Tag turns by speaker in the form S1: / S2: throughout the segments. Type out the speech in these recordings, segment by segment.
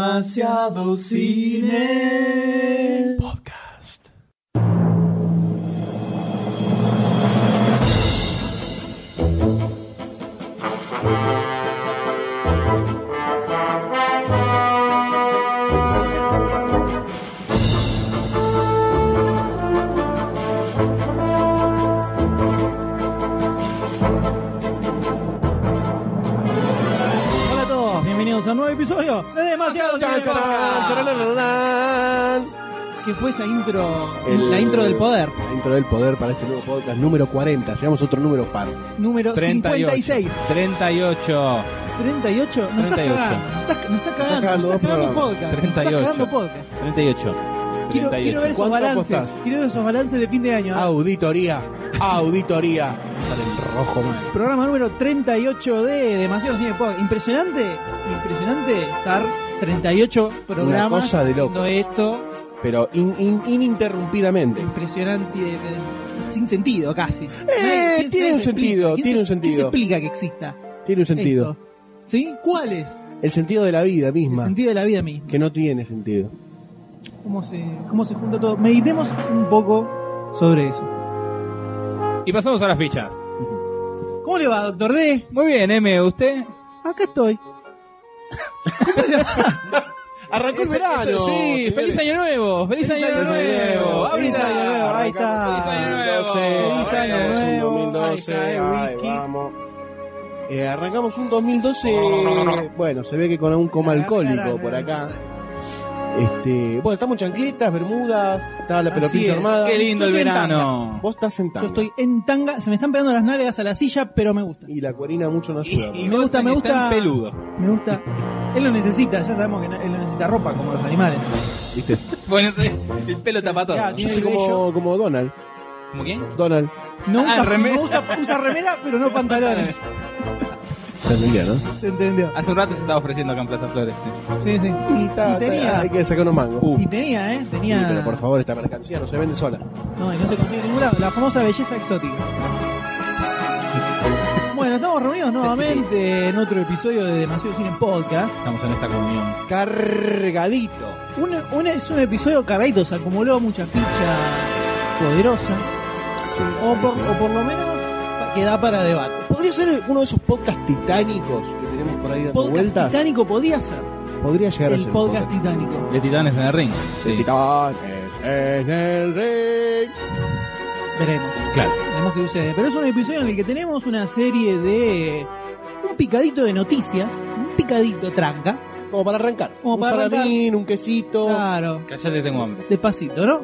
S1: Demasiado cine. Podcast.
S2: Hola a todos, bienvenidos a un nuevo episodio de Demasiado Cine Podcast.
S3: La
S2: ¿Qué fue esa intro?
S3: El-
S2: La intro del poder.
S3: intro del poder para este nuevo podcast número 40. Llegamos a otro número par.
S2: Número 56.
S4: 38.
S2: 38. Nos estás
S4: 38.
S2: cagando. Nos estás, nos estás
S3: Nos
S2: cagando. Nos estás
S3: estás cagando
S2: cagando
S3: dos
S2: podcast. Nos estás
S4: 38.
S2: cagando podcast.
S4: 38.
S2: Quiero, quiero ver esos
S3: ¿Cuánto
S2: balances.
S3: apostás?
S2: Quiero ver esos balances de fin de año. ¿eh?
S3: Auditoría. Auditoría. Sale en rojo, man.
S2: Programa número 38 de Demasiado Cine Podcast. Impresionante, impresionante estar 38 programas
S3: cosa de
S2: haciendo
S3: loco.
S2: esto.
S3: Pero in- in- ininterrumpidamente.
S2: Impresionante, de- de- sin sentido casi. ¿Quién se-
S3: Eh, tiene un
S2: se
S3: sentido,
S2: ¿Quién
S3: tiene
S2: se-
S3: un sentido.
S2: ¿Quién se explica que exista?
S3: Tiene un sentido.
S2: Esto. ¿Sí? ¿Cuál es?
S3: El sentido de la vida
S2: El
S3: misma.
S2: sentido de la vida misma.
S3: Que no tiene sentido.
S2: ¿Cómo se, ¿Cómo se junta todo? Meditemos un poco sobre eso.
S4: Y pasamos a las fichas.
S2: ¿Cómo le va, doctor D?
S4: Muy bien, M, ¿usted?
S2: Acá estoy.
S3: Arrancó
S4: Ese- eso- sí, feliz año nuevo. Feliz,
S2: Feliz
S4: año,
S2: año
S4: nuevo.
S2: nuevo,
S4: Ahorita.
S2: feliz año nuevo, ahí está.
S4: Feliz año nuevo.
S3: Feliz año
S4: Arrancamos un
S3: nuevo.
S2: Ahí está, ahí,
S3: Ay,
S2: whisky.
S3: vamos. Eh, arrancamos un 2012. Bueno, se ve que con un coma alcohólico por acá. Este, bueno, estamos en chancletas, bermudas, está la
S2: Así
S3: pelotita
S2: es.
S3: armada.
S4: Qué lindo
S2: Yo
S4: el
S2: estoy en
S4: verano.
S3: Vos estás sentado.
S2: Yo estoy en tanga, se me están pegando las nalgas a la silla, pero me gusta.
S3: Y la cuerina mucho no
S4: Y,
S3: ayuda.
S4: y
S2: Me gusta,
S4: Goldstein
S2: me
S4: está
S2: gusta.
S4: en peludo.
S2: Me gusta. Él lo necesita, ya sabemos que no- él no necesita ropa como los animales.
S3: ¿viste?
S4: Bueno, sí, el pelo tapa todo.
S2: Ya,
S3: Yo
S2: tiene-
S3: soy como, como Donald.
S4: ¿Cómo quién?
S3: Donald.
S2: No
S4: Ah,
S2: usa,
S4: remera.
S2: no usa- usa remera, pero no pantalones.
S3: Se entendía, ¿no?
S2: ¿Se entendió?
S4: Hace un rato se estaba ofreciendo acá en Plaza Flores. sí.
S2: Sí, sí.
S3: Y, ta- ta-
S2: tenía.
S3: hay que sacar unos mangos.
S4: Uh,
S2: Y tenía, ¿eh?
S3: Sí,
S2: Tenía.
S3: pero por favor, esta mercancía no se vende sola.
S2: No, y no se consigue en ningún lado. La famosa belleza exótica. Bueno, estamos reunidos nuevamente en otro episodio de Demasiado Cine Podcast.
S4: Estamos en esta comunión.
S3: Cargadito.
S2: Un, un- es un episodio cargadito, se acumuló mucha ficha poderosa.
S3: Sí,
S2: O por,
S3: sí.
S2: o por lo menos pa- que da para debate.
S3: Podría ser uno de esos podcasts titánicos que tenemos por ahí dando
S2: Podcast
S3: vueltas.
S2: titánico podía ser.
S3: Podría llegar a
S2: El
S3: ser. un
S2: podcast titánico.
S4: De titanes en el ring.
S3: De
S4: Sí,
S3: titanes en el ring.
S2: Veremos.
S4: claro.
S2: Veremos qué sucede. Pero es un episodio en el que tenemos una serie de. Un picadito de noticias. Un picadito tranca.
S3: Como para arrancar.
S2: Como
S3: un
S2: para arrancar.
S3: salamín, un quesito.
S2: Claro.
S4: Callate, tengo hambre.
S2: despacito, ¿no?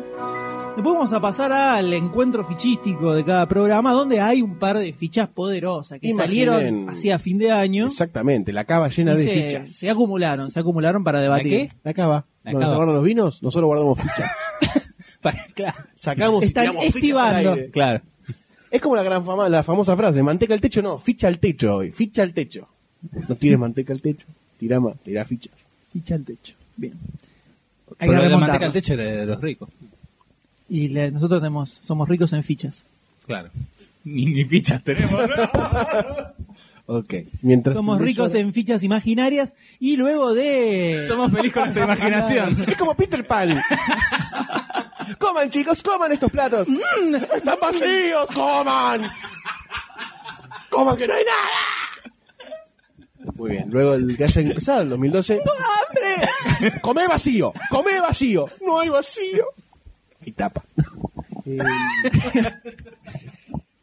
S2: Después vamos a pasar al encuentro fichístico de cada programa, donde hay un par de fichas poderosas que
S3: Imaginen.
S2: salieron hacia fin de año.
S3: Exactamente, la cava llena
S2: y
S3: de
S2: se,
S3: fichas.
S2: se acumularon, se acumularon para debatir.
S4: qué?
S3: La cava.
S4: La
S3: Donde se
S4: cava.
S3: guardan los vinos, nosotros guardamos fichas.
S4: Para- claro.
S3: Sacamos y
S2: Están
S3: tiramos fichas al
S2: estivando.
S3: aire.
S4: Claro.
S3: Es como la gran fama, la famosa frase, manteca al techo, no, ficha al techo hoy, ficha al techo. No tires manteca al techo, tira, ma- tira fichas.
S2: Ficha al techo. Bien. Hay
S4: Pero lo de
S2: que
S4: la
S2: remontarla.
S4: manteca al techo era de los ricos.
S2: Y le- nosotros tenemos, somos ricos en fichas.
S4: Claro. Ni, ni fichas tenemos,
S3: Ok. Mientras
S2: Somos ricos en fichas imaginarias y luego de...
S4: Somos felices con nuestra imaginación.
S3: Es como Peter Pan. coman, chicos, coman estos platos. están vacíos, coman. Coman que no hay nada. Muy bien, luego el que haya empezado el 2012. ¡Hambre! Come vacío, come vacío. No hay vacío. Y tapa.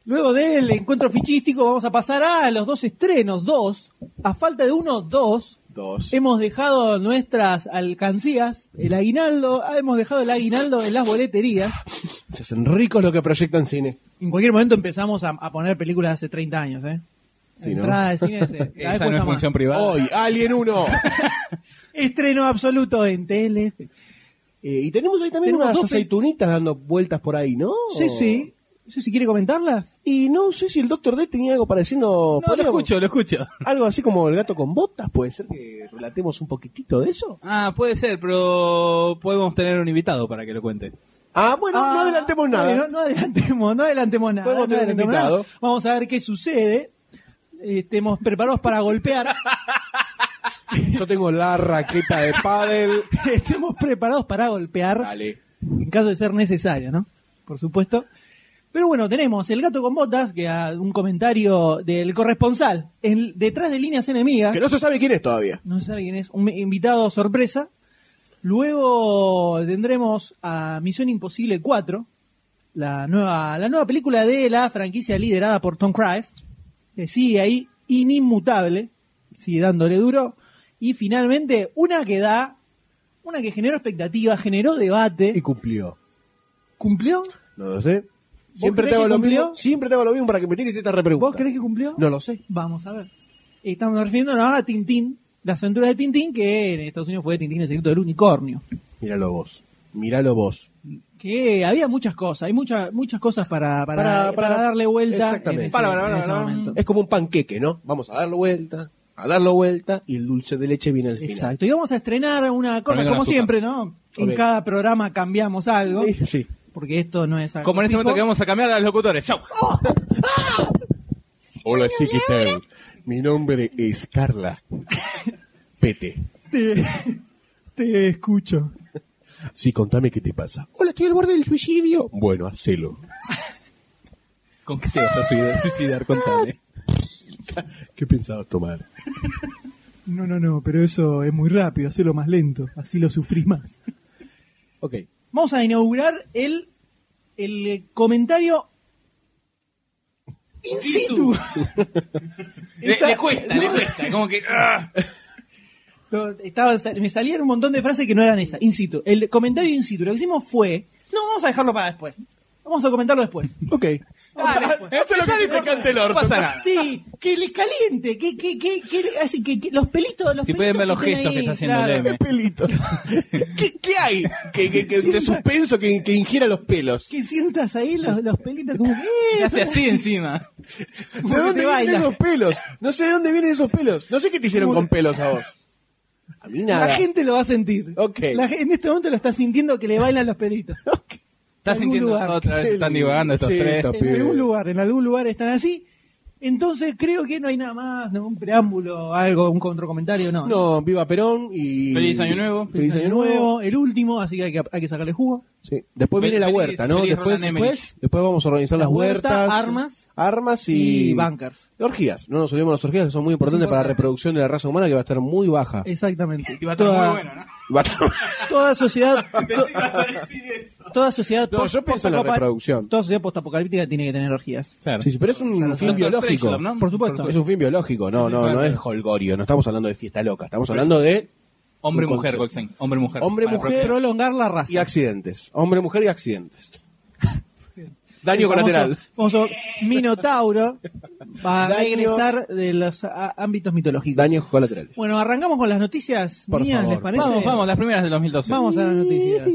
S2: Luego del encuentro fichístico vamos a pasar a los dos estrenos, dos. A falta de uno, dos.
S3: Dos.
S2: Hemos dejado nuestras alcancías, el aguinaldo, ah, hemos dejado el aguinaldo en las boleterías.
S3: Se hacen ricos los que proyectan cine.
S2: En cualquier momento empezamos a, a poner películas de hace 30 años, ¿eh?
S3: Sí, ¿no?
S2: Entrada de cine se- cada vez
S4: Esa no
S2: cuesta
S4: es
S2: más.
S4: función privada.
S3: Hoy, Alien 1.
S2: Estreno absoluto en tele.
S3: Eh, y tenemos ahí también
S2: Tenemos
S3: unas
S2: dos pe-
S3: aceitunitas dando vueltas por ahí, ¿no?
S2: Sí, sí. No sé si quiere comentarlas.
S3: Y no sé si el Doctor D tenía algo para decirnos.
S2: Pues
S4: No, lo
S3: Podríamos-
S4: escucho, lo escucho.
S3: Algo así como el gato con botas, puede ser que relatemos un poquitito de eso.
S4: Ah, puede ser, pero podemos tener un invitado para que lo cuente.
S3: Ah, bueno, no
S2: Ah,
S3: adelantemos nada.
S2: No, no adelantemos, no adelantemos nada. no
S3: Podemos tener un
S2: adelantemos nada.
S3: invitado.
S2: Vamos a ver qué sucede. Eh, Estemos preparados para golpear
S3: Yo tengo la raqueta de pádel.
S2: Estemos preparados para golpear
S3: Dale.
S2: en caso de ser necesario, ¿no? Por supuesto. Pero bueno, tenemos el gato con botas, que a un comentario del corresponsal en, detrás de líneas enemigas.
S3: Que no se sabe quién es todavía.
S2: No se sabe quién es, un invitado sorpresa. Luego tendremos a Misión Imposible 4, la nueva, la nueva película de la franquicia liderada por Tom Cruise, que sigue ahí inimmutable, sigue dándole duro. Y finalmente, una que da, una que generó expectativa, generó debate.
S3: Y cumplió.
S2: ¿Cumplió?
S3: No lo sé. Siempre
S2: crees
S3: te hago
S2: que
S3: lo
S2: cumplió?
S3: mismo. Siempre te hago lo mismo para que me tires esta repregunta.
S2: ¿Vos crees que cumplió?
S3: No lo sé.
S2: Vamos a ver. Estamos refiriéndonos a Tintín, las aventuras de Tintín, que en Estados Unidos fue Tintín el secreto del unicornio.
S3: Míralo vos. Míralo vos.
S2: que había muchas cosas, hay muchas muchas cosas para, para,
S3: Para-
S2: para
S3: para-
S2: darle vuelta.
S3: Exactamente.
S2: en ese-
S4: Para, para, para,
S2: en ese
S4: para.
S2: momento.
S3: Es como un panqueque, ¿no? Vamos a darlo vuelta, a darlo vuelta y el dulce de leche viene al final.
S2: Exacto. Y vamos a estrenar una cosa,
S4: Ponle con
S2: como
S4: azúcar.
S2: siempre, ¿no? En
S3: Ok.
S2: cada programa cambiamos algo,
S3: Sí, Sí.
S2: porque esto no es algo.
S4: Como en este
S2: fijo.
S4: momento que vamos a cambiar a los locutores. Chau.
S2: Oh,
S3: Hola, Siquitel. Mi nombre es Carla. Pete.
S2: Te, te escucho.
S3: Sí, contame qué te pasa. Hola, estoy al borde del suicidio. Bueno, hacelo.
S4: ¿Con qué te vas a suicidar? suicidar contame.
S3: ¿Qué pensabas tomar?
S2: No, no, no, pero eso es muy rápido, hacelo más lento, así lo sufrís más.
S3: Ok.
S2: Vamos a inaugurar el, el comentario in situ.
S4: Le,
S2: Esta-
S4: le cuesta, le cuesta. Como que. ah.
S2: No, estaban sal- me salían un montón de frases que no eran esas. In situ. El comentario in situ. Lo que hicimos fue. No, vamos a dejarlo para después. Vamos a comentarlo después.
S3: Ok. Ah,
S4: Dale,
S3: Haz lo que te cante el orto.
S4: No pasa nada.
S2: Sí, que les caliente. Que, que, que, que- así que, que los pelitos. Los
S4: Si pueden
S2: pelitos
S4: ver los
S2: estén
S4: gestos que está haciendo el M.
S3: Pelito. ¿Qué, qué hay? Que, que, que- de suspenso que, que ingiera los pelos.
S2: Que sientas ahí los, los pelitos como que.
S4: Y
S2: eh,
S4: hace así encima.
S3: ¿De
S2: que te
S3: dónde vienen
S2: baila.
S3: esos pelos? No sé de dónde vienen esos pelos. No sé qué te hicieron con pelos a vos. A mí nada.
S2: La gente lo va a sentir.
S3: Ok.
S2: La gen- en este momento lo está sintiendo que le bailan los pelitos.
S4: Estás
S2: En algún
S4: sintiendo
S2: lugar.
S4: otra vez, están divagando estos
S3: Sí,
S4: tres.
S3: está
S2: en
S3: Pibe.
S2: algún lugar, en algún lugar están así. Entonces creo que no hay nada más, ¿no? un preámbulo, algo, un contracomentario, no.
S3: No, viva Perón y.
S4: Feliz Año Nuevo.
S3: Feliz Año Nuevo.
S2: el último, así que hay que, hay que sacarle jugo.
S3: Sí. Después
S4: Fel-
S3: viene la
S4: feliz-
S3: huerta, ¿no?
S4: feliz
S3: Después,
S4: Roland
S3: después,
S4: Emmerich.
S3: después vamos a organizar
S2: La
S3: las
S2: huerta,
S3: huertas.
S2: armas.
S3: Armas y.
S2: Y bunkers.
S3: Orgías. No nos olvidemos de las orgías, que son muy importantes para la
S2: importante.
S3: reproducción de la raza humana, que va a estar muy baja.
S2: Eh. Exactamente.
S4: Y va a estar
S2: toda,
S4: muy bueno, ¿no?
S3: Va a estar-
S2: toda sociedad, to-
S4: Ibas a decir eso.
S2: toda sociedad,
S3: No, yo pienso en la
S2: postapocal-
S3: reproducción.
S2: Toda sociedad postapocalíptica tiene que tener orgías.
S4: Claro.
S3: Sí, sí, pero es un fin
S4: Doctor
S3: biológico.
S4: Strangelove, ¿no?
S2: Por supuesto.
S3: Es un fin biológico, no, no, no es holgorio, no estamos hablando de fiesta loca, estamos hablando de
S4: Hombre
S3: Un
S4: mujer,
S3: concepto.
S4: Goldstein. Hombre mujer.
S3: Hombre,
S4: Para
S3: mujer,
S4: propiedad.
S2: Prolongar la raza.
S3: y accidentes, hombre, mujer y accidentes. Daño
S2: El famoso-
S3: colateral.
S2: famoso Minotauro va a
S3: Daños-
S2: regresar de los a- ámbitos mitológicos.
S3: Daños colaterales.
S2: Bueno, arrancamos con las noticias.
S3: Por
S2: mías,
S3: favor.
S2: ¿les parece?
S4: Vamos, vamos, las primeras del 2012.
S2: Vamos a las noticias.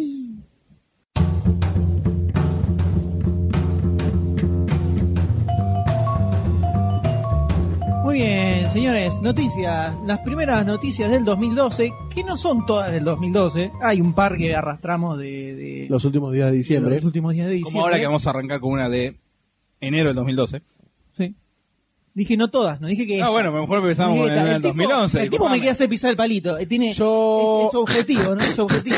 S2: Muy bien, señores, noticias. Las primeras noticias del 2012, que no son todas del 2012. Hay un par que arrastramos de, de-
S3: Los últimos días de
S2: de
S3: diciembre.
S2: los últimos días de diciembre.
S4: Como ahora que vamos a arrancar con una de enero del 2012.
S2: Sí. Dije no todas, no dije que.
S4: Ah, bueno, mejor empezamos
S2: Dije
S4: con
S2: esta.
S4: el,
S2: El
S4: del
S2: tipo-
S4: 2011.
S2: El tipo me
S4: disculpame.
S2: quiere hacer pisar el palito. eh, Tiene,
S3: Yo-
S2: es, es objetivo, ¿no? Es objetivo.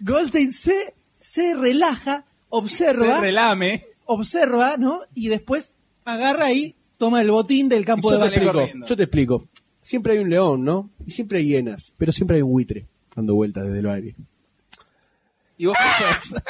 S2: Goldstein se, se relaja, observa,
S4: Se relame.
S2: observa, ¿no? Y después agarra y toma el botín del campo de
S3: Yo
S4: Puedo
S3: te,
S4: salir
S2: batalla.
S3: explico,
S4: corriendo.
S3: yo te explico. Siempre hay un león, ¿no? Y siempre hay hienas, pero siempre hay un buitre dando vueltas desde el aire.
S4: Y
S2: Ah.
S4: vos pensás,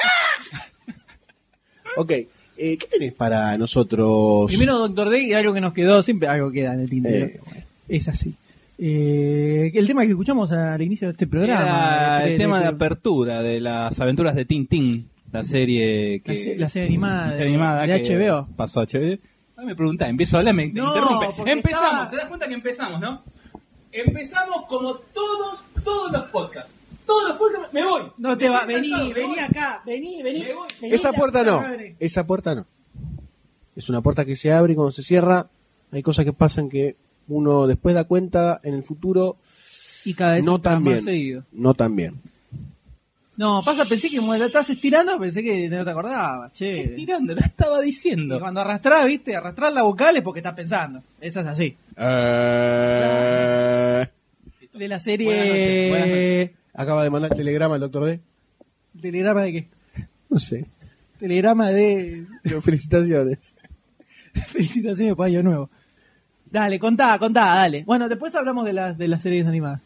S3: Ok, eh, ¿qué tenés para nosotros?
S2: Primero Doctor D y algo que nos quedó, siempre algo queda en el tintero.
S3: Eh, bueno.
S2: Es así. Eh, el tema que escuchamos al inicio de este programa.
S4: era
S2: de-
S4: el
S2: de-
S4: tema de
S2: de-
S4: apertura de las aventuras de Tintín, la serie que
S2: La se- la serie animada
S4: la serie
S2: de-
S4: animada
S2: de
S4: que
S2: HBO.
S4: Pasó a HBO. Ay, Ah, me preguntá, empiezo a hablar, me
S2: No, porque
S4: interrumpe. Empezamos,
S2: estaba-
S4: te das cuenta que empezamos, ¿no? Empezamos como todos todos los podcasts. Todos los podcasts me voy.
S2: No te va,
S4: Estoy
S2: vení,
S4: cansado, me
S2: vení
S4: voy.
S2: acá, vení, vení.
S4: Me voy.
S2: vení,
S3: Esa
S2: la
S3: puerta
S2: puta
S3: no.
S2: madre.
S3: Esa puerta no. Es una puerta que se abre y cuando se cierra hay cosas que pasan que uno después da cuenta en el futuro
S2: Y cada vez
S3: no
S2: está
S3: tan
S2: más
S3: bien.
S2: seguido.
S3: No tan bien.
S2: No, pasa, pensé que como la estás estirando, pensé que no te acordabas, che.
S1: Estoy tirando, lo estaba
S2: Y
S1: diciendo.
S2: cuando arrastrás, viste, arrastrás la vocal es porque estás pensando. Esa es así.
S3: Eh,
S2: De la serie.
S1: Buenas noches, buenas noches.
S3: Acaba de mandar telegrama el doctor D.
S2: Telegrama de qué?
S3: No sé.
S2: Telegrama de.
S3: Pero felicitaciones.
S2: Felicitaciones para Año Nuevo. Dale, contá, contá, dale. Bueno, después hablamos de las, de las series animadas.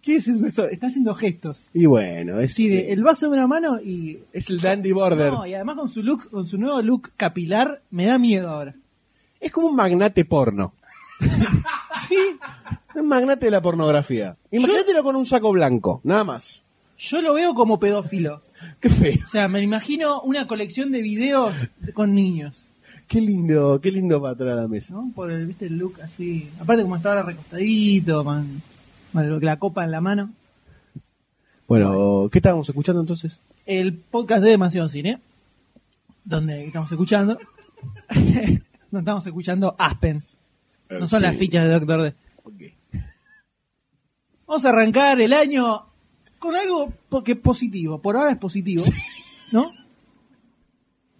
S2: ¿Qué es eso? Está haciendo gestos.
S3: Y bueno, es, eh,
S2: Tiene el vaso en una mano y.
S3: es el Dandy Border.
S2: No, y además con su look, con su nuevo look capilar, me da miedo ahora.
S3: Es como un magnate porno.
S2: Sí,
S3: Un magnate de la pornografía. Imagínatelo con un saco blanco, nada más.
S2: yo lo veo como pedófilo.
S3: Qué feo.
S2: O sea, me imagino una colección de videos con niños,
S3: Qué lindo, qué lindo para atrás la mesa.
S2: ¿no? Por el, ¿viste, el look así. Aparte, como estaba recostadito, man, con la copa en la mano.
S3: Bueno, ¿qué estábamos escuchando entonces?
S2: el podcast de Demasiado Cine, donde estamos escuchando. no estamos escuchando Aspen. No son las fichas de Doctor D. Vamos a arrancar el año con algo po- que es positivo. Por ahora es positivo. ¿No?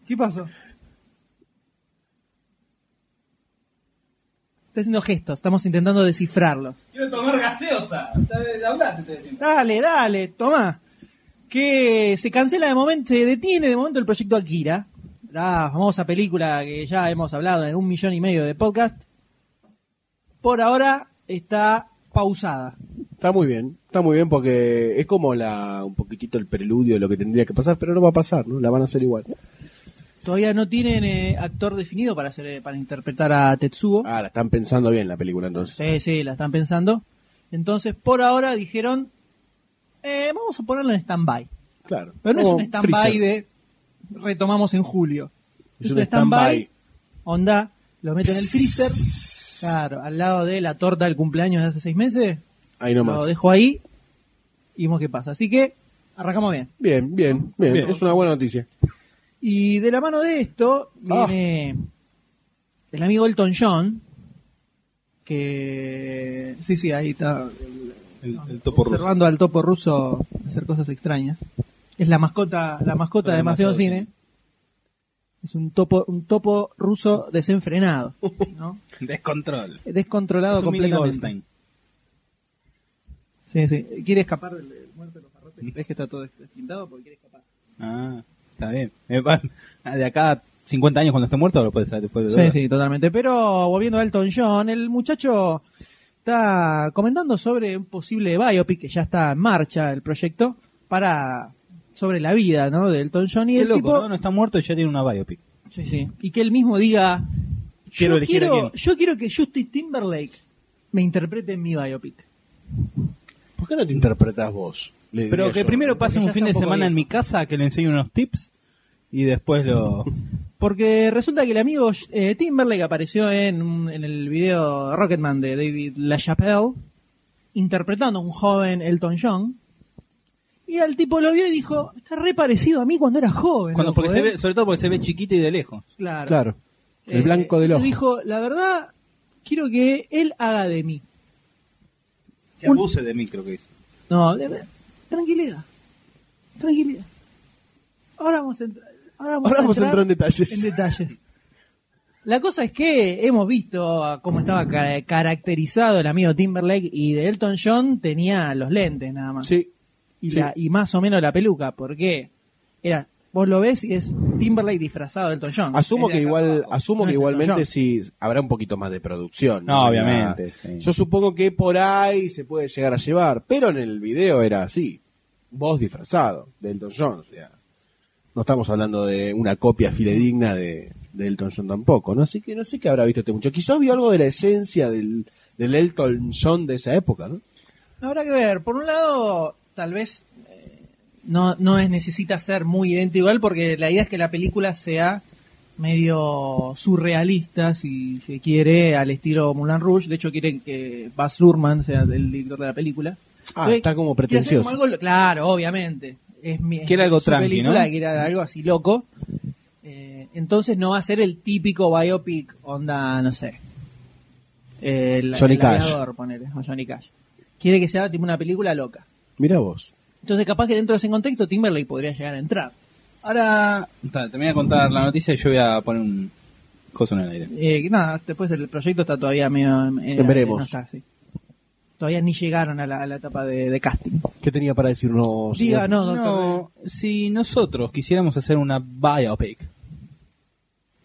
S2: ¿Qué pasó? Está haciendo gestos, estamos intentando descifrarlo.
S4: Quiero tomar gaseosa. Hablate, te decimos.
S2: Dale, dale, toma. Que se cancela de momento, se detiene de momento el proyecto Akira, la famosa película que ya hemos hablado en un millón y medio de podcast. Por ahora está pausada.
S3: Está muy bien, está muy bien porque es como la un poquitito el preludio de lo que tendría que pasar, pero no va a pasar, ¿no? La van a hacer igual.
S2: Todavía no tienen eh, actor definido para hacer, eh, para interpretar a Tetsuo.
S3: Ah, la están pensando bien la película entonces.
S2: Sí, sí, la están pensando. Entonces, por ahora dijeron, eh, vamos a ponerla en stand-by.
S3: Claro.
S2: Pero no
S3: Como
S2: es un stand-by
S3: Oh, Freezer.
S2: de retomamos en julio.
S3: Es un stand-by.
S2: Onda, lo meto en el freezer. Claro, al lado de la torta del cumpleaños de hace seis meses.
S3: Ahí nomás.
S2: Lo dejo ahí y vemos qué pasa. Así que arrancamos bien.
S3: Bien, bien, bien, Es una buena noticia.
S2: Y de la mano de esto
S3: Ah.
S2: viene el amigo Elton John. Que. Sí, sí, ahí está.
S1: El,
S2: observando al topo ruso hacer cosas extrañas. Es la mascota, la mascota de Demasiado Cine. Es un topo, un topo ruso desenfrenado, ¿no?
S1: Descontrol.
S2: descontrolado
S1: Es un mini
S2: completamente. Sí,
S1: Goldstein.
S2: sí. Quiere escapar del, del muerto de los barrotes. Ves que está todo despintado porque quiere escapar.
S1: Ah, está bien. Eh, va- De acá a 50 años cuando esté muerto lo puedes saber después de
S2: Sí, sí, totalmente. Pero volviendo a Elton John, el muchacho está comentando sobre un posible biopic que ya está en marcha el proyecto para sobre la vida, ¿no? De Elton John y
S1: Qué
S2: el
S1: loco,
S2: tipo
S1: ¿no? No está muerto y ya tiene una biopic.
S2: Sí, sí. Y que él mismo diga,
S1: Quiero
S2: yo,
S1: elegir a
S2: quiero,
S1: quién.
S2: yo quiero que Justin Timberlake me interprete en mi biopic.
S3: ¿Por qué no te interpretás vos? Le diría
S1: Pero que
S3: yo.
S1: primero pase
S2: ya
S1: un
S2: está
S1: fin de
S2: un poco
S1: semana en
S2: viejo.
S1: mi casa que le enseño unos tips y después lo...
S2: Porque resulta que el amigo eh, Timberlake apareció en, un- en el video Rocketman de David LaChapelle, interpretando a un joven Elton John. Y al tipo lo vio y dijo, está re parecido a mí cuando era joven.
S1: Cuando,
S2: loco,
S1: porque se
S2: ¿eh?".
S1: ve, sobre todo porque se ve chiquito y de lejos.
S2: Claro.
S3: Claro. El
S2: Eh,
S3: blanco del
S2: entonces
S3: ojo.
S2: dijo, la verdad, quiero que él haga de mí.
S1: Que abuse de mí, creo que es.
S2: No, de- de- tranquilidad. Tranquilidad. Ahora vamos a entrar. Ahora vamos,
S3: Ahora
S2: a,
S3: vamos a
S2: entrar
S3: entrar en detalles.
S2: en detalles. La cosa es que hemos visto a cómo estaba ca- caracterizado el amigo Timberlake y de Elton John tenía los lentes nada más.
S3: Sí.
S2: y,
S3: sí.
S2: la- y más o menos la peluca, porque era, vos lo ves y es Timberlake disfrazado de Elton John.
S3: Asumo
S1: Es de
S3: que
S1: acá
S3: igual,
S1: abajo.
S3: asumo
S2: No
S3: que
S2: es el
S3: igualmente
S2: mayor.
S3: sí habrá un poquito más de producción.
S1: No, obviamente, sí.
S3: Yo supongo que por ahí se puede llegar a llevar, pero en el video era así, vos disfrazado de Elton John, o sea, no estamos hablando de una copia fidedigna de, de Elton John tampoco, ¿no? Así que no sé qué habrá visto este muchacho. Quizás vio algo de la esencia del, del Elton John de esa época, ¿no?
S2: Habrá que ver. Por un lado, tal vez eh, no, no es necesita ser muy idéntico a él, porque la idea es que la película sea medio surrealista, si se quiere, al estilo Moulin Rouge. De hecho, quieren que Baz Luhrmann sea el director de la película.
S3: Ah,
S2: Entonces,
S3: está como
S2: quiere hacer como
S3: pretencioso.
S2: algo- claro, obviamente. Es mi,
S1: Quiere algo
S2: su
S1: tranqui,
S2: película,
S1: ¿no?
S2: quiere algo así loco. Eh, entonces no va a ser el típico biopic onda, no sé. El,
S3: Johnny
S2: el
S3: Cash.
S2: aviador, ponele, o Johnny Cash. Quiere que sea tipo una película loca.
S3: Mira vos.
S2: Entonces, capaz que dentro de ese contexto Timberlake podría llegar a entrar.
S1: Ahora ta, te voy a contar la noticia y yo voy a poner un coso en el aire.
S2: Eh, nada, después el proyecto está todavía medio. eh,
S3: En veremos.
S2: no está, sí. Todavía ni llegaron a la, a la etapa de, de casting.
S3: ¿Qué tenía para decirnos?
S2: Diga,
S3: señor?
S2: no, doctor.
S1: No, si nosotros quisiéramos hacer una biopic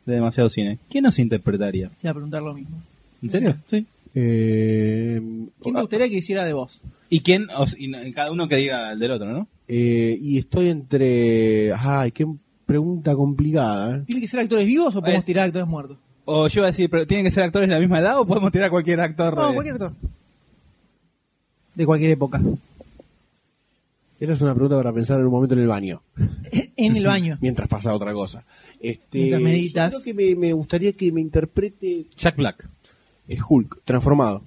S1: de demasiado cine, ¿quién nos interpretaría?
S2: Te voy a preguntar lo mismo.
S1: ¿En serio?
S2: Sí.
S3: Eh,
S2: ¿Quién te gustaría que hiciera de vos?
S1: ¿Y quién? o si- y cada uno que diga el del otro, ¿no?
S3: eh, y estoy entre. Ay, qué pregunta complicada. ¿eh?
S2: ¿Tiene que ser actores vivos o podemos
S1: Eh,
S2: tirar actores muertos?
S1: O yo iba a decir, ¿pero tienen que ser actores de la misma edad o podemos tirar a cualquier actor?
S2: No,
S1: de-
S2: cualquier actor. De cualquier época.
S3: Era una pregunta para pensar en un momento en el baño,
S2: en el baño.
S3: mientras pasa otra cosa. Este,
S2: Mientras meditas.
S3: yo creo que me, me gustaría que me interprete
S1: Jack Black.
S3: eh, Hulk, transformado.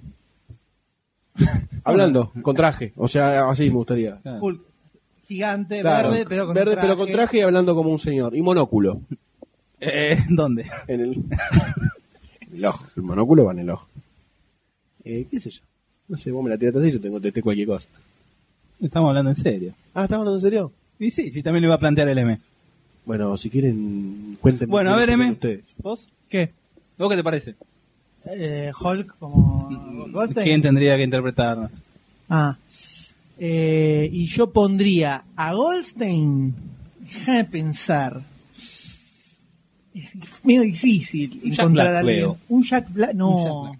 S3: Hablando, con traje. O sea, así me gustaría.
S1: Claro.
S2: Hulk. Gigante,
S3: Claro,
S2: verde, pero con
S3: verde,
S2: un
S3: pero con traje y hablando como un señor. Y monóculo.
S1: Eh, ¿Dónde?
S3: En el, en el ojo. El monóculo va en el ojo. Eh, ¿Qué sé yo? No sé, vos me la tiraste así, yo tengo testé cualquier cosa.
S1: Estamos hablando en serio.
S3: Ah, ¿estás hablando en serio?
S1: Y sí, sí, también le iba a plantear el M.
S3: Bueno, si quieren, cuéntenme.
S1: Bueno, a
S3: quiénes
S1: ver,
S3: son
S1: M.
S3: ustedes.
S1: ¿Vos?
S2: ¿Qué?
S1: ¿Vos qué te parece?
S2: Eh, Hulk como Goldstein.
S1: Mm, ¿Quién tendría que interpretar?
S2: Ah. Eh, y yo pondría a Goldstein. Déjame pensar. Es medio difícil
S1: Un Jack
S2: encontrar
S1: Black,
S2: a alguien.
S1: creo.
S2: Un Jack Black. No.
S1: Un Jack Black.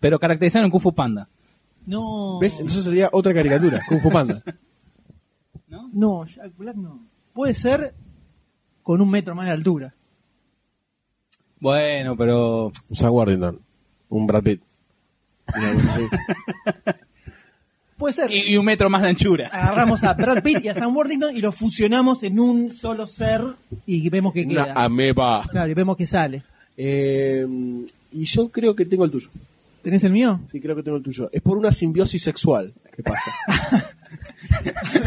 S1: Pero caracterizado en Kung Fu Panda.
S2: No.
S3: ¿Ves? Entonces sería otra caricatura, Kung Fu Panda.
S2: No, Jack Black no. Puede ser con un metro más de altura.
S1: Bueno, pero...
S3: Un Sam Worthington. Un Brad Pitt. Una cosa así.
S2: Puede ser.
S1: Y, y un metro más de anchura.
S2: Agarramos a Brad Pitt y a Sam Worthington y los fusionamos en un solo ser y vemos que
S3: Una
S2: queda.
S3: ameba.
S2: Claro, y vemos que sale.
S3: Eh, y yo creo que tengo el tuyo.
S2: ¿Tenés el mío?
S3: Sí, creo que tengo el tuyo. Es por una simbiosis sexual que pasa.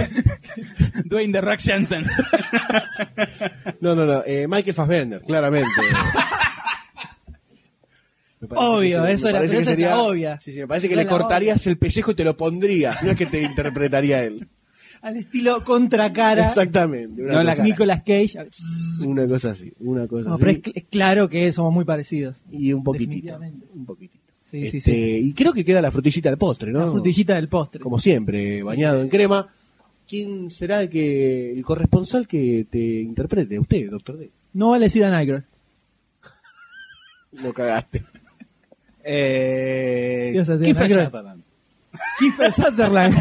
S1: Dwayne The Rock Johnson.
S3: No, no, no. eh, Michael Fassbender, claramente. Me parece
S2: Obvio,
S3: que
S2: eso
S3: me
S2: era-
S3: parece
S2: pero esa
S3: que
S2: es la obvia.
S3: Sí, sí, me parece que
S2: Esa
S3: le
S2: es la
S3: cortarías el pellejo y te lo pondrías. No es que te interpretaría él.
S2: Al estilo contracara.
S3: Exactamente. Una,
S1: No, la
S3: cosa,
S2: Nicolas Cage.
S3: una cosa así. Una cosa
S2: No,
S3: así.
S2: pero es, cl- es claro que somos muy parecidos.
S3: y un poquitito.
S2: Definitivamente.
S3: Un poquitito.
S2: Sí, sí,
S3: Este,
S2: sí.
S3: Y creo que queda la frutillita al postre, ¿no?
S2: La frutillita del postre.
S3: Como siempre, bañado en crema. ¿Quién será el, que, el corresponsal que te interprete? Usted, doctor D.
S2: No vale decir a Nightcrawler.
S3: Lo cagaste.
S1: eh...
S2: Dios, así,
S1: Kiefer
S2: ¿no?
S1: Sutherland.
S2: Kiefer Sutherland.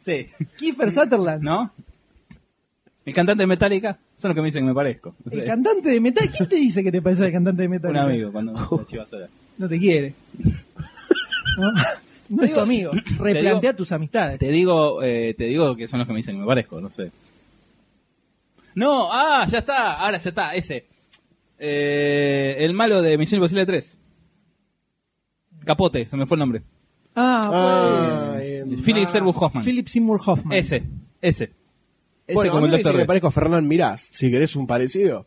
S1: Sí.
S2: Kiefer Sutherland.
S1: ¿No? El cantante de Metallica. Son los que me dicen que me parezco. No
S2: El
S1: sé.
S2: cantante de metal. ¿Quién te dice que te parece el cantante de metal?
S1: Un amigo cuando la chivazora.
S2: No te quiere. No, No es tu amigo. Replantea tus amistades.
S1: Te digo, eh, te digo que son los que me dicen que me parezco, no sé. No, ah, ya está, ahora ya está, ese. Eh, el malo de Misión Imposible 3. Capote, se me fue el nombre.
S2: Ah,
S3: Ah, eh,
S1: Philip
S3: ah,
S1: Seymour
S2: pues,
S1: Hoffman.
S2: Philip Seymour Hoffman.
S1: Ese, ese. Ese
S3: Bueno,
S1: como
S3: a
S1: el
S3: mí me dice
S1: Dr.
S3: que me
S1: D.
S3: parezco a Fernán Mirás, si querés un parecido.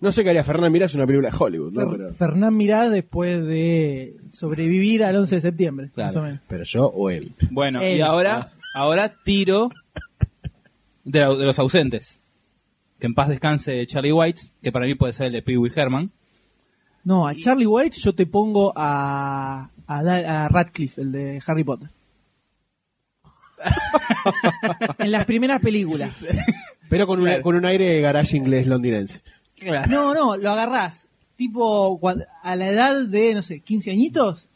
S3: No sé qué haría Fernán Mirás en una película de Hollywood, ¿no?
S2: Fer-
S3: Pero,
S2: Fernán Mirá después de sobrevivir al 11 de septiembre,
S1: Claro.
S2: más o menos.
S3: pero yo o él.
S1: Bueno, y
S2: Él. Ah.
S1: ahora, ahora tiro de, la- de los ausentes. Que en paz descanse Charlie White, que para mí puede ser el de Pee Wee Herman.
S2: No, a Charlie White yo te pongo a, a, Da- a Radcliffe, el de Harry Potter. en las primeras películas.
S3: Pero con, una-
S1: Claro.
S3: con un aire de garage inglés londinense.
S2: No, no, lo agarrás. Tipo, cua- a la edad de, no sé, 15 añitos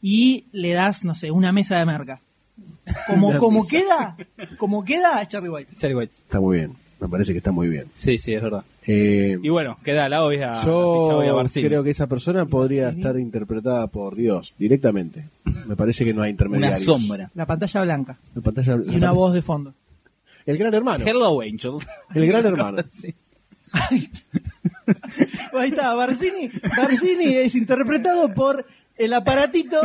S2: y le das, no sé, una mesa de merca. Como,
S3: Una
S2: como queda,
S3: mesa.
S2: como queda Charlie White.
S1: Charlie White.
S3: Está muy bien, me parece que está muy bien.
S1: Sí, sí, es verdad.
S3: Eh,
S1: Y bueno, queda la obvia. la ficha obvia
S3: yo
S1: Barcini.
S3: creo que esa persona podría estar interpretada por Dios directamente. Me parece que no hay
S1: una
S3: intermediarios.
S1: sombra.
S2: La pantalla blanca
S3: La pantalla-
S2: y una voz de fondo.
S3: El gran hermano.
S1: Hello Angel.
S3: El gran hermano.
S1: Sí.
S2: Ahí está, Barcini. Barcini es interpretado por el aparatito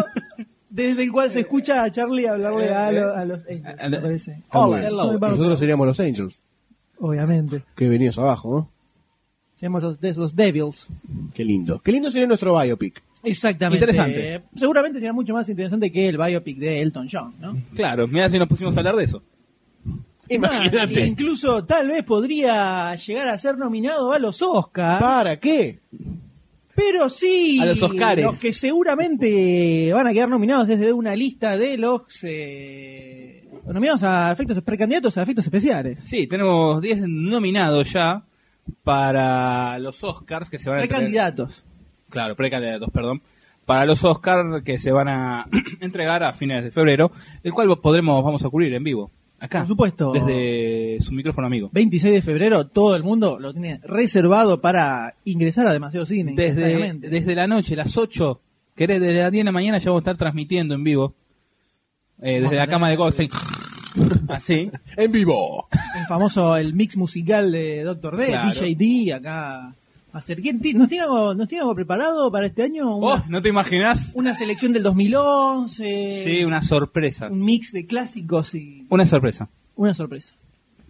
S2: desde el cual se escucha a Charlie hablarle a, lo- a los angels,
S1: A lo-
S2: me parece.
S3: Está muy
S2: Hola,
S3: bien.
S2: soy Barcini.
S3: Nosotros seríamos los Angels,
S2: Obviamente.
S3: que venidos abajo,
S2: Seamos los, de- los Devils.
S3: ¿no? Qué lindo. Qué lindo sería nuestro biopic.
S2: Exactamente.
S1: Interesante.
S2: Eh, Seguramente será mucho más interesante que el biopic de Elton John, ¿no?
S1: Claro, mira si nos pusimos a hablar de eso.
S3: Imagínate.
S2: Incluso tal vez podría llegar a ser nominado a los
S1: Ah.
S2: Oscars.
S3: ¿Para qué?
S2: Pero sí,
S1: A los Oscares.
S2: los que seguramente van a quedar nominados desde una lista de los eh, nominados a efectos precandidatos a efectos especiales.
S1: Sí, tenemos 10 nominados ya para los Oscars que se van a entregar-
S2: Precandidatos.
S1: Claro, precandidatos, perdón. Para los Oscars que se van a entregar a fines de febrero, el cual podremos, vamos a cubrir en vivo. Acá.
S2: Por supuesto.
S1: Desde su micrófono amigo.
S2: 26 de febrero, todo el mundo lo tiene reservado para ingresar a demasiado cine.
S1: Desde,
S2: instantáneamente.
S1: desde la noche, las 8, querés, desde las 10 de la mañana ya vamos a estar transmitiendo en vivo. Eh, desde la cama de Goldstein. Así.
S3: En vivo.
S2: El famoso el mix musical de Doctor D,
S1: Claro.
S2: DJ D, acá. Master Ken. Ti- ¿Nos tiene, algo, ¿Nos tiene algo preparado para este año? Una,
S1: Oh, ¿no te imaginas?
S2: una selección del 2011.
S1: Sí, una sorpresa.
S2: Eh, Un mix de clásicos y
S1: Una sorpresa.
S2: una sorpresa.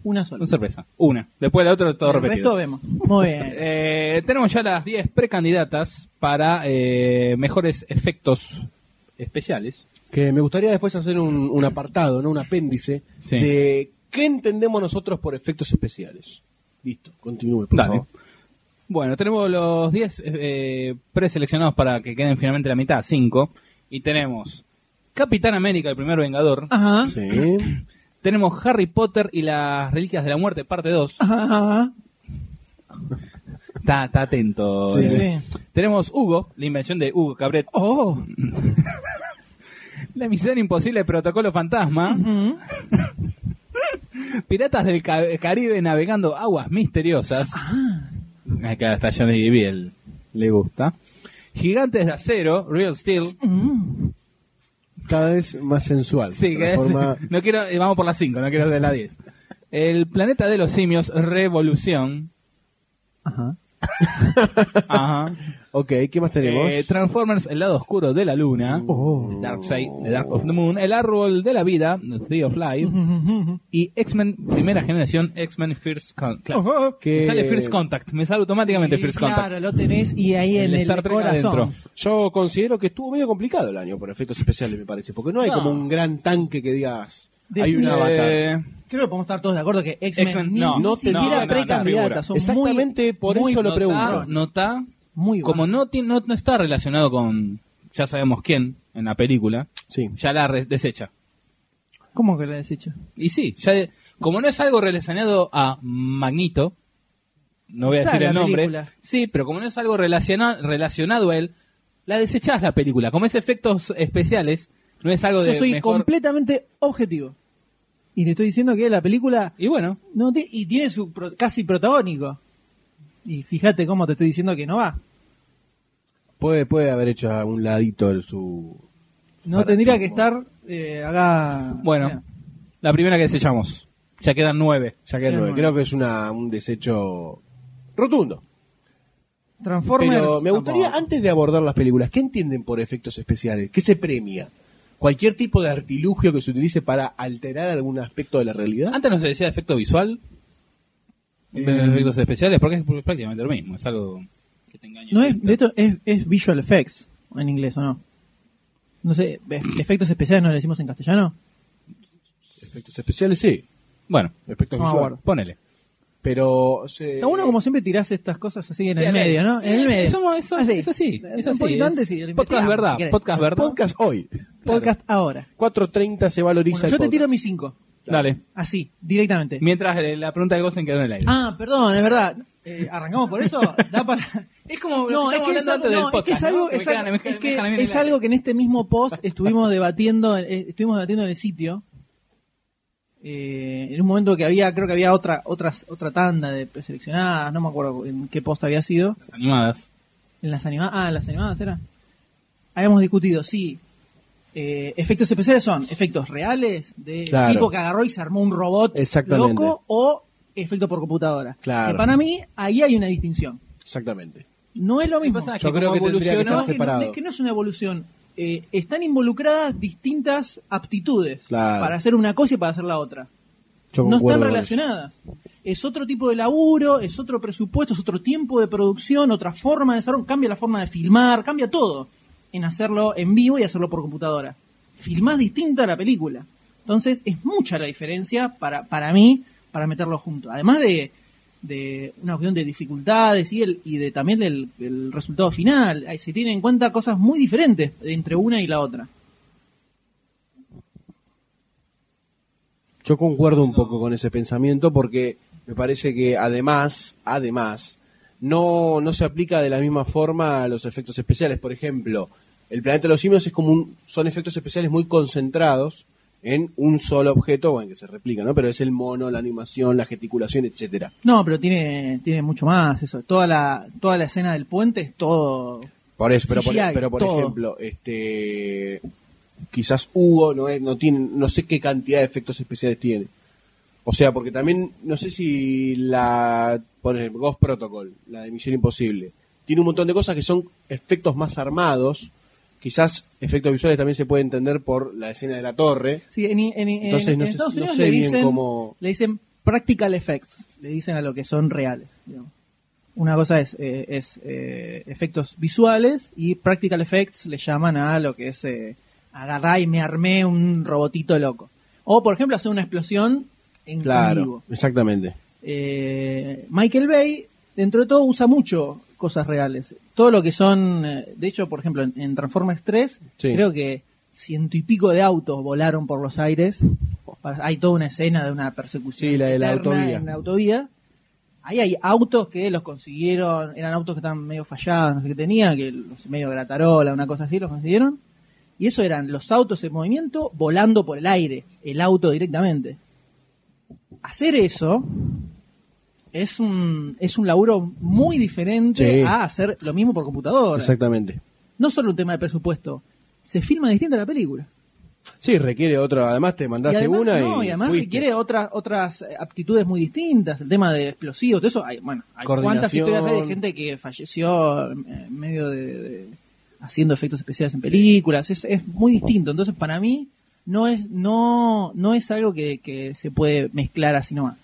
S2: Una sola.
S1: Una sorpresa. Una. Después la otra, todo
S2: el resto
S1: repetido.
S2: vemos. Muy bien.
S1: Eh, tenemos ya las 10 precandidatas para eh, mejores efectos especiales.
S3: Que me gustaría después hacer un, un apartado, ¿no? Un apéndice
S1: Sí.
S3: de qué entendemos nosotros por efectos especiales. Listo, continúe, por
S1: Dale.
S3: favor.
S1: Bueno, tenemos los 10 eh, preseleccionados para que queden finalmente la mitad, 5. Y tenemos Capitán América, el primer Vengador.
S2: Ajá.
S3: Sí.
S1: Tenemos Harry Potter y las Reliquias de la Muerte, parte 2.
S2: Ajá, ajá.
S1: Está está atento.
S2: Sí,
S1: eh.
S2: sí.
S1: Tenemos Hugo, la invención de Hugo Cabret.
S2: Oh.
S1: La misión imposible, protocolo fantasma.
S2: Ujú.
S1: Piratas del Ca- Caribe navegando aguas misteriosas.
S2: Ah.
S1: Acá está Johnny Depp, él le gusta. Gigantes de acero, Real Steel.
S2: Ujú.
S3: Cada vez más sensual.
S1: Sí, que es-
S3: Transforma-
S1: no quiero, eh, vamos por la 5, no quiero de la 10. El planeta de los simios, Revolución.
S2: Ajá.
S1: Ajá.
S3: Ok, ¿qué más tenemos?
S1: Eh, Transformers, el lado oscuro de la luna.
S2: Oh.
S1: Dark Side, The Dark of the Moon. El árbol de la vida, The Tree of Life.
S2: Ujú.
S1: Y X-Men, primera generación, X-men First Con- Class.
S2: Ujú.
S3: Que-
S1: Me sale First Contact, me sale automáticamente First
S2: Y
S1: Contact.
S2: Claro, lo tenés y ahí en el, corazón.
S3: Yo considero que estuvo medio complicado el año por efectos especiales, me parece, porque no hay
S1: No.
S3: como un gran tanque que digas, hay
S2: Define-
S3: un avatar.
S1: Eh,
S2: Creo que podemos estar todos de acuerdo que
S1: X-Men,
S2: X-Men ni,
S1: no,
S2: ni
S3: no, no,
S2: siquiera
S3: no, no,
S1: figura.
S2: precandidata, son
S3: Exactamente
S2: muy,
S3: por
S2: muy
S3: eso lo
S1: notá-
S3: pregunto.
S1: notá,
S2: Muy
S1: como
S2: bajas.
S1: no, ti- no, no está relacionado con ya sabemos quién en la película,
S3: Sí.
S1: ya la re- desecha.
S2: ¿Cómo que lo desecho?
S1: Y sí, ya de- como no es algo relacionado a Magnito, no voy a
S2: Está
S1: decir
S2: en
S1: el
S2: la
S1: nombre,
S2: película.
S1: sí, pero como no es algo relaciona- relacionado a él, la desechás la película. Como es efectos especiales, no es algo de
S2: Yo soy
S1: mejor-
S2: completamente objetivo. Y te estoy diciendo que la película
S1: Y bueno,
S2: no ti- y tiene su pro- casi protagónico. Y fíjate cómo te estoy diciendo que no va.
S3: Puede, puede haber hecho a un ladito el- su...
S2: No
S3: Para
S2: tendría
S3: ti,
S2: que
S3: bueno.
S2: estar eh, acá.
S1: bueno,
S2: Mira.
S1: la primera que desechamos. Ya quedan nueve.
S3: Ya que
S2: Sí,
S3: no,
S2: bueno.
S3: creo que es una, un desecho rotundo.
S2: Transformers.
S3: Pero me gustaría,
S2: tampoco.
S3: antes de abordar las películas, ¿qué entienden por efectos especiales? ¿Qué se premia? ¿Cualquier tipo de artilugio que se utilice para alterar algún aspecto de la realidad?
S1: Antes no se decía efecto visual,
S3: Eh,
S1: efectos especiales, porque es prácticamente lo mismo, es algo que te engaña.
S2: No es, de esto es, es visual effects en inglés o no. No sé, e- efectos especiales no le decimos en castellano.
S1: Eh,
S3: Efectos especiales, sí.
S1: Bueno,
S3: Efectos
S2: No,
S3: visuales.
S2: bueno.
S1: ponele.
S3: Pero... se-
S2: Está uno como siempre tirás estas cosas así en
S1: Sí,
S2: el
S1: al aire.
S2: medio, ¿no? En
S1: Eh,
S2: el medio.
S1: somos- eso-
S2: Así.
S1: es así, es
S2: Un
S1: así,
S2: poquito
S1: es
S2: antes y lo
S1: podcast
S2: investigamos,
S1: verdad,
S2: si querés.
S1: podcast verdad.
S3: Podcast hoy.
S2: Podcast ahora.
S3: 4.30 se valoriza
S2: Bueno, yo
S3: el
S2: te tiro
S3: podcast.
S2: mis cinco.
S1: Dale.
S2: Así, directamente.
S1: Mientras eh, la pregunta de Gosen quedó en el aire.
S2: Ah, perdón, es verdad. Eh, ¿Arrancamos por eso? Da para...
S1: es como
S2: No, es que es, algo- no, es que es algo, es algo- es que es algo que en este mismo post estuvimos debatiendo, eh, estuvimos debatiendo en el sitio. Eh, en un momento que había, creo que había otra, otras, otra tanda de preseleccionadas, no me acuerdo en qué post había sido.
S1: Las animadas.
S2: En las animadas, ah, en las animadas era. Habíamos discutido si eh, efectos especiales son efectos reales de
S3: Claro.
S2: tipo que agarró y se armó un robot
S3: Exactamente.
S2: loco o efectos por computadora.
S3: Claro.
S2: Que para mí ahí hay una distinción.
S3: Exactamente.
S2: No es lo mismo.
S1: pasa es
S3: Yo creo
S1: como
S3: que tendría que
S1: evolucionó-
S2: No,
S3: estar
S2: es que no,
S3: separado.
S2: es que no es una evolución. Eh, están involucradas distintas aptitudes
S3: Claro.
S2: para hacer una cosa y para hacer la otra.
S3: Yo
S2: no
S3: concuerdo
S2: están
S3: con
S2: relacionadas. Es otro tipo de laburo, es otro presupuesto, es otro tiempo de producción, otra forma de desarrollo. Cambia la forma de filmar, cambia todo en hacerlo en vivo y hacerlo por computadora. Filmás distinta la película. Entonces es mucha la diferencia para, para mí para meterlo junto. Además de, de una cuestión de dificultades y, el, y de también del, del resultado final. Ahí Se tienen en cuenta cosas muy diferentes entre una y la otra.
S3: Yo concuerdo un poco con ese pensamiento porque me parece que además, además, no, no se aplica de la misma forma a los efectos especiales. Por ejemplo, el planeta de los simios es como un- son efectos especiales muy concentrados en un solo objeto, bueno, que se replica, ¿no? Pero es el mono, la animación, la gesticulación, etcétera.
S2: No, pero tiene, tiene mucho más eso. Toda la, toda la escena del puente es todo.
S3: Por eso, pero por,
S2: CGI,
S3: pero por
S2: todo.
S3: ejemplo, este quizás Hugo no es, no tiene, no sé qué cantidad de efectos especiales tiene. O sea, porque también no sé si la por ejemplo, Ghost Protocol, la de Misión Imposible, tiene un montón de cosas que son efectos más armados. Quizás efectos visuales también se puede entender por la escena de la torre.
S2: Sí, en, en- en-
S3: Entonces, no
S2: en
S3: sé-
S2: Estados
S3: no
S2: Unidos
S3: sé
S2: le,
S3: bien
S2: dicen,
S3: cómo-
S2: le dicen practical effects, le dicen a lo que son reales. digamos. Una cosa es, eh, es, eh, efectos visuales y practical effects le llaman a lo que es eh, agarrar y me armé un robotito loco. O, por ejemplo, hacer una explosión en vivo.
S3: Claro, exactamente.
S2: Eh, Michael Bay, dentro de todo, usa mucho cosas reales. Todo lo que son, eh, de hecho, por ejemplo, en, en Transformers 3,
S3: Sí.
S2: creo que ciento y pico de autos volaron por los aires. Hay toda una escena de una persecución
S3: Sí, la de la
S2: eterna
S3: autovía.
S2: en la autovía. Ahí hay autos que los consiguieron, eran autos que estaban medio fallados, no sé qué tenían, que los medio de la tarola, una cosa así, los consiguieron. Y eso eran los autos en movimiento volando por el aire, el auto directamente. Hacer eso es un, es un laburo muy diferente
S3: Sí.
S2: a hacer lo mismo por computadora.
S3: Exactamente.
S2: No solo un tema de presupuesto, se filma distinta la película.
S3: Sí, requiere otro, además te
S2: Y
S3: mandaste
S2: además,
S3: una
S2: no, y además
S3: fuiste.
S2: requiere otras otras eh, aptitudes muy distintas, el tema de explosivos, todo eso, hay, bueno, hay cuántas
S3: Coordinación.
S2: historias hay de gente que falleció en en medio de, de- haciendo efectos especiales en películas, es, es muy distinto, entonces para mí no es no no es algo que, que se puede mezclar así nomás.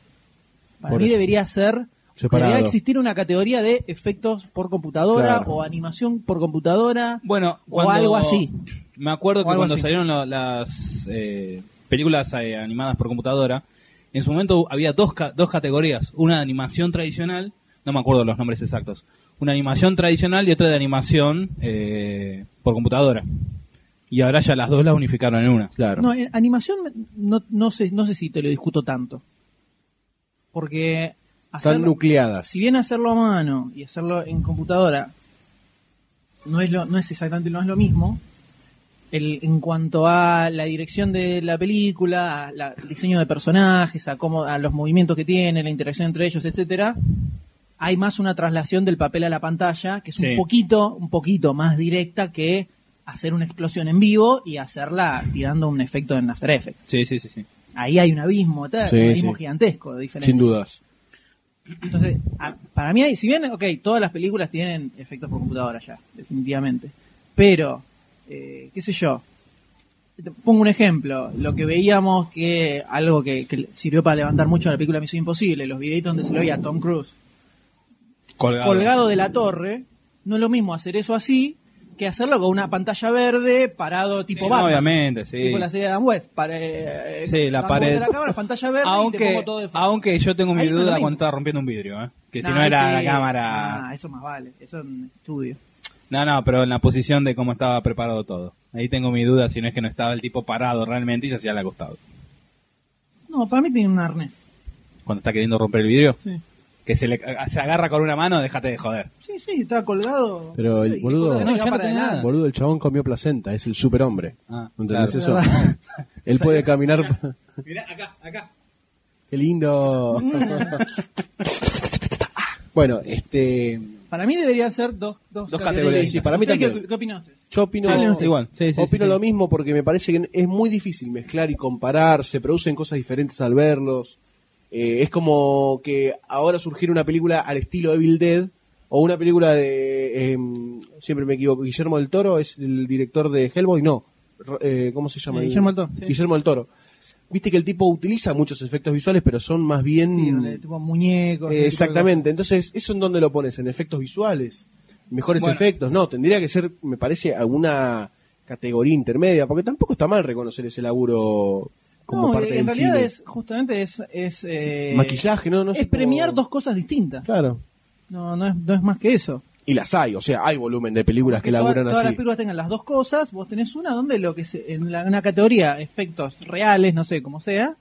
S2: Para
S3: Por
S2: mí
S3: eso.
S2: debería ser
S3: Separado.
S2: debería existir una categoría de efectos por computadora
S3: Claro.
S2: o animación por computadora
S1: Bueno,
S2: o
S1: cuando-
S2: algo así.
S1: Me acuerdo
S2: O
S1: que
S2: algo
S1: cuando
S2: así.
S1: salieron la- las eh, películas eh, animadas por computadora, en su momento había dos, ca- dos categorías. Una de animación tradicional, no me acuerdo los nombres exactos. Una animación tradicional y otra de animación eh, por computadora. Y ahora ya las dos las unificaron en una.
S3: Claro.
S2: No, en animación no, no sé, no sé si te lo discuto tanto. Porque
S3: Están
S2: hacerlo,
S3: nucleadas.
S2: si bien hacerlo a mano y hacerlo en computadora no es lo, no es exactamente no es lo mismo. el- en cuanto a la dirección de la película, a la- el diseño de personajes, a cómo, a los movimientos que tiene, la interacción entre ellos, etcétera, hay más una traslación del papel a la pantalla, que es un
S1: Sí.
S2: poquito, un poquito más directa que hacer una explosión en vivo y hacerla tirando un efecto en After Effects
S1: Sí, sí, sí, sí.
S2: ahí hay un abismo, eterno,
S3: Sí,
S2: un abismo
S3: sí.
S2: gigantesco de diferencia.
S3: Sin dudas.
S2: Entonces, a- para mí, hay- si bien, ok, todas las películas tienen efectos por computadora ya, definitivamente. Pero, eh, qué sé yo, te pongo un ejemplo. Lo que veíamos que algo que, que sirvió para levantar mucho la película Misión Imposible, los videitos donde se lo veía a Tom Cruise
S1: Colgado.
S2: colgado de la torre, no es lo mismo hacer eso así que hacerlo con una pantalla verde parado
S1: Sí,
S2: tipo
S1: no,
S2: Batman.
S1: obviamente, sí.
S2: Tipo la serie de Dan West. para, eh,
S1: Sí, la
S2: Dan
S1: pared.
S2: West de la cámara, pantalla verde y te
S1: aunque,
S2: pongo todo de fondo.
S1: aunque yo tengo mi
S2: Ahí no es lo
S1: duda
S2: mismo.
S1: cuando estaba rompiendo un vidrio, ¿eh? que si
S2: Nah,
S1: no era
S2: ese-
S1: la cámara...
S2: nah, Ah, eso más vale. Eso es un estudio.
S1: No, no, pero en la posición de cómo estaba preparado todo. Ahí tengo mi duda si no es que no estaba el tipo parado realmente y se hacía al acostado.
S2: No, para mí tiene un arnés.
S1: Cuando está queriendo romper el vidrio,
S2: Sí,
S1: que se, le, se agarra con una mano, déjate de joder.
S2: sí, sí, está colgado.
S3: Pero el
S2: Sí,
S3: boludo-
S2: colgado en la
S1: No, ya no
S2: cámara
S1: tiene
S2: de
S1: nada.
S2: nada.
S3: Boludo, el chabón comió placenta, es el superhombre.
S1: Ah,
S3: ¿Entendés
S1: claro.
S3: eso? Él puede caminar.
S4: Mirá, acá, acá.
S3: ¡Qué lindo! bueno, este.
S2: Para mí deberían ser dos, dos,
S1: Dos categorías.
S2: distintas.
S3: Sí, para mí
S2: ¿Ustedes
S3: también.
S2: ¿Qué, qué opinan ustedes?
S3: Yo opino,
S1: Sí, no, está igual. Sí, sí,
S3: opino
S1: sí, sí.
S3: lo mismo porque me parece que es muy difícil mezclar y comparar, se producen cosas diferentes al verlos. Eh, es como que ahora surgiera una película al estilo Evil Dead o una película de... em, siempre me equivoco, Guillermo del Toro es el director de Hellboy, no. Ro- eh, ¿Cómo se llama?
S2: Eh, Guillermo del Toro, sí.
S3: Guillermo del Toro. Viste que el tipo utiliza muchos efectos visuales, pero son más bien...
S2: Sí, donde tipo muñecos. ese tipo
S3: Eh,
S2: de
S3: Mm. Exactamente, entonces, ¿eso en dónde lo pones? ¿En efectos visuales? ¿Mejores
S1: Bueno.
S3: efectos? No, tendría que ser, me parece, alguna categoría intermedia, porque tampoco está mal reconocer ese laburo
S2: cosas.
S3: como
S2: en
S3: del
S2: realidad
S3: cine.
S2: es justamente es, es eh,
S3: Maquillaje, no, no sé
S2: es
S3: cómo-
S2: premiar dos cosas distintas.
S3: Claro.
S2: No, no es, no es más que eso.
S3: Y las hay, o sea, hay volumen de películas que
S2: Toda-
S3: laburan
S2: todas las
S3: así.
S2: películas tengan las dos cosas, vos tenés una donde lo que se, en la- una categoría efectos reales, no sé cómo sea,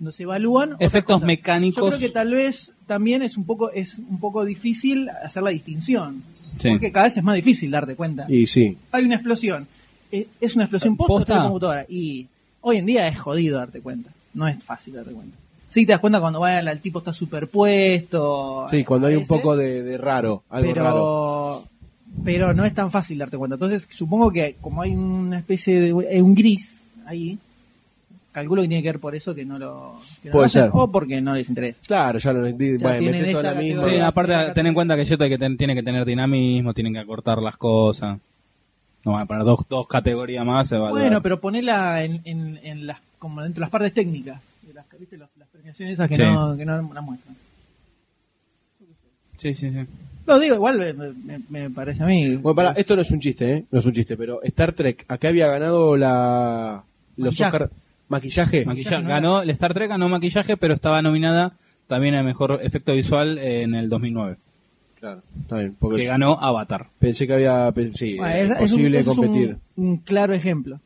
S2: no se evalúan otras
S1: Efectos
S2: cosas.
S1: mecánicos.
S2: Yo creo que tal vez también es un poco es un poco difícil hacer la distinción,
S1: Sí.
S2: porque cada vez es más difícil darte cuenta.
S3: Y sí.
S2: Hay una explosión, Eh, es una explosión posta,
S1: ¿Posta?
S2: de computadora y hoy en día es jodido darte cuenta, no es fácil darte cuenta. Sí te das cuenta cuando va, el tipo está superpuesto.
S3: Sí, cuando hay un
S2: aparece
S3: poco de, de raro, algo
S2: pero,
S3: raro.
S2: Pero no es tan fácil darte cuenta. Entonces, supongo que como hay una especie de eh, un gris ahí, calculo que tiene que ver por eso que no lo. que no
S3: Puede
S2: lo hacen,
S3: ser.
S2: O porque no les interesa.
S3: Claro, ya lo entendí.
S2: Ya
S3: Bueno,
S2: tienen
S3: meté toda la
S2: esta
S3: misma.
S1: Sí,
S2: categoría.
S1: aparte, ten en cuenta que Jetta hay que ten- tiene que tener dinamismo, tienen que acortar las cosas. No van a poner dos, dos categorías más. se va a
S2: Bueno,
S1: dar.
S2: pero ponela en, en, en las, como dentro de las partes técnicas. de Las, ¿viste? Las, las premiaciones esas que,
S1: Sí.
S2: no, que no las muestran.
S1: Sí, sí, sí.
S2: Lo digo, igual me, me- me parece a mí.
S3: Bueno, pará, esto no es un chiste, ¿eh? No es un chiste, pero Star Trek, acá había ganado la. Los
S2: Maquillaje.
S3: Oscar. Maquillaje.
S1: Maquillaje.
S2: no
S1: Ganó el Star Trek, ganó maquillaje, pero estaba nominada también a mejor efecto visual en el 2009,
S3: Claro, está bien. Porque
S1: que ganó Avatar.
S3: pensé que había. pe- Sí,
S2: Bueno,
S3: era
S2: es- es un-
S3: imposible
S2: ese es un-
S3: competir.
S2: un claro ejemplo.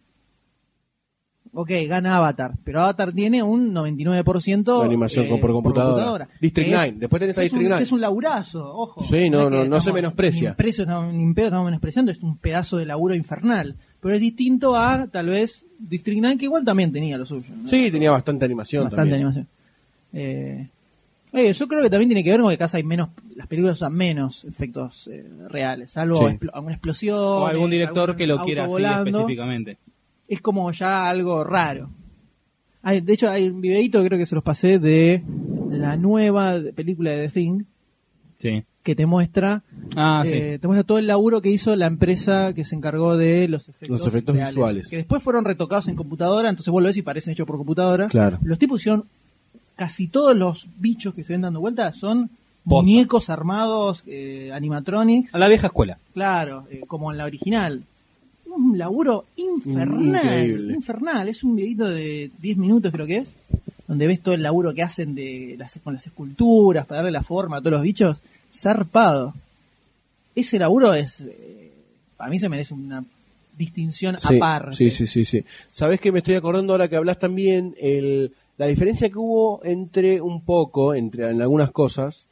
S2: Ok, gana Avatar, pero Avatar tiene un 99%
S3: De animación con- por computadora. District
S2: Que eh, es-
S3: 9, después tenés a
S2: que es
S3: District
S2: un-
S3: 9.
S2: que Es un laburazo, ojo.
S3: Sí, no,
S2: es que
S3: no, no se
S2: estamos-
S3: menosprecia.
S2: Ni, impreso, estamos- ni en pedo estamos menospreciando, es un pedazo de laburo infernal. Pero es distinto a, tal vez, District 9, que igual también tenía lo suyo. ¿no?
S3: Sí, tenía bastante animación
S2: Bastante
S3: también.
S2: animación. Eh, eh, yo creo que también tiene que ver con que casa hay menos, las películas usan menos efectos eh, reales, salvo
S3: Sí.
S2: explo- alguna explosión. eh,
S1: O algún director
S2: Oh, algún
S1: que lo
S2: auto
S1: quiera así
S2: volando.
S1: específicamente.
S2: Es como ya algo raro. Hay- de hecho, hay un videito, creo que se los pasé, de la nueva de- película de The Thing
S1: Sí.
S2: que te muestra,
S1: Ah,
S2: eh, te muestra todo el laburo que hizo la empresa que se encargó de los efectos,
S3: Los efectos
S2: reales,
S3: visuales.
S2: Que después fueron retocados en computadora, entonces vos lo ves y parecen hechos por computadora.
S3: Claro.
S2: Los tipos hicieron casi todos los bichos que se ven dando vuelta son
S1: Posta.
S2: muñecos armados, eh, animatronics,
S1: sí. A la vieja escuela.
S2: claro, eh, como en la original. Un laburo infernal,
S3: Increíble.
S2: infernal. Es un videito de 10 minutos creo que es, donde ves todo el laburo que hacen de las, con las esculturas para darle la forma a todos los bichos, zarpado. Ese laburo es, eh, para mí se merece una distinción
S3: Sí,
S2: aparte.
S3: sí, sí, sí, sí. ¿Sabés que me estoy acordando ahora que hablas también? El, la diferencia que hubo entre un poco, entre en algunas cosas,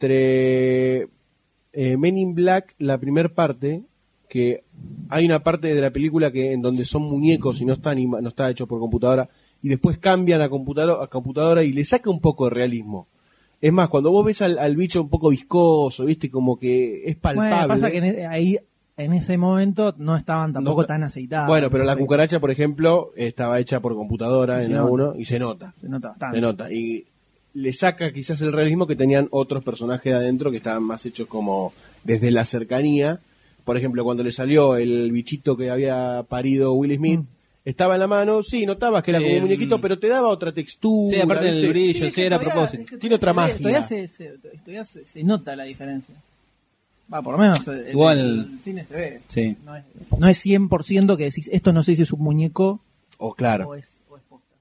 S3: entre eh, Men in Black, la primer parte, que hay una parte de la película que en donde son muñecos y no está, anima- no está hecho por computadora, y después cambian a, computadora a computadora y le saca un poco de realismo. Es más, cuando vos ves al, al bicho un poco viscoso, viste, como que es palpable.
S2: Bueno, pasa que en e- ahí en ese momento no estaban tampoco
S3: No ta-
S2: tan aceitadas.
S3: Bueno, pero la
S2: Sí,
S3: cucaracha, por ejemplo, estaba hecha por computadora
S2: Y
S3: en
S2: se
S3: la
S2: nota.
S3: 1 y se nota.
S2: Se nota bastante.
S1: Ah.
S3: Se nota. Y le saca quizás el realismo que tenían otros personajes de adentro que estaban más hechos como desde la cercanía. Por ejemplo, cuando le salió el bichito que había parido Will Smith, estaba en la mano, sí, notabas que era como
S1: Mm. Sí,
S3: un muñequito,
S1: mm.
S3: pero te daba otra textura.
S1: Sí, aparte del
S3: ¿viste?
S1: brillo.
S2: es
S1: sí,
S2: que
S1: era a
S2: todavía-
S1: propósito.
S2: es que
S3: Tiene otra
S2: todavía-
S3: magia.
S2: Todavía, se, se- todavía se- se nota la diferencia. Va, por lo menos en el-
S1: Igual-
S2: en el cine se ve.
S1: Sí.
S2: No es, no es 100% que decís, esto no sé si es un muñeco
S3: O Oh, claro.
S2: o es, o es posta.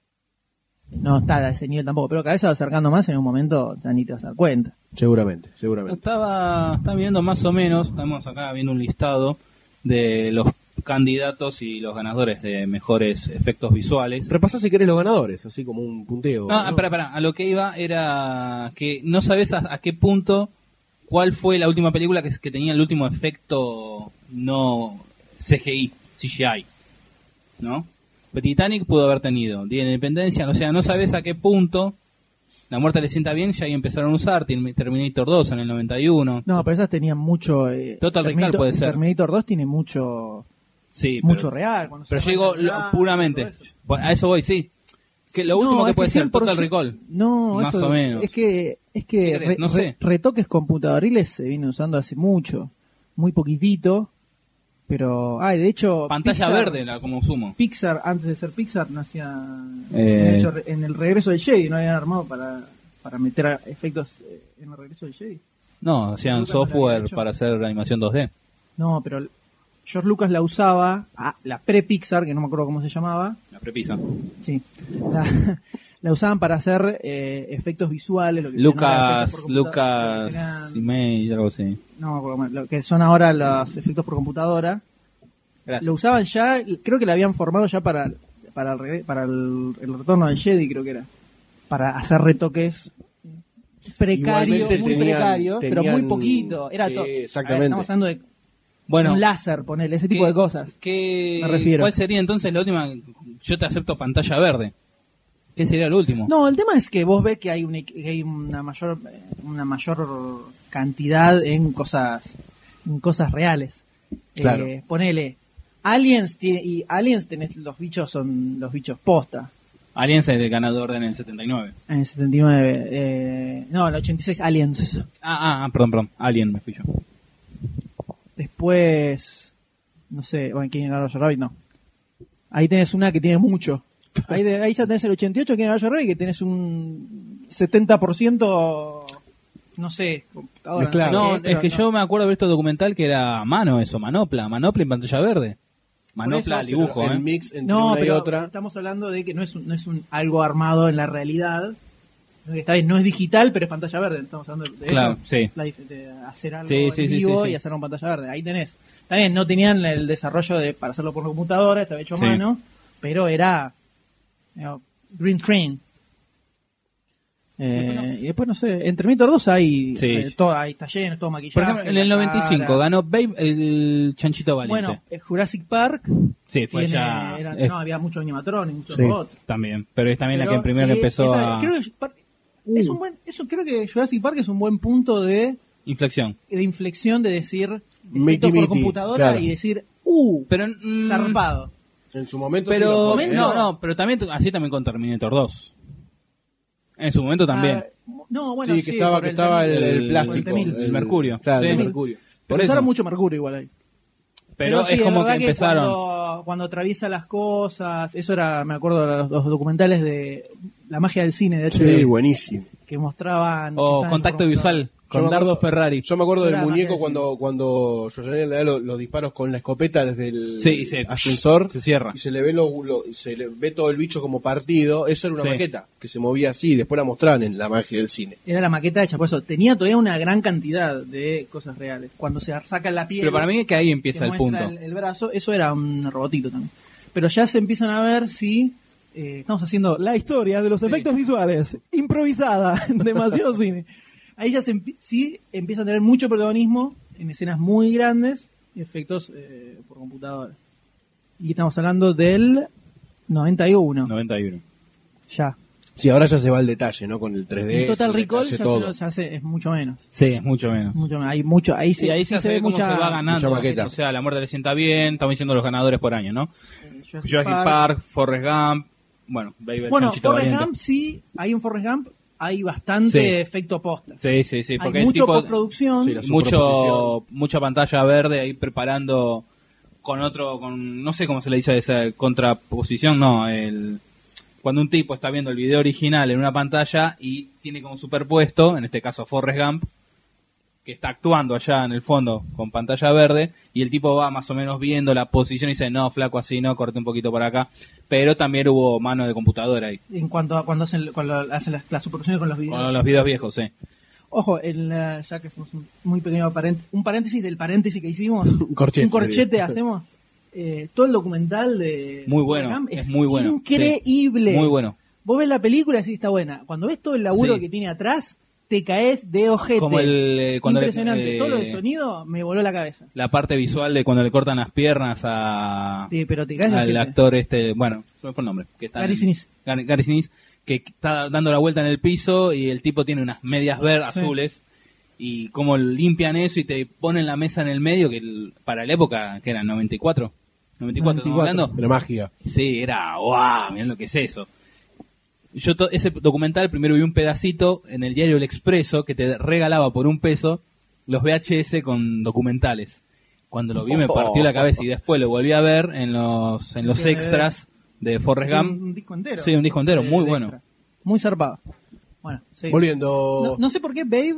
S2: No está a ese nivel tampoco, pero cada vez se va acercando más en un momento ya ni te vas a dar cuenta.
S3: Seguramente,
S1: Lo
S3: seguramente.
S1: Estaba, estaba mirando más o menos, estamos acá viendo un listado de los candidatos y los ganadores de mejores efectos visuales.
S3: Repasá si querés los ganadores, así como un punteo.
S1: No, ah, para, para, a lo que iba era que no sabes a, a qué punto, cuál fue la última película que, que tenía el último efecto no CGI, CGI, ¿no? Pero Titanic pudo haber tenido, Día de la Independencia, o sea, no sabes a qué punto la muerte le sienta bien, ya ahí empezaron a usar Termin- Terminator 2 en el 91.
S2: No, pero esas tenían mucho... eh,
S1: Total Recall
S2: Terminator-
S1: puede ser.
S2: Terminator 2 tiene mucho...
S1: Sí, pero-
S2: mucho real. cuando
S1: Pero
S2: se
S1: yo digo
S2: arranca el
S1: lo-
S2: plan,
S1: puramente.
S2: todo Ah, eso.
S1: Bueno, a eso voy, sí. Que lo
S2: No,
S1: último que
S2: es
S1: puede ser,
S2: 100%,
S1: Total Recall.
S2: No,
S1: Más
S2: eso-
S1: o menos.
S2: Es que, es que
S1: ¿Qué querés? No sé.
S2: retoques computadoriles se vienen usando hace mucho, muy poquitito, pero, ay, de hecho,
S1: Pantalla
S2: Pixar-
S1: verde, la, como sumo.
S2: Pixar, antes de ser Pixar, no hacía,
S1: Eh.
S2: habían hecho re- en el regreso de Jedi, no habían armado para, para meter a- efectos eh, en el regreso de Jedi.
S1: No, hacían
S2: Nunca me lo había
S1: software
S2: hecho.
S1: para hacer animación 2D.
S2: No, pero George Lucas la usaba, a la pre-Pixar, que no me acuerdo cómo se llamaba,
S1: La prepisa.
S2: sí, la, la usaban para hacer eh, efectos visuales. Lo que se llamaba
S1: Lucas,
S2: efectos por computadora,
S1: Lucas,
S2: que eran-
S1: Image, algo así.
S2: no me acuerdo cómo- lo que son ahora los efectos por computadora. Lo
S1: Gracias.
S2: usaban ya, creo que la habían formado ya para, para, el, regre- para el, el retorno del Jedi, creo que era. Para hacer retoques precarios,
S3: Igualmente
S2: muy
S3: tenían-
S2: precarios, pero muy
S3: tenían-
S2: poquito. Era
S3: Sí,
S2: todo.
S3: exactamente.
S2: Estamos hablando de
S1: Bueno,
S2: un láser, ponerle ese tipo
S1: ¿qué-
S2: de cosas.
S1: ¿qué,
S2: Me refiero.
S1: ¿Cuál sería entonces la última? Yo te acepto pantalla verde. ¿Qué sería lo último?
S2: No, el tema es que vos ves que hay, un equ- que hay una mayor eh, una mayor cantidad en cosas en cosas reales. Eh,
S3: Claro.
S2: ponele Aliens tiene- y Aliens tenés los bichos son los bichos posta.
S1: Aliens es el ganador en el 79.
S2: En el 79. eh, no, en el 86 Aliens.
S1: Ah, ah, ah, perdón, perdón. Alien me fui yo.
S2: Después. No sé, bueno, ¿quién ganó Roger Rabbit? No. Ahí tenés una que tiene mucho. Ahí, de- ahí ya tenés el 88 que ganó Roger Rabbit, que tenés un 70%. No sé, computadora, no sé
S3: Mezclado.
S2: qué,
S1: No,
S2: pero
S1: es que
S2: Ah, no.
S1: yo me acuerdo de este documental que era a mano eso, manopla, manopla en pantalla verde. Manopla,
S2: eso,
S1: dibujo,
S3: el
S1: ¿eh?
S3: mix entre
S2: No,
S3: una y
S2: pero
S3: otra.
S2: estamos hablando de que no es, un, no es un algo armado en la realidad. Esta vez no es digital, pero es pantalla verde. Estamos hablando de
S1: Claro,
S2: eso.
S1: sí.
S2: La dif- de hacer algo
S1: Sí,
S2: en
S1: sí, sí,
S2: vivo
S1: sí, sí.
S2: y hacerlo en pantalla verde. Ahí tenés. También no tenían el desarrollo de para hacerlo por computadora, estaba hecho a
S1: Sí.
S2: mano, pero era you know, green screen. Eh, y después no sé, en Terminator 2 hay,
S1: Sí.
S2: eh, todo, hay está lleno, todo maquillaje.
S1: Por ejemplo, en el
S2: la
S1: 95
S2: cara.
S1: ganó Babe el chanchito valiente.
S2: Bueno, eh, Jurassic Park
S1: sí, fue
S2: tiene-
S1: ya
S2: era-
S1: eh,
S2: no, había muchos animatrones, muchos
S3: Sí.
S2: robots.
S1: también, pero es también la que
S2: Pero
S1: en primero
S2: sí,
S1: empezó
S2: esa-
S1: a Uh.
S2: creo que par- es un buen, eso creo que Jurassic Park es un buen punto de,
S1: inflexión.
S2: de inflexión de decir
S3: Miti,
S2: efectos por
S3: miti,
S2: computadora
S3: claro.
S2: y decir uh
S1: Pero mm,
S2: zarpado.
S3: En su momento. sí lo
S1: Pero
S3: fue, ¿eh?
S1: no, no, pero también así también con Terminator 2. En su momento también.
S2: Ah, no, bueno,
S3: sí, que estaba,
S2: por
S3: que
S2: el
S3: estaba el,
S2: temil.
S1: del-
S3: el
S1: el
S3: plástico.
S2: temil.
S1: El mercurio,
S3: Claro,
S1: sí.
S3: el mercurio.
S1: Por
S2: Pero
S1: eso.
S2: usaron mucho mercurio igual ahí.
S1: pero
S2: sí,
S1: es como que
S2: verdad
S1: empezaron.
S2: cuando, cuando atraviesa las cosas, eso era, me acuerdo de los, los documentales de la magia del cine de hecho,
S3: Sí, buenísimo.
S2: que mostraban que
S1: O
S2: estaban
S1: contacto
S2: por-
S1: visual
S3: Yo me
S1: con
S3: acuerdo-
S1: Dardo Ferrari.
S3: Yo me acuerdo del
S2: Era la magia
S3: muñeco
S2: del
S3: cuando, cuando Schwarzenegger le da lo- los disparos con la escopeta desde el
S1: Sí, y se-
S3: ascensor.
S1: se cierra.
S3: Y se le, ve lo- lo- y se le ve todo el bicho como partido. Eso era una
S1: Sí.
S3: maqueta que se movía así. Después la mostraban en la magia del cine.
S2: Era la maqueta hecha, por eso tenía todavía una gran cantidad de cosas reales. Cuando se saca la piel,
S1: Pero para mí es que ahí
S2: que
S1: empieza el punto.
S2: muestra El, el brazo, eso era un robotito también. Pero ya se empiezan a ver si eh, estamos haciendo la historia de los efectos visuales, improvisada, en demasiado cine. Ahí ya se empie- sí empieza a tener mucho protagonismo en escenas muy grandes y efectos eh, por computadora. Y estamos hablando del 91,
S1: 91.
S2: ya.
S3: Sí, ahora ya se va al detalle, ¿no? Con el 3D.
S2: En Total
S3: se
S2: Recall
S3: hace
S2: ya, se-
S3: todo.
S2: ya se- es mucho menos.
S1: Sí, es mucho menos.
S2: Mucho, hay mucho, ahí se,
S1: y ahí
S2: sí
S1: ya
S2: se, ve
S1: cómo
S2: mucha,
S1: se va ganando.
S3: mucha maqueta.
S1: O sea, la muerte le sienta bien. Estamos diciendo los ganadores por año, ¿no?
S2: eh,
S1: Jurassic Park, Forrest Gump. Bueno, Baby el
S2: Bueno,
S1: Chanchito
S2: Forrest
S1: Valiente.
S2: Gump sí, hay un Forrest Gump, hay bastante
S1: Sí.
S2: efecto posta.
S1: Sí, sí, sí. Porque
S2: hay
S1: el
S2: mucho
S1: tipo-
S2: postproducción.
S3: Sí, la-
S1: mucho
S3: superposición.
S1: mucha pantalla verde ahí preparando con otro con no sé cómo se le dice esa contraposición no el cuando un tipo está viendo el video original en una pantalla y tiene como superpuesto en este caso Forrest Gump que está actuando allá en el fondo con pantalla verde y el tipo va más o menos viendo la posición y dice no flaco así no corte un poquito por acá pero también hubo mano de computadora ahí
S2: En cuanto a cuando hacen, cuando hacen las, las superposiciones con los videos.
S1: con los videos viejos eh. sí
S2: Ojo, en la- ya que hacemos un muy pequeño paréntesis, un paréntesis del parénsis que hicimos,
S3: Un corchete.
S2: un corchete hacemos. eh, todo el documental de
S1: Muy bueno,
S2: Forrest Gump
S1: es muy bueno,
S2: Increíble.
S1: muy bueno
S2: Vos ves la película y decís, está buena. Cuando ves todo el laburo
S1: Sí.
S2: que tiene atrás, te caes de ojete.
S1: como el eh, cuando le-
S2: Impresionante. todo lo de
S1: eh,
S2: sonido me voló la cabeza.
S1: la parte visual de cuando le cortan las piernas a
S2: Te- pero te caes de
S1: al
S2: ojete.
S1: actor este, bueno, se me fue el nombre, que está en-
S2: Gary Sinise.
S1: Gar- Gary Sinise, que está dando la vuelta en el piso y el tipo tiene unas medias verdes
S2: Sí.
S1: azules y cómo limpian eso y te ponen la mesa en el medio que el- para la época que era 94, 94, ¿estamos
S2: 94.
S1: hablando.
S3: La magia.
S1: Sí, era, wow, miren lo que es eso. Yo to- ese documental primero vi un pedacito en el diario El Expreso que te regalaba por un peso los VHS con documentales. Cuando lo vi me partió la cabeza y después lo volví a ver en los en los
S2: Sí, Mm,
S1: extras de Forrest
S2: Un,
S1: Gump.
S2: un disco entero.
S1: Sí, un disco entero,
S2: De-
S1: muy
S2: de
S1: bueno.
S2: extra. Muy zarpado. Bueno, sí.
S3: Volviendo.
S2: No, no sé por qué Babe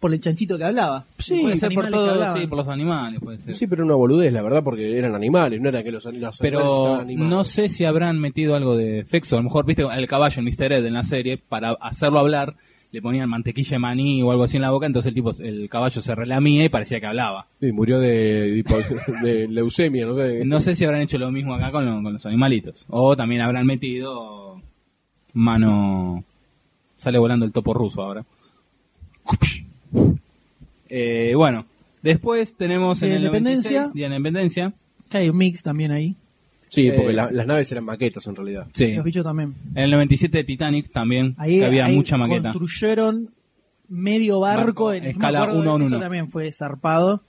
S2: por el chanchito que hablaba.
S3: Sí,
S1: puede
S2: los
S1: ser por
S2: animales que
S1: todo,
S2: hablaban.
S1: sí, por los animales, puede ser.
S3: Sí, pero era una boludez, la verdad, porque eran animales, no era que los, los animales
S1: pero
S3: estaban animados.
S1: no sé si habrán metido algo de Fexo. A lo mejor, viste, el caballo en Mr. Ed en la serie, para hacerlo hablar, le ponían mantequilla de maní o algo así en la boca, entonces el tipo, el caballo se relamía y parecía que hablaba.
S3: Sí, murió de, hipo- de leucemia, no sé.
S1: No sé si habrán hecho lo mismo acá con, lo- con los animalitos. O también habrán metido mano... Sale volando el topo ruso ahora. Eh, bueno, después tenemos en
S2: Día de
S1: el
S2: Independencia.
S1: 96, Día de la Independencia.
S2: Que hay un mix también ahí.
S3: Sí, porque
S1: Eh.
S3: la- las naves eran maquetas en realidad.
S1: Sí.
S2: Los bichos también.
S1: En el 97 de Titanic también,
S2: Ahí,
S1: que había
S2: ahí
S1: mucha maqueta.
S2: construyeron medio barco,
S1: Barco,
S2: en
S1: escala
S2: me acuerdo,
S1: uno en
S2: Eso
S1: uno.
S2: también fue zarpado,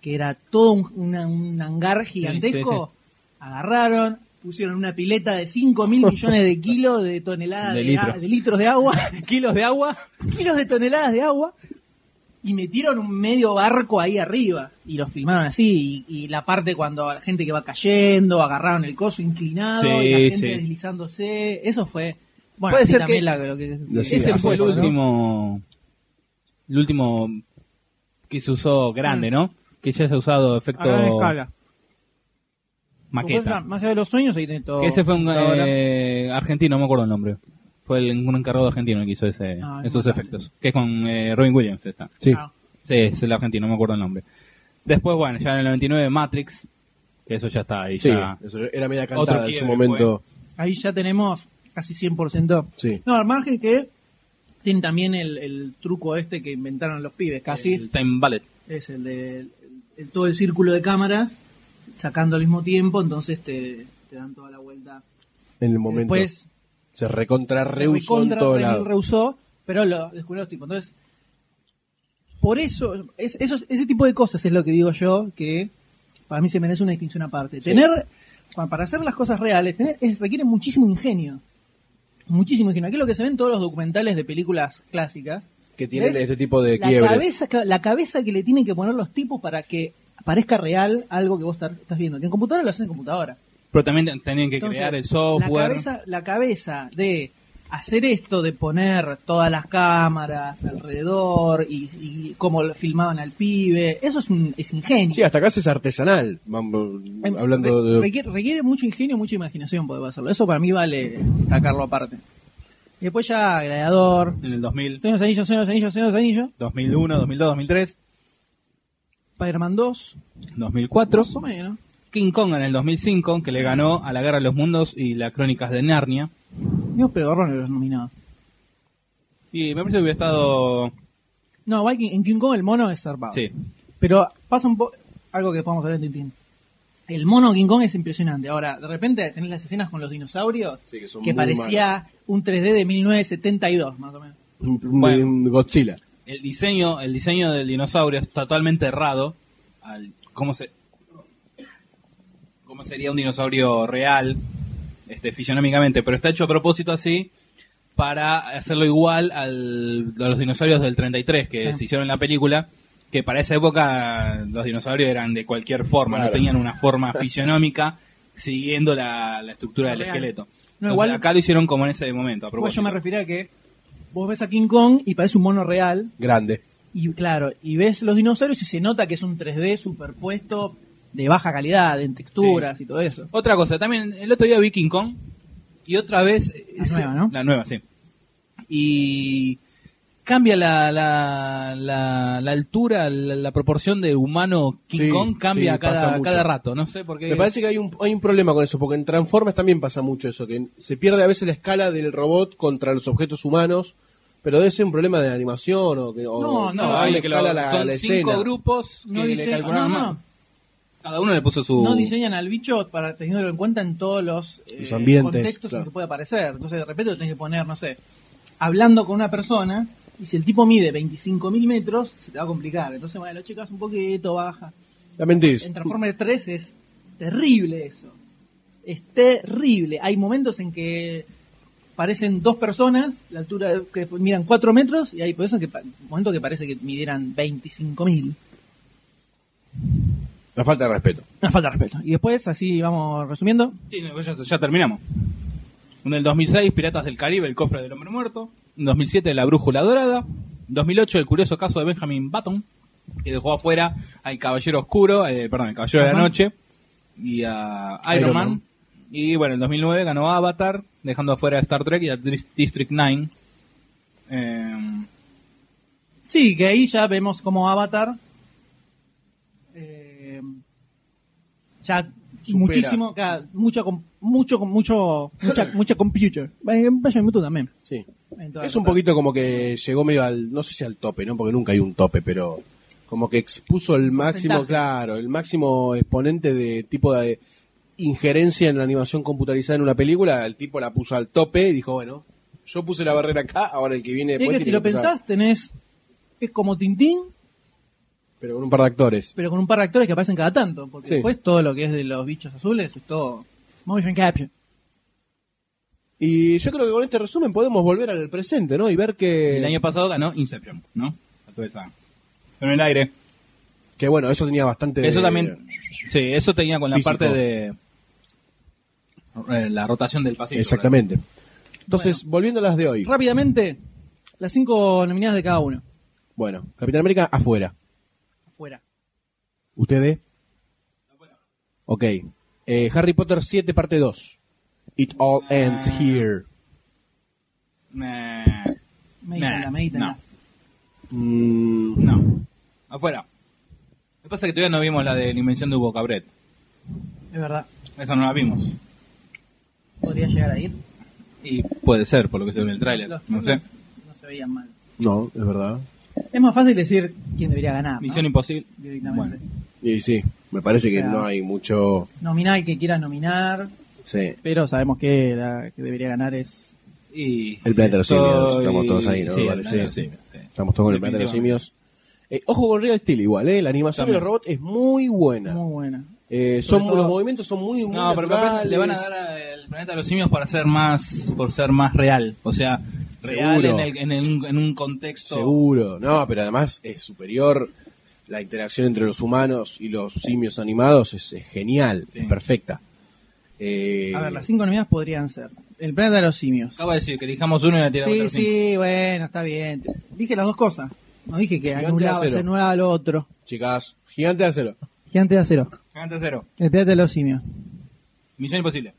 S2: que era todo un, una- un hangar gigantesco. Agarraron, pusieron una pileta de 5 mil millones de kilos de toneladas
S1: De
S2: de,
S1: litro.
S2: a- de litros de agua,
S1: Kilos de agua.
S2: kilos de toneladas de agua, y metieron un medio barco ahí arriba. Y lo filmaron así. Y, y la parte cuando la gente que va cayendo, agarraron el coso inclinado, y la
S1: Sí,
S2: gente
S1: sí.
S2: deslizándose. Eso fue. Bueno,
S1: Puede
S2: sí,
S1: ser
S2: también
S1: que-
S2: la- lo que-
S3: Sí,
S1: Ese
S3: así
S1: fue
S3: fue,
S1: el
S3: ¿no?
S1: último. El último que se usó grande, ¿no? Que ya se ha usado
S2: A
S1: efecto
S2: gran Mm. escala. Como
S1: maqueta.
S2: pueden ver, Más allá de los sueños, ahí tiene todo.
S1: Que ese fue un
S2: computadora.
S1: eh, argentino, no me acuerdo el nombre. Fue el- un encargado argentino el que hizo ese,
S2: Ah, es
S1: esos
S2: muy
S1: efectos. Que es con eh, Robin Williams, está.
S3: Sí.
S2: Ah,
S1: Sí, es el argentino, no me acuerdo el nombre. Después, bueno, ya en el 99 Matrix. Que eso ya está ahí.
S3: Sí,
S1: ya-
S3: eso era media
S1: Otro
S3: cantada en su
S1: quiebre
S3: momento.
S2: ahí ya tenemos casi 100%.
S3: Sí.
S2: No, al margen que tienen también el, el truco este que inventaron los pibes, casi.
S1: El Time Ballet.
S2: Es el de el- el- todo el círculo de cámaras sacando al mismo tiempo, entonces te, te dan toda la vuelta.
S3: En el momento.
S2: Después
S3: se recontra reusó en
S2: recontra
S3: todo
S2: re-
S3: lado.
S2: rehusó, pero lo descubrió los tipos. Entonces, por eso, es, esos- ese tipo de cosas es lo que digo yo, que para mí se merece una distinción aparte. Tener, pa- para hacer las cosas reales, tener, es- requiere muchísimo ingenio. Muchísimo ingenio. Aquí es lo que se ven todos los documentales de películas clásicas.
S3: Que tienen
S2: ¿Ves?
S3: este tipo de
S2: La
S3: quiebres.
S2: cabeza, claro, la cabeza que le tienen que poner los tipos para que parezca real algo que vos tar- estás viendo. Que en computadora lo hacen en computadora.
S1: Pero también ten- tenían que
S2: Entonces,
S1: crear el software.
S2: La cabeza, la cabeza de hacer esto, de poner todas las cámaras alrededor y, y cómo lo filmaban al pibe, eso es, un, es ingenio.
S3: Sí, hasta acá es artesanal. vamos,
S2: Em,
S3: Hablando
S2: re-
S3: de.
S2: requiere, requiere mucho ingenio, mucha imaginación poder hacerlo. Eso para mí vale destacarlo aparte. Y después ya Gladiador,
S1: En el 2000,
S2: Señor de los Anillos, Señor de los Anillos, Señor de los Anillos,
S1: 2001, 2002, 2003,
S2: Spider-Man 2,
S1: 2004.
S2: más o menos.
S1: King Kong en el 2005, que le ganó a la Guerra de los Mundos y las Crónicas de Narnia.
S2: Dios, pero Garrón los nominaba.
S1: Y me parece que hubiera estado...
S2: No, Viking, en King Kong el mono es zarpado.
S1: Sí.
S2: Pero pasa un poco algo que podemos ver en Tintín. El mono King Kong es impresionante. Ahora, de repente tenés las escenas con los dinosaurios
S3: Sí, que son
S2: que
S3: muy
S2: parecía un 3D de 1972, más o menos.
S3: Un- un-
S1: Bueno.
S3: un Godzilla.
S1: El diseño, el diseño del dinosaurio es totalmente errado. Al, ¿cómo, se, ¿Cómo sería un dinosaurio real, este, fisionómicamente? Pero está hecho a propósito así para hacerlo igual al- a los dinosaurios del 33 que
S2: Ah.
S1: se hicieron en la película. Que para esa época los dinosaurios eran de cualquier forma, no
S3: Claro.
S1: tenían una forma fisionómica siguiendo la, la estructura del
S2: Real.
S1: esqueleto.
S2: No,
S1: Entonces,
S2: igual-
S1: acá lo hicieron como en ese momento. A
S2: Igual
S1: propósito.
S2: yo me refería a que vos ves a King Kong y parece un mono real.
S3: Grande.
S2: Y claro, y ves los dinosaurios y se nota que es un 3D superpuesto de baja calidad, en texturas y todo eso.
S1: Otra cosa, también el otro día vi King Kong y otra vez...
S2: La
S1: sí,
S2: nueva, ¿no?
S1: La nueva, sí. Y cambia la, la, la, la altura, la, la proporción de humano King
S3: Sí,
S1: Kong cambia
S3: sí, pasa
S1: cada,
S3: mucho.
S1: cada rato, no sé por qué...
S3: Me parece que hay un, hay un problema con eso, porque en Transformers también pasa mucho eso, que se pierde a veces la escala del robot contra los objetos humanos, pero debe ser un problema de animación o que... o
S2: No, no,
S3: darle
S1: hay
S2: vale,
S1: que lo-
S3: escala a la- a
S1: son
S3: la escena.
S1: cinco grupos
S2: No
S1: que le
S2: dice-
S1: calcularon
S2: no, no.
S1: más. Cada uno le puso su...
S2: no diseñan al bicho para teniéndolo en cuenta en todos los, eh,
S3: Los ambientes,
S2: contextos en
S3: claro.
S2: que puede aparecer. Entonces, de repente lo tenés que poner, no sé, hablando con una persona, y si el tipo mide 25.000 metros, se te va a complicar. Entonces, bueno, lo checas un poquito, baja.
S3: La mentís.
S2: En Transformers 3 es terrible eso. Es terrible. Hay momentos en que parecen dos personas, la altura de- que miran 4 metros, y hay por eso que, pa- momentos que parece que midieran 25.000.
S3: La falta de respeto.
S2: Una falta de respeto. Y después, así vamos resumiendo.
S1: Sí, no, ya, ya terminamos. En el 2006, Piratas del Caribe, El Cofre del Hombre Muerto. En 2007, La Brújula Dorada. 2008, el curioso caso de Benjamin Button, que dejó afuera al Caballero Oscuro, eh, perdón, el Caballero de la
S2: Batman.
S1: Noche, y a Iron,
S3: Iron
S1: Man.
S3: Man.
S1: Y bueno, en 2009 ganó Avatar, dejando afuera a Star Trek y a Dris- District 9. Eh,
S2: Sí, que ahí ya vemos como Avatar eh, ya
S3: Supera.
S2: muchísimo, ca- mucho, com- mucho, com- mucho, mucha, mucha computer. Vaya vaya minuto también.
S3: Sí.
S2: En toda
S3: Es
S2: la tarde.
S3: un poquito como que llegó medio al, no sé si al tope, ¿no? Porque nunca hay un tope, pero como que expuso el máximo,
S2: Porcentaje.
S3: claro, el máximo exponente de tipo de injerencia en la animación computarizada en una película, el tipo la puso al tope y dijo, bueno, yo puse la barrera acá, ahora el que viene
S2: Y
S3: después
S2: es que
S3: tiene
S2: si lo
S3: que empezar.
S2: pensás, tenés. Es como Tintín,
S3: pero con un par de actores.
S2: pero con un par de actores que aparecen cada tanto. Porque
S3: Sí.
S2: después todo lo que es de los bichos azules es todo. Motion capture.
S3: Y yo creo que con este resumen podemos volver al presente, ¿no? Y ver que
S1: El año pasado ganó Inception, ¿no? A toda esa. Con el aire.
S3: que bueno, eso tenía bastante
S1: Eso también. Sí, eso tenía con la
S3: Este, Físico.
S1: parte de. eh, La rotación del pasillo.
S3: Exactamente. Entonces, volviendo a las de hoy.
S2: Rápidamente, las cinco nominadas de cada uno.
S3: Bueno, Capitán América afuera.
S2: Afuera.
S3: ¿Ustedes? Ok. Eh, Harry Potter 7, parte 2. It all ends
S1: Ah.
S3: here.
S1: Nah,
S2: Medítala,
S1: Nah,
S2: medítala.
S3: Mm,
S1: no. Afuera. Lo que pasa es que todavía no vimos la de la invención de Hugo Cabret.
S2: Es verdad.
S1: Esa no la vimos.
S2: Podría llegar a ir.
S1: Y puede ser, por lo que se ve en el tráiler.
S2: Los
S1: No sé.
S2: títulos no se veían mal.
S3: no, es verdad.
S2: Es más fácil decir quién debería ganar. ¿no?
S1: Misión imposible.
S2: Directamente.
S3: Y sí, me parece que no hay mucho.
S2: Nominar el que quiera nominar,
S3: Sí.
S2: pero sabemos que la que debería ganar es.
S1: Y
S3: El planeta de los simios,
S1: estoy-
S3: estamos todos ahí, ¿no?
S1: Sí, el
S3: Vale,
S1: planeta
S3: sí.
S1: de los simios, sí.
S3: Estamos todos con el planeta de los simios. Eh, ojo con Real Steel igual, ¿eh? La animación de
S1: También.
S3: los robots es muy buena.
S2: Muy buena.
S3: Eh, son,
S2: Sobre todo-
S3: los movimientos son muy, muy
S1: No, pero capaz
S3: naturales.
S1: le van a dar el planeta de los simios para ser más, por ser más real, o sea, real
S3: Seguro.
S1: en, el- en el- en un contexto.
S3: Seguro, no, pero además es superior. La interacción entre los humanos y los simios animados es, es genial,
S1: Sí.
S3: es perfecta. Eh,
S2: A ver, las cinco nominadas podrían ser: El planeta de los simios.
S1: Acaba de decir que elijamos uno y la tiramos
S2: Sí,
S1: los cinco.
S2: sí, bueno, está bien. Te- Dije las dos cosas. No dije que
S3: Gigante de
S2: anulaba,
S3: acero.
S2: se anulaba lo otro.
S3: Chicas, gigante de acero.
S2: Gigante de acero.
S1: Gigante cero.
S2: El planeta de los simios.
S1: Misión imposible.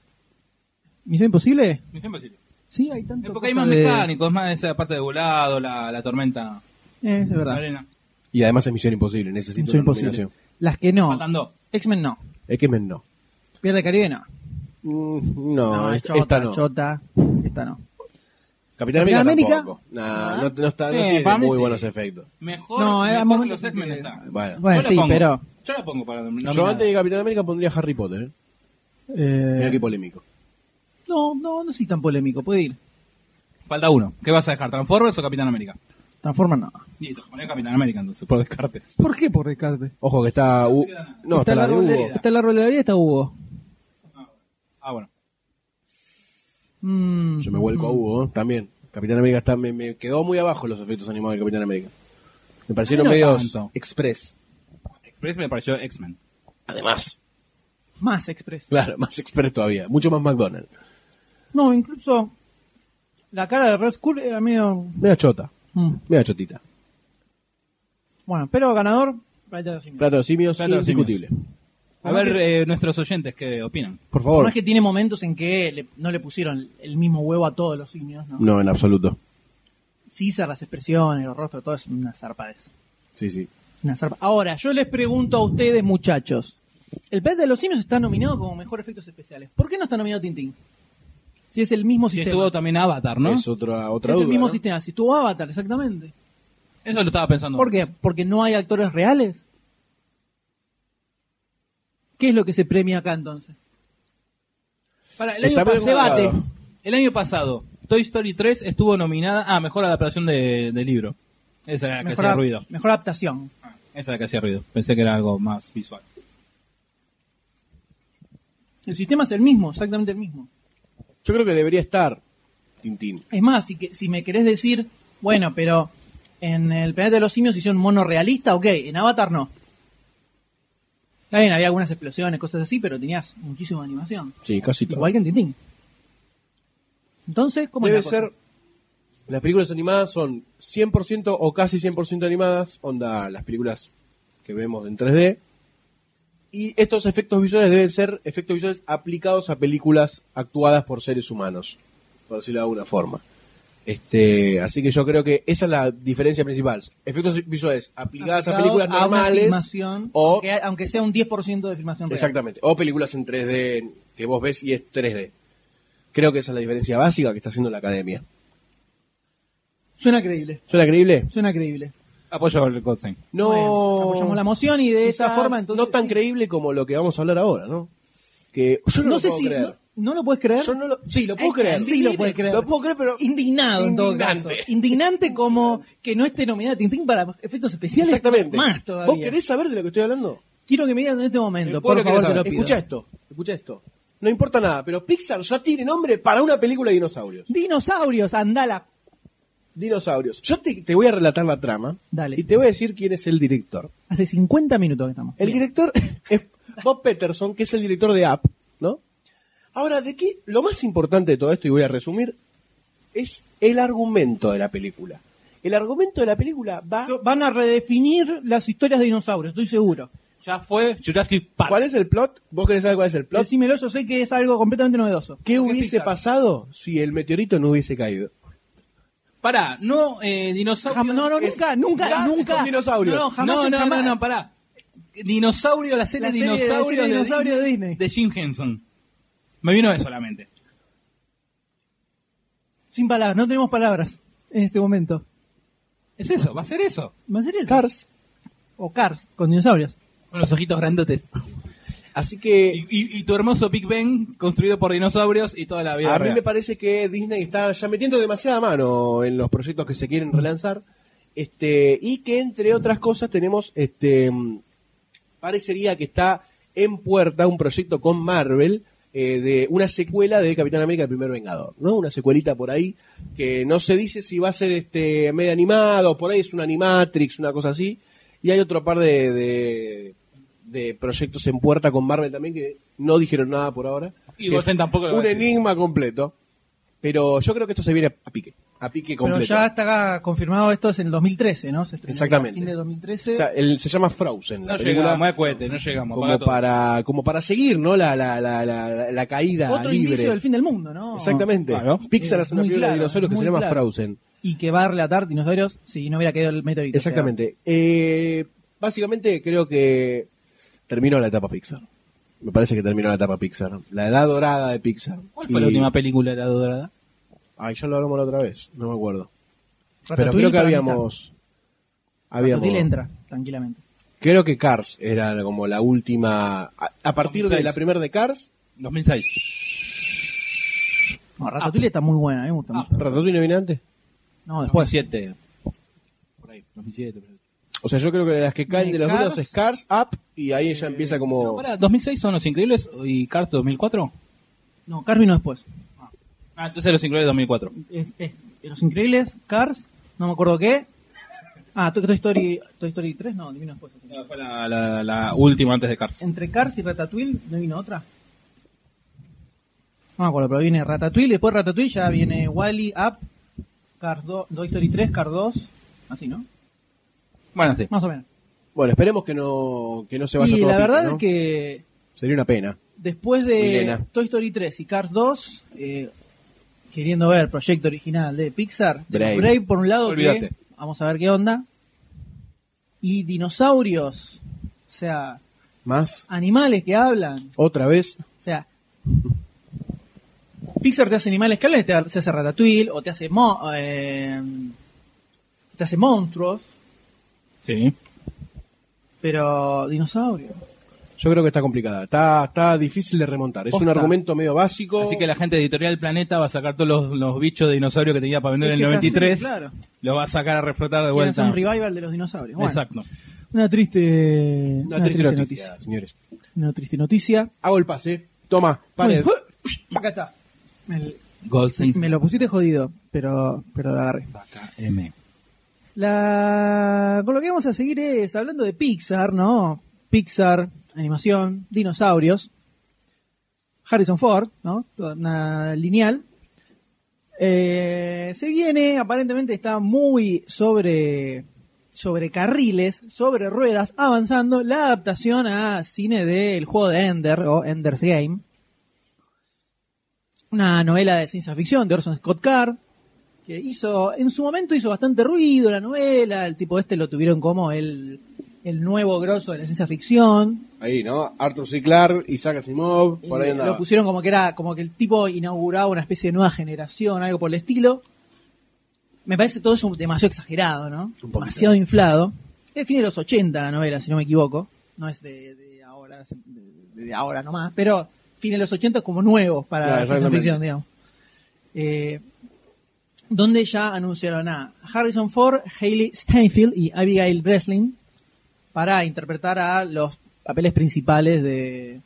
S2: ¿Misión imposible?
S1: Misión imposible.
S2: Sí, hay tanto.
S1: Es porque hay
S2: cosa
S1: más
S2: de-
S1: mecánicos, más esa parte de volado, la, la tormenta,
S2: Eh, es
S1: la
S2: verdad.
S1: arena.
S3: Y además es Misión Imposible, necesito
S2: Misión
S3: una
S2: imposible.
S3: nominación.
S2: Las que no.
S1: Matando.
S2: X-Men no.
S3: X-Men no.
S2: Pierde Caribe no.
S3: Mm, no,
S2: es
S3: esta,
S2: chota,
S3: esta no.
S2: chota. Esta no.
S3: Capitán
S2: Capitán
S3: América,
S2: América.
S3: tampoco. Nah,
S2: Ah.
S3: no, no está, no
S1: Sí, Eh, para
S3: tiene
S1: mí
S3: muy
S1: sí.
S3: buenos efectos.
S1: Mejor,
S2: No, era
S1: mejor que
S2: momento
S1: los
S2: que-
S1: X-Men está.
S3: Bueno.
S2: Bueno,
S1: la
S2: sí,
S1: pongo.
S2: pero-
S1: Yo la pongo para nominar.
S3: Yo antes de Capitán América pondría Harry Potter. ¿eh?
S2: Eh.
S3: Mira qué polémico.
S2: No, no, no soy tan polémico, puede ir.
S1: Falta uno. ¿Qué vas a dejar, Transformers o Capitán América?
S2: Transforma no.
S1: Listo, poné Capitán América entonces, por descarte.
S2: ¿Por qué por descarte?
S3: Ojo que está... U- no, está, la de
S2: árbol
S3: Hugo.
S2: está el árbol de la vida, está Hugo.
S1: Ah, bueno.
S2: Mm,
S3: Yo me vuelco a Hugo ¿eh? también. Capitán América está, me, me quedó muy abajo los efectos animados de Capitán América. Me parecieron
S1: No
S3: medios
S1: tanto.
S3: express.
S1: Express este me pareció X-Men.
S3: Además,
S2: Más Express.
S3: claro, más express todavía. Mucho más McDonald's.
S2: No, incluso la cara de Red Skull era medio...
S3: Mira chota,
S2: Mm,
S3: mira chotita.
S2: Bueno, pero ganador... Planeta de los Simios.
S3: Plato de simios,
S1: Plato de simios.
S3: indiscutible.
S1: A ver, eh, nuestros oyentes, ¿qué opinan?
S3: Por
S2: Por
S3: favor.
S2: más que tiene momentos en que le- no le pusieron el mismo huevo a todos los simios, ¿no?
S3: No, en absoluto.
S2: César, las expresiones, los rostros, todo es una zarpa de eso.
S3: Sí, sí.
S2: Una zarpa. Ahora, yo les pregunto a ustedes, muchachos. El planeta de los simios está nominado como mejor efectos especiales. ¿Por qué no está nominado Tintín? Si es el mismo
S1: Si
S2: sistema.
S1: estuvo también Avatar, ¿no?
S3: Es otra,
S2: Si
S3: otra
S2: es el
S3: duda,
S2: mismo
S3: ¿no?
S2: sistema. Si estuvo Avatar, exactamente.
S1: Eso lo estaba pensando.
S2: ¿Por qué? Porque no hay actores reales. ¿Qué es lo que se premia acá entonces?
S1: Para, el
S3: Está
S1: año
S3: medio
S1: pasado, debate.
S3: colgado.
S1: El año pasado, Toy Story 3 estuvo nominada a mejor adaptación de, de libro. Esa era la que
S2: Mejor,
S1: hacía
S2: ad-
S1: ruido.
S2: mejor adaptación.
S1: Ah, Esa era la que hacía ruido. Pensé que era algo más visual.
S2: El sistema es el mismo, exactamente el mismo.
S3: Yo creo que debería estar Tintín.
S2: Es más, si, que- si me querés decir, bueno, pero en el planeta de los simios hicieron mono realista, ok, en Avatar no. Está bien, había algunas explosiones, cosas así, pero tenías muchísima animación.
S3: Sí, casi todo.
S2: Igual que en Tintín. Entonces, ¿cómo es
S3: Debe
S2: la cosa?
S3: ser Las películas animadas son 100% o casi 100% animadas, onda las películas que vemos en 3D. Y estos efectos visuales deben ser efectos visuales aplicados a películas actuadas por seres humanos, por decirlo de alguna forma. Este, así que yo creo que esa es la diferencia principal. Efectos visuales aplicadas a películas
S2: Aplicado a una
S3: normales
S2: filmación,
S3: o
S2: aunque, aunque sea un 10% de filmación real.
S3: Exactamente. O películas en 3D que vos ves y es 3D. Creo que esa es la diferencia básica que está haciendo la academia.
S2: Suena creíble.
S3: ¿Suena creíble?
S2: Suena creíble.
S1: Apoyo al Goldstein.
S3: No.
S2: Bueno, apoyamos la moción y de esa
S3: Quizás
S2: forma entonces
S3: No tan
S2: sí.
S3: creíble como lo que vamos a hablar ahora, ¿no? Que yo no,
S2: No
S3: lo
S2: sé
S3: puedo
S2: si
S3: creer.
S2: no, ¿no lo puedes creer.
S3: Yo no lo- Sí, lo puedo
S2: Eh,
S3: creer.
S2: Sí, lo puedes creer.
S3: Lo puedo creer, pero.
S2: indignado en todo caso.
S3: Indignante.
S2: Indignante como que no esté nominada Tintín para efectos especiales.
S3: Exactamente.
S2: Más todavía.
S3: ¿Vos querés saber de lo que estoy hablando?
S2: Quiero que me digas en este momento,
S1: El
S2: por
S1: pueblo quiere
S2: favor, te lo
S1: saber.
S2: pido.
S3: Escucha esto. Escucha esto. No importa nada, pero Pixar ya tiene nombre para una película de dinosaurios.
S2: Dinosaurios, andala.
S3: Dinosaurios. Yo te, te voy a relatar la trama.
S2: Dale.
S3: Y te voy a decir quién es el director.
S2: Hace 50 minutos que estamos.
S3: El director es Bob Peterson, que es el director de App, ¿no? Ahora, de qué lo más importante de todo esto, y voy a resumir, es el argumento de la película. El argumento de la película va.
S2: Van a redefinir las historias de dinosaurios, estoy seguro.
S1: Ya fue Jurassic Park.
S3: ¿Cuál es el plot? ¿Vos querés saber cuál es el plot?
S2: Decímelo, yo sé que es algo completamente novedoso.
S3: ¿Qué hubiese
S2: Pixar.
S3: pasado si el meteorito no hubiese caído?
S1: Pará, no, eh, dinosaurio.
S2: Jam- no, no,
S3: Es
S2: nunca, nunca,
S3: gas
S2: nunca.
S3: con dinosaurios.
S2: No, jamás.
S1: no, no,
S2: jamás.
S1: no, no, pará. Dinosaurio, la serie,
S2: La serie de-
S1: dinosaurio,
S2: serie
S1: de,
S2: dinosaurio de
S1: Disney,
S2: Disney.
S1: de Jim Henson. Me vino eso a la mente.
S2: Sin palabras, no tenemos palabras en este momento.
S1: Es eso, va a ser eso.
S2: ¿Va a ser eso?
S3: Cars.
S2: O Cars, con dinosaurios.
S1: Con los ojitos grandotes.
S3: Así
S1: Y,
S3: que
S1: y- y tu hermoso Big Ben construido por dinosaurios y toda la vida.
S3: a mí
S1: real.
S3: me parece que Disney está ya metiendo demasiada mano en los proyectos que se quieren relanzar. Este, y que entre otras cosas tenemos este parecería que está en puerta un proyecto con Marvel eh, de una secuela de Capitán América el primer vengador, ¿no? Una secuelita por ahí que no se dice si va a ser este medio animado, por ahí es una animatrix, una cosa así, y hay otro par de, de, de proyectos en puerta con Marvel también que no dijeron nada por ahora.
S1: Y
S3: Que
S1: Gosen
S3: es
S1: tampoco lo va
S3: un
S1: a decir.
S3: enigma completo. Pero yo creo que esto se viene a pique, a pique completo.
S2: Pero ya está confirmado esto es en el 2013, ¿no? Se estrenó
S3: Exactamente.
S2: en el fin de 2013.
S3: O sea, el- se llama Frozen. la
S1: No
S3: película
S1: llegamos, de cohete, no llegamos.
S3: como
S1: apaga todo.
S3: para como para seguir no la la, la, la, la caída
S2: Otro
S3: libre
S2: indicio del fin del mundo, ¿no?
S3: exactamente
S1: Claro.
S3: Pixar
S2: Eh,
S3: hace una
S2: muy
S3: película de
S2: claro,
S3: dinosaurios que
S2: muy
S3: se llama
S2: claro.
S3: Frozen
S2: Y que va a relatar dinosaurios si no hubiera caído el meteorito.
S3: exactamente Eh, básicamente creo que terminó la etapa Pixar me parece que terminó la etapa Pixar la edad dorada de Pixar
S1: ¿Cuál fue la
S3: Y-
S1: última película de la dorada?
S3: ay ya lo hablamos la otra vez no me acuerdo
S2: O sea,
S3: pero
S2: Ratatouille
S3: creo que
S2: para mí
S3: habíamos
S2: está.
S3: habíamos
S2: Ratatouille entra, tranquilamente.
S3: creo que Cars era como la última a, a partir de
S1: 2006.
S3: la primera de Cars
S1: 2006.
S3: Ah.
S2: No, Ratatouille está muy buena, a mí me gusta
S1: Ah.
S2: mucho.
S3: Ratatouille no viene antes
S2: No, después.
S1: 2007. Por ahí, 2007. por ahí.
S3: O sea, yo creo que de las que caen
S2: De
S3: de los
S2: Cars. Eh,
S3: números es Cars, Up, y ahí ella empieza
S1: No,
S3: como...
S1: pará, 2006 son Los Increíbles y Cars 2004.
S2: No, Cars vino después.
S1: Ah, entonces Los Increíbles 2004.
S2: Es, es- Los Increíbles, Cars, no me acuerdo qué. Ah, Toy Toy Story, Toy Story 3, no, vino después.
S1: No, Fue la, la- la última antes de Cars.
S2: Entre Cars y Ratatouille, ¿no vino otra? No me acuerdo, pero viene Ratatouille, después Ratatouille ya viene Wally, Up, Cars 2, Toy Story 3, Cars 2, así, ¿no?
S1: Bueno, sí.
S2: Más o menos.
S3: Bueno, esperemos que no, que no se vaya
S2: y
S3: todo
S2: la
S3: a pique,
S2: verdad
S3: ¿no?
S2: es que
S3: Sería una pena.
S2: después de
S3: Milena.
S2: Toy Story 3 y Cars 2, eh, queriendo ver el proyecto original de Pixar,
S3: Brave.
S2: tenemos por un lado,
S1: Olvídate.
S2: que vamos a ver qué onda, y dinosaurios, o sea,
S3: ¿Más?
S2: animales que hablan,
S3: ¿Otra vez?
S2: o sea, Pixar te hace animales que hablan, te ha- se hace Ratatouille, o te hace, mo- eh, te hace monstruos,
S1: Sí.
S2: pero dinosaurios.
S3: Yo creo que está complicada. Está, está difícil de remontar. Es un
S1: Posta.
S3: argumento medio básico.
S1: Así que la gente de Editorial Planeta va a sacar todos los, los bichos de dinosaurio que tenía para vender
S2: Es
S1: en el
S2: que es así,
S1: 93.
S2: claro.
S1: Lo va a sacar a reflotar de
S2: Quieren
S1: vuelta.
S2: hacer un revival de los dinosaurios. Bueno.
S1: Exacto.
S2: Una triste,
S3: Una triste, noticia, señores.
S2: Una triste noticia.
S3: Hago el pase. Toma, pared.
S2: Bueno, acá está. El-
S1: Goldstein.
S2: me lo pusiste jodido, pero, pero lo agarré.
S1: Saca M.
S2: La, con lo que vamos a seguir es hablando de Pixar, ¿no? Pixar, animación, dinosaurios. Harrison Ford, ¿no? Toda Una lineal. Eh, se viene, aparentemente está muy sobre, sobre carriles, sobre ruedas, avanzando la adaptación a cine del juego de Ender o Ender's Game. Una novela de ciencia ficción de Orson Scott Card, que hizo, en su momento hizo bastante ruido la novela, el tipo este lo tuvieron como el, el nuevo grosso de la ciencia ficción,
S3: Ahí, ¿no? Arthur C. Clarke, Isaac Asimov, por ahí
S2: y
S3: andaba.
S2: Eh, lo pusieron como que era como que el tipo inauguraba una especie de nueva generación, algo por el estilo. Me parece todo eso demasiado exagerado, ¿no?
S3: poquito.
S2: Demasiado inflado. Es de fines de los 80 la novela, si no me equivoco. No es de, de ahora, es de, de ahora nomás, pero fines de los 80 como nuevos para
S3: Claro,
S2: la ciencia
S3: exactamente.
S2: ficción, digamos. Eh, donde ya anunciaron a Harrison Ford, Hayley Steinfeld y Abigail Breslin para interpretar a los papeles principales de,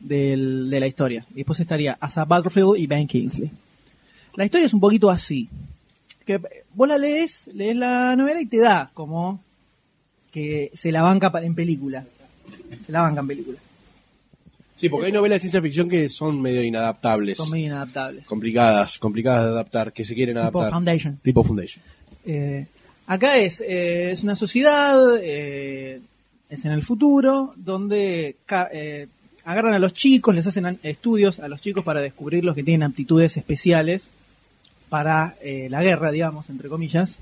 S2: del- de la historia. Y después estaría Asa Battlefield y Ben Kingsley. La historia es un poquito así. Que vos la lees, lees la novela y te da como que se la banca pa- en película. Se la banca en película.
S3: Sí, porque hay novelas de ciencia ficción que son medio inadaptables.
S2: Son medio inadaptables.
S3: Complicadas, complicadas de adaptar, que se quieren
S2: Tipo
S3: adaptar.
S2: Foundation.
S3: Tipo Foundation.
S2: Eh, acá es, eh, es una sociedad, eh, es en el futuro, donde ca- eh, agarran a los chicos, les hacen an- estudios a los chicos para descubrir los que tienen aptitudes especiales para eh, la guerra, digamos, entre comillas.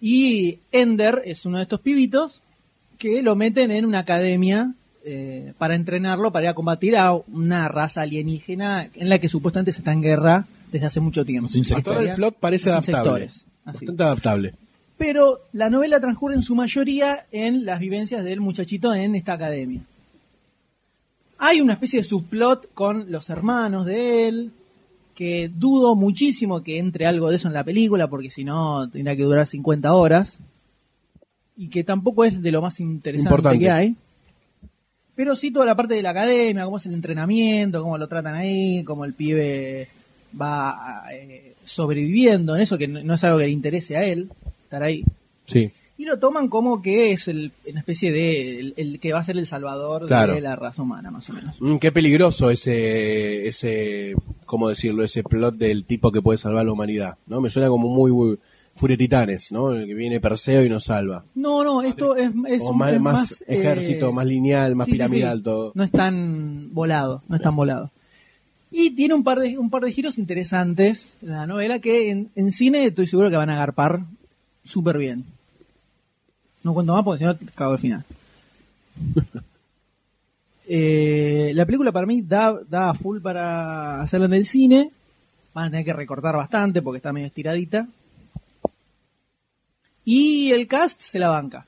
S2: Y Ender es uno de estos pibitos que lo meten en una academia eh, para entrenarlo, para ir a combatir a una raza alienígena en la que supuestamente se está en guerra desde hace mucho tiempo.
S1: Los insectos.
S3: Todo el plot parece
S2: Los
S3: adaptable.
S2: insectores, así.
S3: Bastante adaptable.
S2: Pero la novela transcurre en su mayoría en las vivencias del muchachito en esta academia. Hay una especie de subplot con los hermanos de él, que dudo muchísimo que entre algo de eso en la película, porque si no tendría que durar 50 horas, y que tampoco es de lo más interesante
S3: Importante.
S2: que hay. Pero sí toda la parte de la academia, cómo es el entrenamiento, cómo lo tratan ahí, cómo el pibe va eh, sobreviviendo en eso, que no, no es algo que le interese a él, estar ahí.
S3: Sí.
S2: Y lo toman como que es el, una especie de el, el que va a ser el salvador
S3: Claro.
S2: de la raza humana, más o menos.
S3: Mm, qué peligroso ese, ese, ¿cómo decirlo? Ese plot del tipo que puede salvar a la humanidad, ¿no? Me suena como muy, muy Furia de Titanes, ¿no? El que viene Perseo y nos salva.
S2: No, no, esto es, es
S3: o
S2: un-
S3: más,
S2: es
S3: más
S2: eh,
S3: ejército, más lineal, más
S2: sí, sí, sí.
S3: piramidal todo.
S2: No es tan volado, no es tan volado. Y tiene un par de un par de giros interesantes la novela que en, en cine estoy seguro que van a agarpar súper bien. No cuento más porque si no te cago al final. Eh, la película para mí da, da full para hacerla en el cine. Van a tener que recortar bastante porque está medio estiradita. Y el cast se la banca.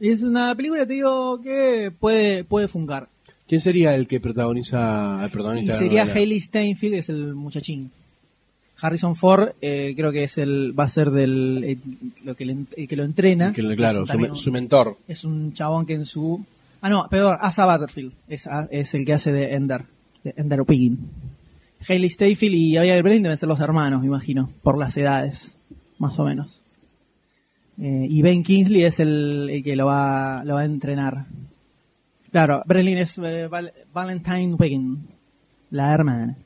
S2: Es una película, te digo, que puede, puede fungar.
S3: ¿Quién sería el que protagoniza el
S2: Y
S3: protagonista? de la
S2: sería
S3: novela?
S2: Hayley Steinfeld, que es el muchachín. Harrison Ford, eh, creo que es el va a ser del eh, lo que, le- el que lo entrena.
S3: Que- claro,
S2: es,
S3: su,
S2: también
S3: me-
S2: un,
S3: su mentor.
S2: es un chabón que en su... Ah, no, perdón, Asa Butterfield es, a- es el que hace de Ender, de Ender O'Piggin. Hayley Steinfeld y Abigail Breslin deben ser los hermanos, me imagino, por las edades, más o menos. Eh, y Ben Kingsley es el, el que lo va, lo va a entrenar. Claro, Breslin es eh, Val- Valentine Wiggin, la hermana.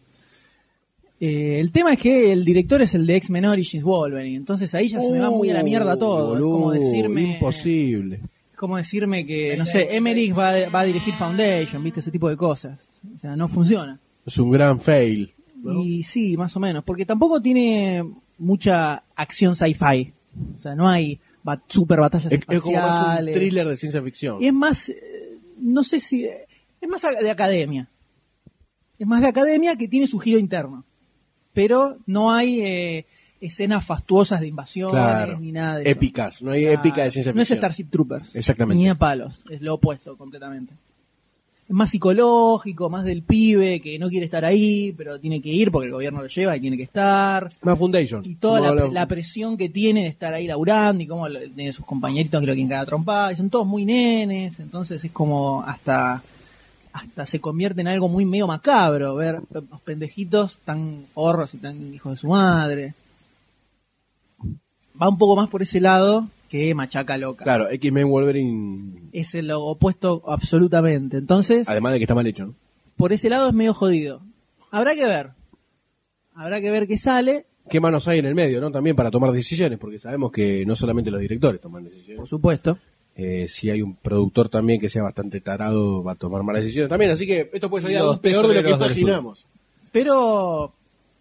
S2: Eh, el tema es que el director es el de X-Men Origins Wolverine, entonces ahí ya se me va muy a la mierda todo.
S3: Uh,
S2: es como
S3: boludo,
S2: decirme
S3: Imposible.
S2: es como decirme que, no sé, Emmerich va, a- va a dirigir Foundation, ¿viste? Ese tipo de cosas. O sea, no funciona.
S3: Es un gran fail.
S2: Y sí, más o menos. Porque tampoco tiene mucha acción sci-fi. O sea, no hay ba- super batallas
S3: Es, es como más un
S2: espaciales.
S3: thriller de ciencia ficción.
S2: Y es más, eh, no sé si, es más a- de academia. Es más de academia que tiene su giro interno. Pero no hay eh, escenas fastuosas de invasiones
S3: Claro.
S2: ni nada de eso.
S3: Épicas. No hay
S2: Claro.
S3: épica de ciencia
S2: Ah, No es
S3: ficción.
S2: Starship Troopers.
S3: Exactamente.
S2: Ni a palos. Es lo opuesto completamente. Es más psicológico, más del pibe que no quiere estar ahí, pero tiene que ir porque el gobierno lo lleva y tiene que estar.
S3: Más Foundation.
S2: Y toda
S3: Como
S2: la,
S3: hablamos.
S2: la presión que tiene de estar ahí laburando y cómo lo- tiene sus compañeritos que lo quieren cada trompada. Y son todos muy nenes, entonces es como hasta hasta se convierte en algo muy medio macabro ver pe- los pendejitos tan forros y tan hijos de su madre. Va un poco más por ese lado que machaca loca.
S3: Claro, X-Men Wolverine.
S2: Es el opuesto absolutamente. Entonces,
S3: Además de que está mal hecho, ¿no?
S2: por ese lado es medio jodido. Habrá que ver. Habrá que ver qué sale.
S3: ¿Qué manos hay en el medio, no? También para tomar decisiones, porque sabemos que no solamente los directores toman
S2: Por
S3: decisiones.
S2: supuesto.
S3: Eh, si hay un productor también que sea bastante tarado, va a tomar malas decisiones también. Así que esto puede salir
S1: Y
S3: aún
S1: los
S3: peor de lo que
S1: tesoreros del sur.
S3: imaginamos.
S2: Pero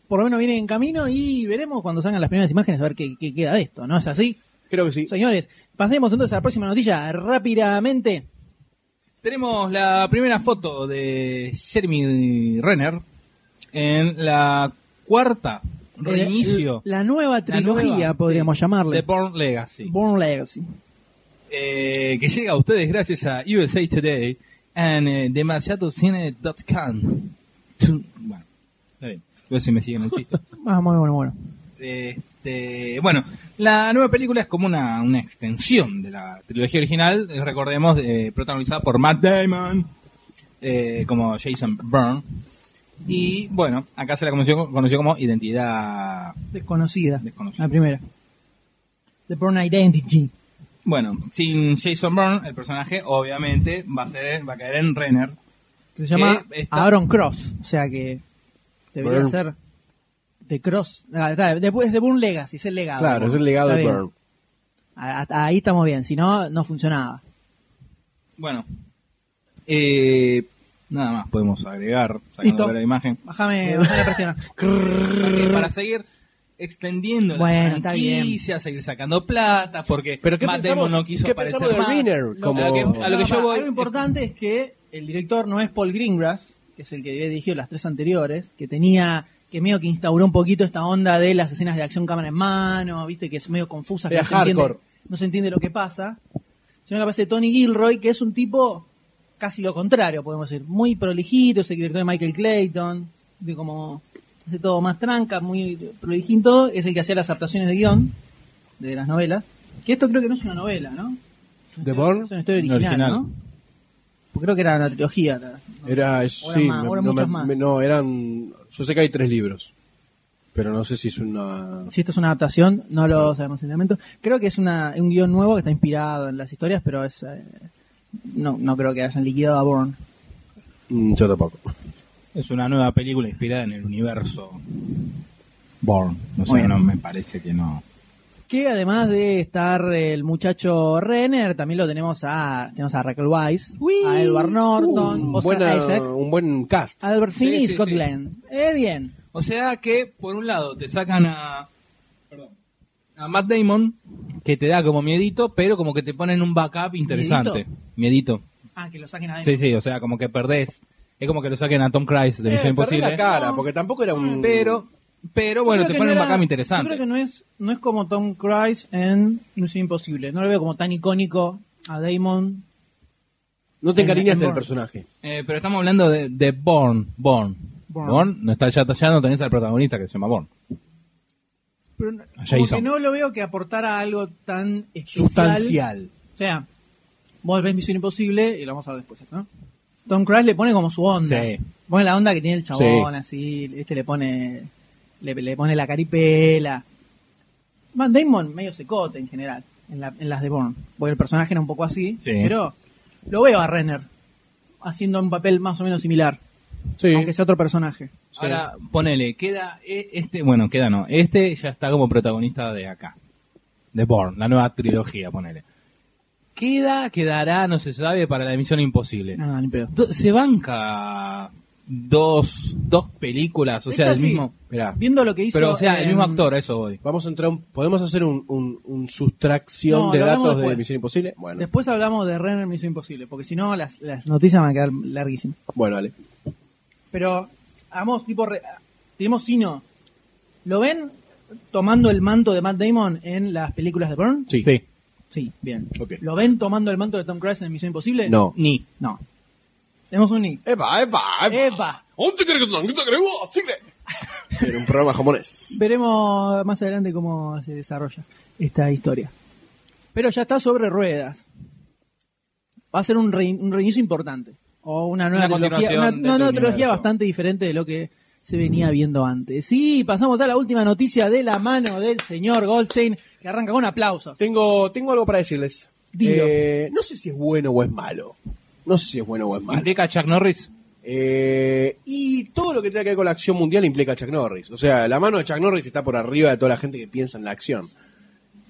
S2: por lo menos viene en camino y veremos cuando salgan las primeras imágenes a ver qué, qué queda de esto, ¿no es así?
S3: Creo que sí.
S2: Señores, pasemos entonces a la próxima noticia rápidamente.
S1: Tenemos la primera foto de Jeremy Renner en la cuarta reinicio
S2: Eh, La, nueva
S1: la
S2: trilogía,
S1: nueva,
S2: podríamos
S1: sí,
S2: llamarle.
S1: de Born Legacy.
S2: Born Legacy.
S1: eh, que llega a ustedes gracias a USA Today and eh, demasiadocine.com. Tu- Bueno, está bien. Igual si me siguen el chiste.
S2: Ah, bueno, bueno, bueno.
S1: Este, bueno, la nueva película es como una, una extensión de la trilogía original, eh, recordemos, eh, protagonizada por Matt Damon, eh, como Jason Byrne. Y bueno, acá se la conoció, conoció como identidad
S2: Desconocida.
S1: desconocida.
S2: La primera. The Born Identity.
S1: Bueno, sin Jason Byrne, el personaje obviamente va a, ser, va a caer en Renner.
S2: Que se llama
S1: Que está-
S2: Aaron Cross. O sea que debería
S3: Burn.
S2: ser The Cross. Ah, está, después de Born Legacy, es el legado.
S3: Claro, es el legado
S2: Está
S3: de
S2: bien.
S3: Burn.
S2: A- a- Ahí estamos bien, si no, no funcionaba.
S1: Bueno, eh, nada más podemos agregar,
S2: Listo.
S1: sacando la imagen.
S2: Bájame, bájame la presión.
S1: Porque para seguir extendiendo
S2: Bueno,
S1: la
S2: está
S1: franquicia, seguir sacando plata, porque
S3: Pero ¿qué
S1: Matt
S3: pensamos-
S1: Damon no quiso
S3: qué
S1: aparecer
S3: pensamos de
S1: más.
S3: Winner?
S1: Lo-
S3: Como-
S1: A lo que, a lo que yo
S2: Pará,
S1: voy...
S2: Algo importante es que el director no es Paul Greengrass, que es el que había dirigido las tres anteriores, que tenía que medio que instauró un poquito esta onda de las escenas de acción cámara en mano, viste que es medio confusa, que
S3: Era
S2: no se, entiende,
S3: hardcore.
S2: no se entiende lo que pasa. Sino que aparece Tony Gilroy, que es un tipo casi lo contrario, podemos decir, muy prolijito, es el director de Michael Clayton, de como hace todo más tranca, muy prolijito, es el que hacía las adaptaciones de guión de las novelas, que esto creo que no es una novela, ¿no?
S3: ¿De Bourne?
S2: Es una historia
S1: Una
S2: original,
S1: original.
S2: ¿no? Porque creo que era una trilogía. la-
S3: Era, sí,
S2: más,
S3: me-
S2: ahora
S3: no,
S2: muchos
S3: me-
S2: más.
S3: me- no, eran. Yo sé que hay tres libros, pero no sé si es una.
S2: Si esto es una adaptación, no lo sabemos en el momento. Creo que es una, un guión nuevo que está inspirado en las historias, pero es eh, no, no creo que hayan liquidado a Bourne.
S3: Mm, Yo tampoco.
S1: Es una nueva película inspirada en el universo Born. No sé,
S2: Bueno.
S1: no me parece que no.
S2: Que además de estar el muchacho Renner, también lo tenemos a, tenemos a Raquel Weiss, a Edward Norton,
S3: Un
S2: Oscar
S3: Uh, buena-
S2: Isaac, Ah,
S3: un buen cast.
S2: Albert
S1: uh, Sí,
S2: Finney y
S1: sí,
S2: Scott
S1: sí.
S2: Glenn. Eh, bien.
S1: O sea que, por un lado, te sacan a... Perdón. A Matt Damon, que te da como miedito, pero como que te ponen un backup interesante. Miedito.
S2: Ah, que lo saquen adentro.
S1: Sí, sí, o sea, como que perdés. Es como que lo saquen a Tom Cruise de
S3: Eh,
S1: Misión
S3: perdí
S1: Imposible.
S3: la cara, porque tampoco era un.
S1: Pero, pero
S2: Yo
S1: bueno,
S2: creo
S1: te
S2: que
S1: ponen
S2: no
S1: un
S2: era-
S1: backup
S2: Yo
S1: interesante.
S2: creo que no es, no es como Tom Cruise en Misión Imposible. No lo veo como tan icónico a Damon.
S3: No te
S2: en- en
S3: encariñaste del
S2: Bourne.
S3: personaje.
S1: Eh, pero estamos hablando de, de Born. Born.
S2: Bourne.
S1: Born. No está ya, ya no tenés al protagonista que se llama Born.
S2: Pero no- como
S1: Jason.
S2: que no lo veo que aportara algo tan especial.
S3: Sustancial.
S2: O sea, vos ves Misión Imposible y lo vamos a ver después, ¿no? Tom Cruise le pone como su onda.
S1: Sí.
S2: Pone la onda que tiene el chabón,
S3: Sí.
S2: así. Este le pone. Le, le pone la caripela. Van Damon medio secote en general. En, la- en las de Bourne. Porque el personaje era un poco así.
S1: Sí.
S2: Pero lo veo a Renner. Haciendo un papel más o menos similar.
S3: Sí.
S2: Aunque sea otro personaje.
S1: Ahora, ponele, queda e- este, bueno, queda no. Este ya está como protagonista de acá. De Born, la nueva trilogía, ponele. Queda, quedará, no se sabe, para la emisión imposible.
S2: Ah, ni pedo.
S1: Do- se banca dos, dos películas, o sea,
S2: Esta
S1: el
S2: sí.
S1: mismo.
S3: Mirá,
S2: Viendo lo que hizo.
S1: Pero, o sea, el
S2: en-
S1: mismo actor, a eso voy.
S3: vamos a entrar. un- ¿Podemos hacer un, un- un sustracción
S2: No,
S3: de
S2: lo hablamos
S3: datos de
S2: después.
S3: Misión Imposible? Bueno,
S2: Después hablamos de Renner Misión Imposible. Porque si no, las, las noticias van a quedar larguísimas.
S3: bueno, dale.
S2: Pero, vamos, tipo, re- tenemos Sino. ¿Lo ven tomando el manto de Matt Damon en las películas de Bourne?
S3: Sí.
S2: Sí, bien.
S3: Ok.
S2: ¿Lo ven tomando el manto de Tom Cruise en Misión Imposible?
S3: No.
S1: Ni.
S2: No. Tenemos un Nick.
S3: ¡Epa, epa,
S2: ¡Epa!
S3: Era un programa japonés.
S2: Veremos más adelante cómo se desarrolla esta historia. Pero ya está sobre ruedas. Va a ser un, rein- un reinicio importante. O una nueva
S1: Una
S2: trilogía,
S1: continuación
S2: una,
S1: de
S2: una
S1: tu
S2: nueva trilogía
S1: universo.
S2: bastante diferente de lo que se venía viendo antes. Sí, pasamos a la última noticia de la mano del señor Goldstein, que arranca con aplausos.
S3: Tengo, tengo algo para decirles.
S2: Dilo.
S3: Eh, no sé si es bueno o es malo. No sé si es bueno o es malo.
S1: ¿Implica a Chuck Norris?
S3: Eh, y todo lo que tenga que ver con la acción mundial implica a Chuck Norris. O sea, la mano de Chuck Norris está por arriba de toda la gente que piensa en la acción.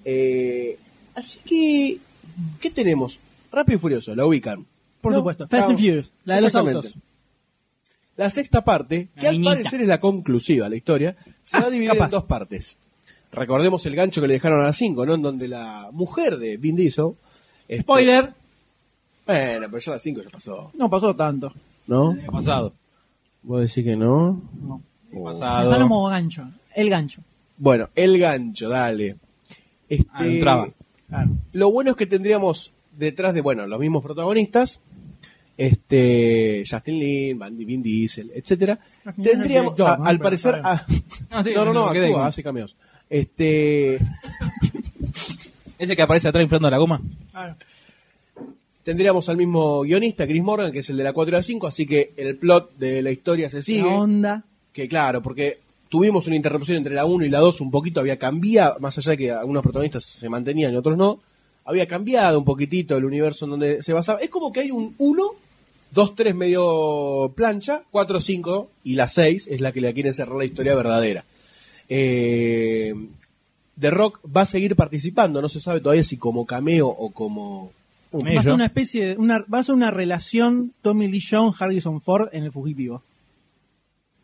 S3: Eh, así que, ¿qué tenemos? Rápido y Furioso, la ubican.
S2: Por
S3: No,
S2: supuesto. Fast and
S3: vamos.
S2: Furious, la de los
S3: Exactamente.
S2: autos.
S3: La sexta parte,
S1: La
S3: que al
S1: niñita.
S3: parecer es la conclusiva de la historia, se va a dividir en
S2: Ah, capaz.
S3: dos partes. Recordemos el gancho que le dejaron a la 5, ¿no? En donde la mujer de Vin Diesel... este-
S2: Spoiler,
S3: Bueno, pero ya la 5 ya pasó,
S2: no pasó tanto.
S3: ¿no?
S1: El año pasado.
S3: ¿Vos decís que no?
S2: No.
S1: El año pasado.
S2: Dejalo como gancho, el gancho.
S3: Bueno, el gancho, dale. Este,
S1: Ah, entraba.
S3: Lo bueno es que tendríamos detrás de, bueno, los mismos protagonistas, este, Justin Lin, Van- Vin Diesel, etcétera.
S2: Al final
S3: Tendríamos,
S2: es el director,
S3: a-
S2: ¿no?
S3: al
S2: Pero
S3: parecer,
S2: está bien.
S3: a-
S1: No, sí,
S3: no, no, no,
S1: me quedé
S3: actúa,
S1: con-
S3: hace cameos. Este,
S1: Ese que aparece atrás inflando la goma.
S2: Claro.
S3: tendríamos al mismo guionista, Chris Morgan, que es el de la 4 y la 5, así que el plot de la historia se sigue.
S2: La onda.
S3: Que claro, porque tuvimos una interrupción entre la 1 y la 2, un poquito había cambiado, más allá de que algunos protagonistas se mantenían y otros no, había cambiado un poquitito el universo en donde se basaba. Es como que hay un 1, 2, 3 medio plancha, 4, 5 y la 6 es la que le quiere cerrar la historia verdadera. Eh, The Rock va a seguir participando, no se sabe todavía si como cameo o como...
S2: Va a ser
S1: Mello.
S2: una especie de, una, va a ser una relación Tommy Lee Jones, Harrison Ford en el fugitivo.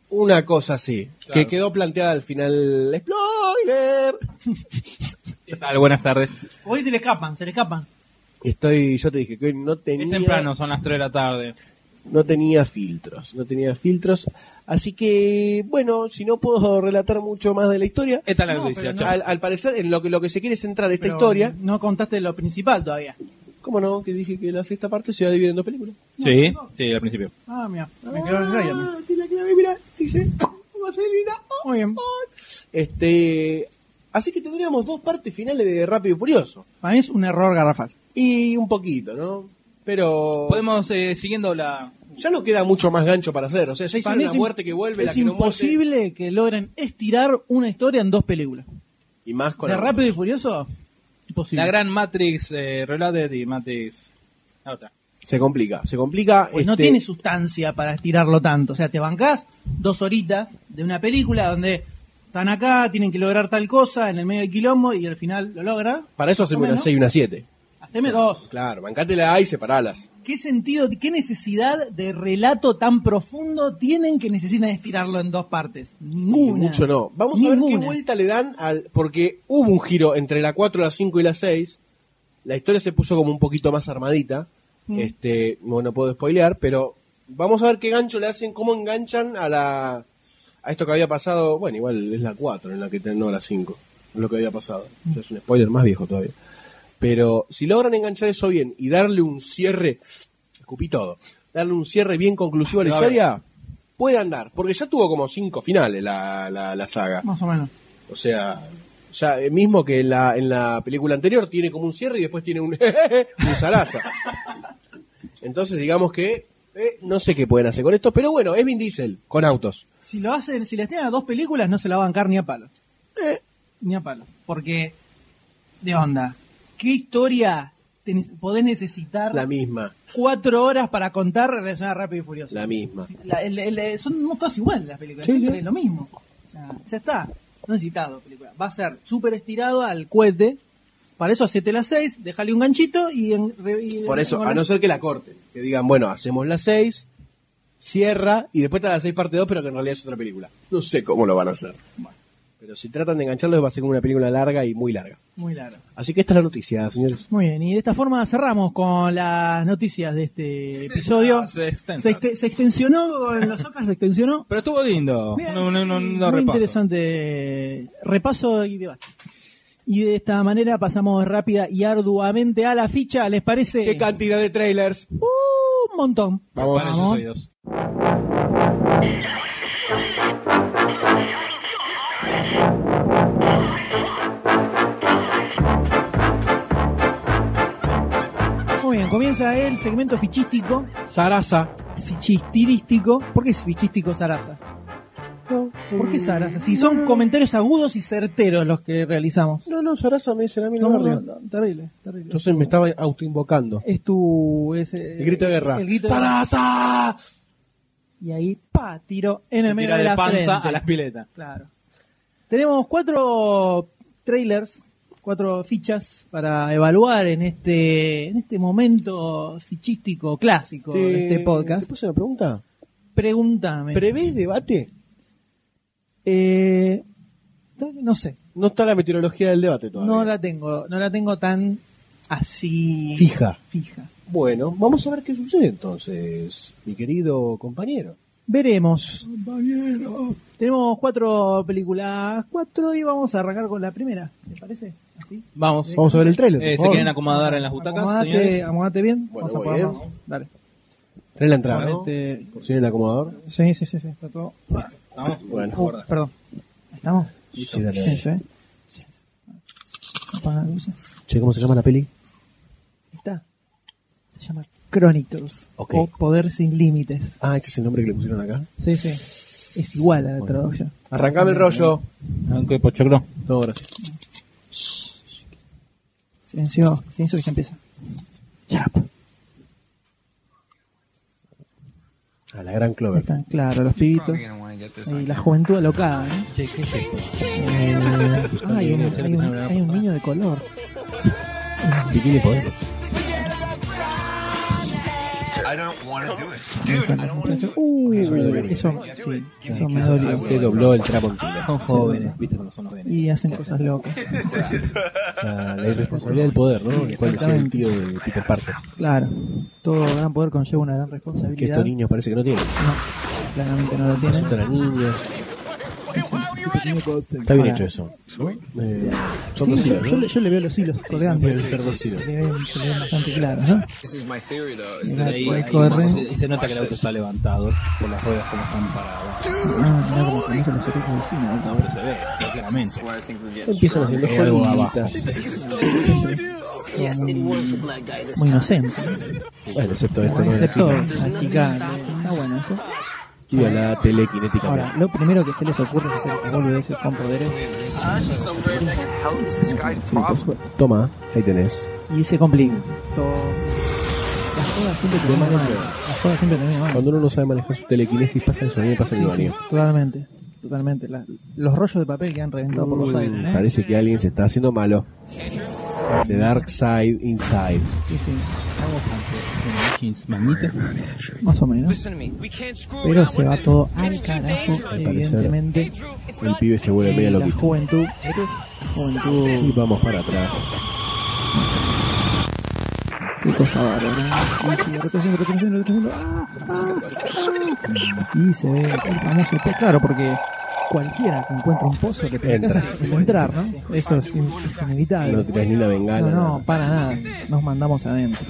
S3: Una cosa así, que
S1: Claro.
S3: quedó planteada al final. ¡Spoiler!
S1: ¿Qué tal? Buenas tardes.
S2: Hoy se le escapan, se le escapan.
S3: Estoy, yo te dije que hoy no tenía,
S1: Es temprano, son las 3 de la tarde.
S3: no tenía filtros, no tenía filtros. Así que, bueno, si no puedo relatar mucho más de la historia,
S1: Esta es la
S2: No,
S1: noticia,
S2: pero no.
S1: chao.
S3: al, al parecer en lo que, lo que se quiere centrar esta
S2: Pero eh,
S3: historia,
S2: No contaste lo principal todavía.
S3: ¿cómo no? Que dije que la sexta parte se va a dividir en dos películas.
S1: Sí, sí, al principio.
S2: Ah, mira, me quedó en el aire.
S3: Ah, tiene la clave, mirá, dice, Vaselina, oh,
S2: Muy bien.
S3: oh. Este, así que tendríamos dos partes finales de Rápido y Furioso.
S2: Para mí es un error garrafal.
S3: Y un poquito, ¿no? Pero
S1: Podemos, eh, siguiendo la...
S3: ya no queda mucho más gancho para hacer. O sea, ya
S2: Para
S3: hicieron
S2: mí
S3: la
S2: im-
S3: muerte que vuelve, la
S2: Es
S3: que no muerte.
S2: imposible que logren estirar una historia en dos películas.
S3: Y más con
S2: de
S3: la-
S2: Rápido y Furioso, imposible.
S1: La gran Matrix eh, Reloaded y Matrix... La otra.
S3: Se complica, se complica.
S2: Pues no
S3: este,
S2: tiene sustancia para estirarlo tanto. O sea, te bancás dos horitas de una película donde están acá, tienen que lograr tal cosa, en el medio de quilombo y al final lo logra.
S3: Para eso hacemos
S2: Bueno.
S3: una 6 y una 7.
S2: Haceme dos.
S3: Claro, bancátela A y separalas.
S2: ¿Qué sentido, qué necesidad de relato tan profundo tienen que necesitan estirarlo en dos partes? Ninguna.
S3: Mucho no. Vamos a ver qué
S2: Ninguna.
S3: vuelta le dan al. Porque hubo un giro entre la 4, la 5 y la 6. La historia se puso como un poquito más armadita.
S2: Mm.
S3: Este, no, no puedo spoilear, pero vamos a ver qué gancho le hacen, cómo enganchan a la. A esto que había pasado. Bueno, igual es la 4 en la que ten- no la 5. Es lo que había pasado.
S2: Mm.
S3: O sea, es un spoiler más viejo todavía. Pero si logran enganchar eso bien y darle un cierre, escupí todo, darle un cierre bien conclusivo a la
S1: Pero a ver.
S3: historia, puede andar. Porque ya tuvo como cinco finales la, la, la saga.
S2: Más o menos.
S3: O sea, ya eh, mismo que en la, en la película anterior tiene como un cierre y después tiene un, un zaraza. Entonces, digamos que eh, no sé qué pueden hacer con esto, pero bueno, es Vin Diesel con autos.
S2: Si lo hacen, si les tienen a dos películas, no se la va a bancar ni a palo.
S3: Eh,
S2: Ni a palo. Porque, de onda, ¿qué historia tenés- podés necesitar
S3: la misma,
S2: cuatro horas para contar relacionada a Rápido y Furioso?
S3: la misma.
S2: La- el- el- son no, todas iguales las películas,
S3: Sí,
S2: siempre
S3: sí.
S2: es lo mismo. O sea, ya está, no necesitas dos películas. Va a ser súper estirado al cohete. Para eso hacete las seis, déjale un ganchito y... en- re- y-
S3: Por eso,
S2: con
S3: a no
S2: las-
S3: ser que la corten, que digan, bueno, hacemos la 6, cierra y después está la 6 parte 2, pero que en realidad es otra película. No sé cómo lo van a hacer. Pero si tratan de engancharlo, va a ser como una película larga y muy larga.
S2: Muy largo.
S3: Así que esta es la noticia, señores.
S2: Muy bien, y de esta forma cerramos con las noticias de este episodio.
S1: Se extensa.
S2: se, exte- se extensionó, con los ocas se extensionó.
S1: Pero estuvo lindo.
S2: Bien,
S1: no, no, no, no
S2: muy
S1: repaso.
S2: interesante repaso y debate. Y de esta manera pasamos rápida y arduamente a la ficha, ¿les parece?
S3: ¿Qué cantidad de trailers?
S2: un montón.
S3: Vamos.
S1: Preparen sus oídos.
S2: Muy bien, comienza el segmento fichístico,
S3: Sarasa.
S2: fichistirístico. ¿Por qué es fichístico Sarasa? ¿Por qué Sarasa? Si son comentarios agudos y certeros los que realizamos.
S3: No, no, Sarasa me dicen a mí
S2: No,
S3: no,
S2: no,
S3: me río.
S2: no, terrible, terrible.
S3: Entonces me estaba autoinvocando.
S2: Es tu... es, eh,
S3: El grito de guerra.
S2: El grito de-
S3: ¡Sarasa!
S2: Y ahí, pa, tiro en el medio
S1: Tira
S2: de,
S1: de
S2: la
S1: panza
S2: frente.
S1: a las piletas.
S2: Claro. Tenemos cuatro trailers, cuatro fichas para evaluar en este, en este momento fichístico clásico de este
S3: ¿Te
S2: podcast.
S3: puse una pregunta?
S2: Pregúntame.
S3: ¿Prevés debate?
S2: Eh, no sé,
S3: No está la meteorología del debate todavía.
S2: no la tengo, no la tengo tan así
S3: Fija.
S2: fija.
S3: Bueno, vamos a ver qué sucede entonces, mi querido compañero.
S2: Veremos.
S3: Compañero.
S2: Tenemos cuatro películas, cuatro y vamos a arrancar con la primera, ¿te parece? Así.
S1: Vamos.
S3: Vamos a ver el trailer. por
S1: Eh, ¿Se
S3: favor.
S1: quieren acomodar en las butacas,
S2: Acomodate,
S1: señores?
S2: acomodate bien,
S3: Bueno,
S2: vamos a
S3: voy,
S2: ponernos. Dale.
S3: Trae la entrada. ¿no?
S2: Acomodate.
S3: Por si Este, viene el acomodador.
S2: Sí, sí, sí, sí, está todo.
S1: Vamos.
S3: Bueno.
S2: Uh, perdón. Ahí estamos.
S3: Sí, dale, dale.
S2: Sí, sí. Apaga la luz. Ahí
S3: Che, ¿cómo se llama la peli?
S2: está. Se llama Chronicles
S3: Ok.
S2: o Poder sin límites.
S3: Ah, ese es el nombre que le pusieron acá.
S2: Sí, sí. Es igual a la traducción.
S3: Arrancame el rollo.
S1: Aunque pochoclo.
S3: No, gracias.
S2: Silencio, silencio que ya empieza. Chap.
S3: A Ah, la gran
S2: Ahí
S3: Clover.
S2: están, claro, los pibitos. Y la juventud alocada, ¿eh? Ah, hay, un, hay un- hay un niño de color.
S3: Bikini Poder.
S5: I don't want to do it. Dude, I don't want to do it.
S2: Uh,
S3: suena
S2: eso, sí, eso me
S3: Ah,
S2: dolió.
S3: Se dobló el trapo en pila.
S1: Son jóvenes, Eh, viste cómo son los jóvenes.
S2: Y hacen cosas locas.
S3: Ah, La irresponsabilidad del poder, ¿no? El cual es el
S2: Exactamente.
S3: tío de Peter Parker.
S2: Claro, todo gran poder conlleva una gran responsabilidad.
S3: Que estos niños parece que no tienen.
S2: No, claramente no lo tiene.
S3: Asustan a niños. Está bien hecho eso. Eh, son
S2: Sí,
S3: dos
S2: yo,
S3: hilos,
S2: yo
S3: ¿no?
S2: le, yo le veo los hilos colgando.
S3: Deben ser dos hilos.
S2: Se le ven, se le ven bastante claros, ¿no?
S5: This is my theory, though. Is
S2: Mira,
S5: that
S1: Ahí,
S2: por ahí
S1: ahí
S2: corre.
S1: se, y se nota que el auto está levantado por las ruedas como están paradas.
S2: Ah, mirá cómo conoce los efectos del cine, ¿no?
S1: No, pero se ve, claramente.
S5: why I think we're getting
S3: Empiezan haciendo jueguitas.
S2: Muy inocente.
S3: Bueno, excepto esto. ¿no?
S2: Excepto la chica. Está bueno eso.
S3: Y a la telequinética.
S2: Ahora, lo primero que se les ocurre es hacer boludeces con poderes.
S3: Sí, por supuesto. Toma, ahí tenés.
S2: Y se complica. Todo. Las jodas siempre terminan mal. Las jodas siempre terminan mal.
S3: Cuando uno no sabe manejar su telequinesis, pasa eso. A mí me pasa en el
S2: Sí, sí,
S3: baño.
S2: totalmente. Totalmente. La- los rollos de papel que han reventado por los aires. ¿eh?
S3: Parece que alguien se está haciendo malo. The Dark Side Inside.
S2: Sí, sí.
S1: Estamos ante Jeans Magnita.
S2: Más o menos. Pero se va todo al carajo,
S3: Al
S2: evidentemente.
S3: El pibe se vuelve
S2: Y
S3: medio
S2: la
S3: loquito.
S2: juventud. La
S3: Y
S2: juventud.
S3: vamos para atrás.
S2: Qué cosa bárbara. Y sigue retrocediendo, retrocediendo, retrocediendo. Ah, ah, ah. Y se ve el famoso pozo. Claro, porque cualquiera que encuentra un pozo que tiene que
S3: Entra.
S2: hacer es entrar, ¿no? Eso es, in- es
S3: No
S2: inevitable.
S3: tirás ni una bengala.
S2: No, no, para nada. Nos mandamos adentro.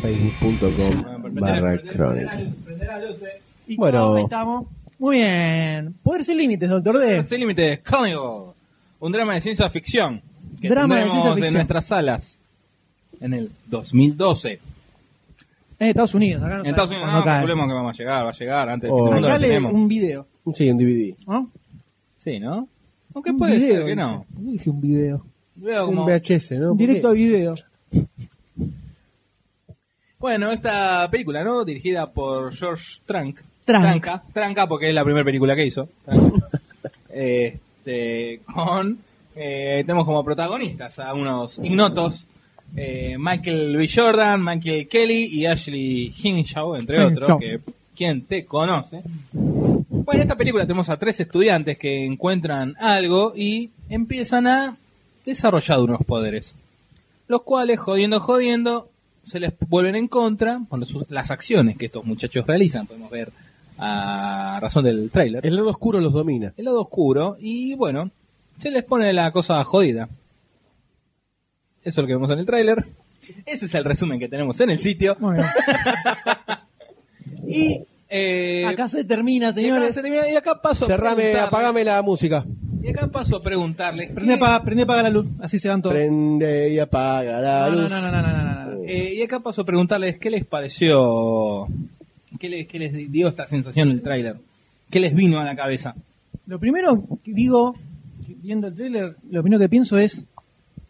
S3: Facebook.com barra crónica.
S4: Prender la luz, eh.
S2: Y
S3: Bueno.
S2: ahí estamos. Muy bien. Poder sin límites, doctor D.
S1: Sin límites, Código. Un drama de ciencia ficción. Que
S2: Drama de
S1: tendremos
S2: ciencia ficción.
S1: en nuestras salas. En el 2012.
S2: En Estados Unidos, acá no
S1: En Estados Unidos,
S2: sabemos cuándo
S1: no,
S2: cae.
S1: calculemos que vamos a llegar, va a llegar antes de
S3: Oh.
S1: fin del mundo
S2: Acá
S1: lo
S2: le-
S1: tenemos.
S2: un video,
S3: Sí, en DVD.
S2: ¿no?
S1: Sí, ¿no? Aunque
S2: Un
S1: puede
S2: video,
S1: ser que no.
S2: dice. Dije un video.
S1: Veo
S3: Un
S1: como-
S3: VHS, ¿no? ¿Por
S2: Directo a
S3: qué?
S2: video.
S1: Bueno, esta película, ¿no? Dirigida por George Trank.
S2: Trank.
S1: Tranca. Tranca, porque es la primera película que hizo. Tranca. este, con. eh, tenemos como protagonistas a unos ignotos. eh, Michael B. Jordan, Michael Kelly y Ashley Hinshaw, entre otros,
S2: Hinshaw.
S1: que quien te conoce. Bueno, en esta película tenemos a tres estudiantes que encuentran algo y empiezan a desarrollar unos poderes los cuales, jodiendo, jodiendo, se les vuelven en contra con los- las acciones que estos muchachos realizan. Podemos ver a razón del tráiler.
S3: El lado oscuro los domina.
S1: El lado oscuro, y bueno, se les pone la cosa jodida. Eso es lo que vemos en el tráiler. Ese es el resumen que tenemos en el sitio.
S2: Muy bien.
S1: Y eh,
S2: acá se termina,
S1: y acá
S2: señores.
S1: se termina, y acá paso a
S3: Cerrame,
S1: preguntarles-
S3: apagame la música.
S1: Y acá paso a preguntarles.
S2: Prende
S1: qué-
S2: apaga, prende apaga la luz. Así se van todos.
S3: Prende y apaga la
S2: No, no,
S3: luz.
S2: no, no, no, no, no, no.
S1: Eh, y acá paso a preguntarles qué les pareció, qué les, qué les dio esta sensación del tráiler, qué les vino a la cabeza.
S2: Lo primero que digo, que viendo el trailer, lo primero que pienso es,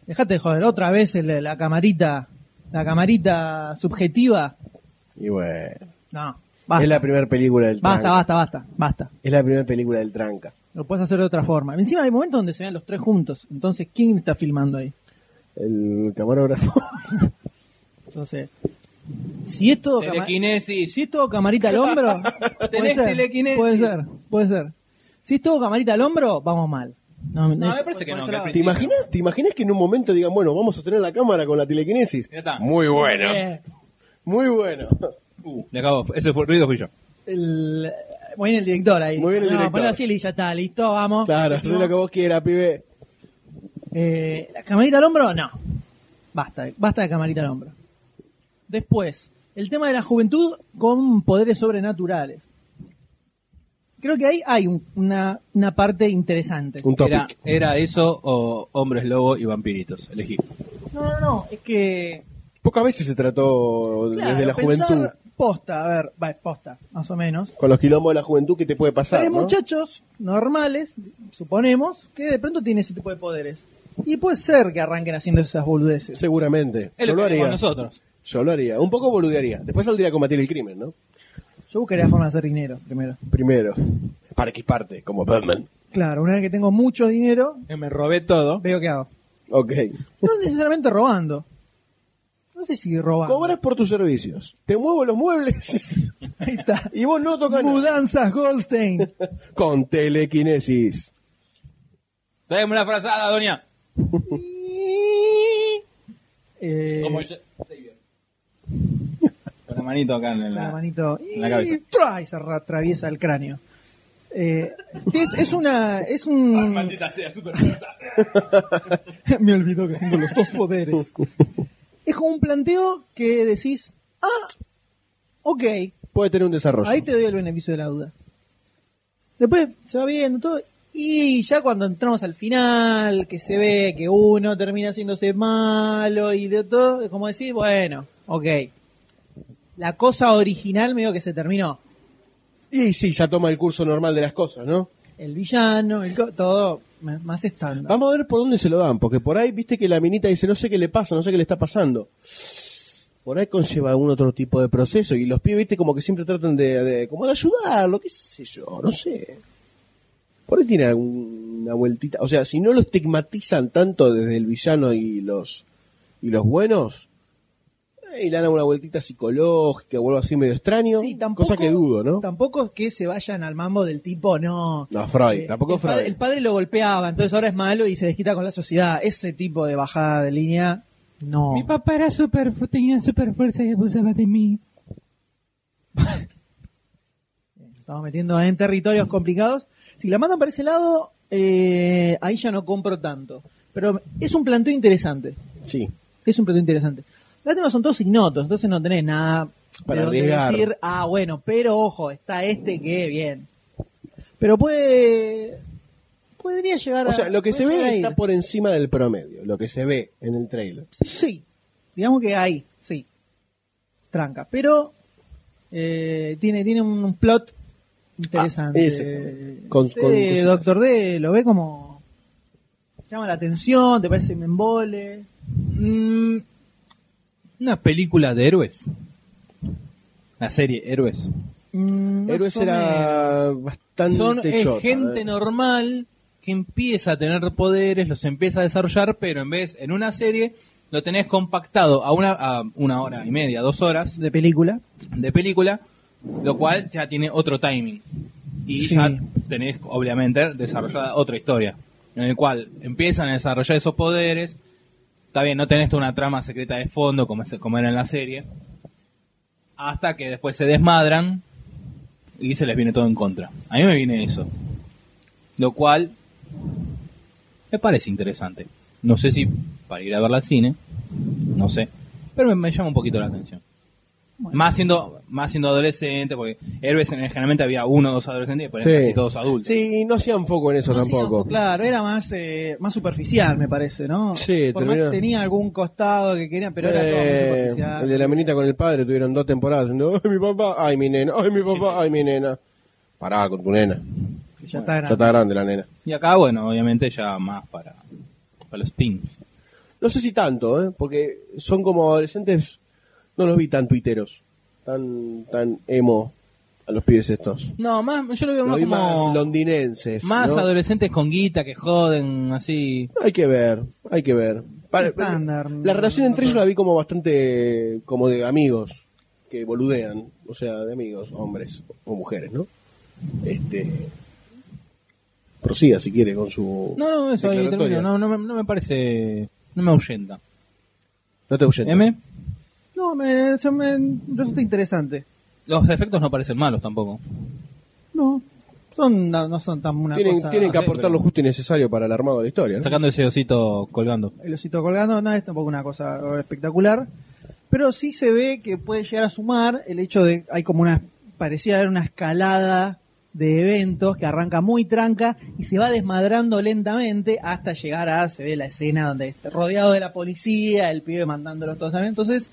S2: dejate de joder, otra vez el- la camarita, la camarita subjetiva.
S3: Y bueno.
S2: No. Basta.
S3: Es la primera película del
S2: Basta,
S3: tranca.
S2: basta, basta, basta.
S3: Es la primera película del tranca.
S2: Lo puedes hacer de otra forma. Encima hay momentos donde se vean los tres juntos. Entonces, ¿quién está filmando ahí?
S3: El camarógrafo.
S2: Entonces, si es todo, cama-
S1: Telequinesis.
S2: si es todo camarita al hombro, puede
S1: Tenés
S2: ser,
S1: telequinesis.
S2: puede ser, puede ser. Si es todo camarita al hombro, vamos mal. No,
S1: No,
S2: es-
S1: me parece que
S2: por
S1: no,
S2: ese
S1: que
S2: lado.
S1: al
S3: ¿Te imaginas, ¿Te imaginas que en un momento digan, bueno, vamos a sostener la cámara con la telequinesis?
S1: Ya está.
S5: Muy bueno.
S2: Eh,
S3: Muy bueno.
S1: Le acabo. Ese fue, ruido fui yo.
S2: el- muy bien el director ahí.
S3: Muy bien el
S2: No,
S3: director.
S2: ponelo así y ya está, listo, vamos.
S3: Claro, haz lo que vos quieras, pibe.
S2: Eh, ¿La camarita al hombro? No. Basta, basta de camarita al hombro. Después, el tema de la juventud con poderes sobrenaturales. Creo que ahí hay un- una, una parte interesante.
S3: Un topic.
S1: Era, era eso o hombres lobo y vampiritos. Elegí.
S2: No, no, no, es que...
S3: Pocas veces se trató desde la
S2: pensar
S3: juventud.
S2: Posta, a ver, va, posta, más o menos.
S3: Con los quilombos de la juventud, ¿qué te puede pasar?
S2: Tres
S3: no?
S2: muchachos normales, suponemos, que de pronto tienen ese tipo de poderes. Y puede ser que arranquen haciendo esas boludeces.
S3: Seguramente.
S1: Es
S3: Yo
S1: lo
S3: lo
S1: que hacemos
S3: haría.
S1: nosotros.
S3: Yo lo haría. Un poco boludearía. Después saldría a combatir el crimen, ¿no?
S2: Yo buscaría forma de hacer dinero primero.
S3: Primero. Para equiparte, como Batman.
S2: Claro, una vez que tengo mucho dinero,
S1: Eh, Me robé todo.
S2: veo qué hago.
S3: Ok.
S2: No necesariamente robando. No sé si robando.
S3: Cobras por tus servicios. Te muevo los muebles.
S2: Ahí está.
S3: y vos no tocas nada.
S2: Mudanzas Goldstein.
S3: Con telequinesis.
S1: Dame una frazada, doña.
S2: Eh,
S1: Como yo- Con la manito acá en
S2: con la
S1: la.
S2: manito.
S1: en la cabeza.
S2: Y ¡tra! y se ra- atraviesa el cráneo. Eh, es, es una. Es un.
S1: Maldita sea, super frazada.
S2: Me olvidó que tengo los dos poderes. Es como un planteo que decís. Ah, ok,
S3: Puede tener un desarrollo.
S2: Ahí te doy el beneficio de la duda. Después se va viendo todo. Y ya cuando entramos al final, que se ve que uno termina haciéndose malo y de todo, es como decir, bueno, ok. La cosa original medio que se terminó.
S3: Y sí, ya toma el curso normal de las cosas, ¿no?
S2: El villano, el co- todo m- más estándar.
S3: Vamos a ver por dónde se lo dan, porque por ahí viste que la minita dice, no sé qué le pasa, no sé qué le está pasando. Por ahí conlleva un otro tipo de proceso y los pibes, viste, como que siempre tratan de, de- como de ayudarlo, qué sé yo, no sé. Por ahí tiene alguna vueltita. O sea, si no lo estigmatizan tanto desde el villano y los, y los buenos, eh, y le dan una vueltita psicológica o algo así medio extraño,
S2: Sí, tampoco-
S3: cosa que dudo, ¿no?
S2: Tampoco es que se vayan al mambo del tipo, no.
S3: No, Freud,
S2: Eh,
S3: tampoco
S2: el, padre,
S3: Freud.
S2: el padre lo golpeaba, entonces ahora es malo y se desquita con la sociedad. Ese tipo de bajada de línea, no.
S6: Mi papá era super, tenía super fuerza y abusaba de mí.
S2: Estamos metiendo en territorios complicados. Si la mandan para ese lado, eh, ahí ya no compro tanto. Pero es un planteo interesante.
S3: Sí.
S2: Es un planteo interesante. Lástima, son todos ignotos, entonces no tenés nada
S3: Para
S2: de donde
S3: arriesgar.
S2: decir, ah, bueno, pero ojo, está este que bien. Pero puede. Podría llegar a.
S3: O sea, lo que se
S2: puede
S3: ve
S2: llegar a ir.
S3: está por encima del promedio, lo que se ve en el trailer.
S2: Sí, digamos que ahí, sí. Tranca. Pero. eh, tiene, tiene un plot interesante.
S3: Ah, ese. Con-
S2: Sí,
S3: con cositas.
S2: Doctor D lo ve como. Llama la atención, te parece un embole.
S1: Mm, una película de héroes. La serie Héroes.
S2: Mm, más
S3: Héroes
S2: o menos.
S3: era bastante
S1: Son es
S3: chota,
S1: gente
S3: ¿eh?
S1: normal que empieza a tener poderes, los empieza a desarrollar, pero en vez en una serie lo tenés compactado a una a una hora y media, dos horas
S2: de película.
S1: de película, lo cual ya tiene otro timing y
S2: Sí.
S1: ya tenés obviamente desarrollada otra historia en el cual empiezan a desarrollar esos poderes. Está bien, no tenés toda una trama secreta de fondo como, es- como era en la serie. Hasta que después se desmadran y se les viene todo en contra. A mí me viene eso. Lo cual me parece interesante. No sé si para ir a verla al cine, no sé. Pero me, me llama un poquito la atención. Más siendo más siendo adolescente, porque héroes en- generalmente había uno o dos adolescentes y por ahí
S3: Sí.
S1: casi todos adultos.
S3: Sí, no hacían foco en eso
S2: No, sí, no,
S3: tampoco.
S2: claro, era más eh, más superficial, me parece, ¿no?
S3: Sí,
S2: Por más
S3: terminó-
S2: que tenía algún costado que querían, pero era todo
S3: Eh,
S2: muy
S3: el de
S2: superficial.
S3: la menita con el padre tuvieron dos temporadas. ¿no? Ay, mi papá, ay, mi nena, ay, mi papá, ay, mi nena. Pará con tu nena.
S2: Ya está
S3: Ya está grande la nena.
S1: Y acá, bueno, obviamente ya más para, para los teens.
S3: No sé si tanto, ¿eh? porque son como adolescentes. No los vi tan tuiteros, tan, tan emo a los pibes estos.
S1: No, más, yo lo veo
S3: Lo
S1: más
S3: vi
S1: como.
S3: más londinenses.
S1: más
S3: ¿no?
S1: adolescentes con guita que joden, así.
S3: Hay que ver, hay que ver. Para-
S2: Estándar.
S3: la relación entre ellos la vi como bastante como de amigos que boludean, o sea, de amigos, hombres o mujeres, ¿no? Este prosiga si quiere con su
S1: No, no, eso ahí
S3: declaratoria.
S1: termino. No, no, me- no me parece. No me ahuyenta.
S3: No te oyendo.
S1: ¿M?
S2: No, me, se me resulta interesante.
S1: Los efectos no parecen malos tampoco.
S2: No, son, no, no son tan una
S3: tienen,
S2: cosa...
S3: tienen que
S1: Sí,
S3: aportar
S1: pero-
S3: lo justo y necesario para el armado de la historia, ¿no?
S1: Sacando ese osito colgando.
S2: el osito colgando no es tampoco una cosa espectacular, pero sí se ve que puede llegar a sumar el hecho de hay como una parecía haber una escalada de eventos que arranca muy tranca y se va desmadrando lentamente hasta llegar a se ve la escena donde está rodeado de la policía, el pibe mandándolo todos también, entonces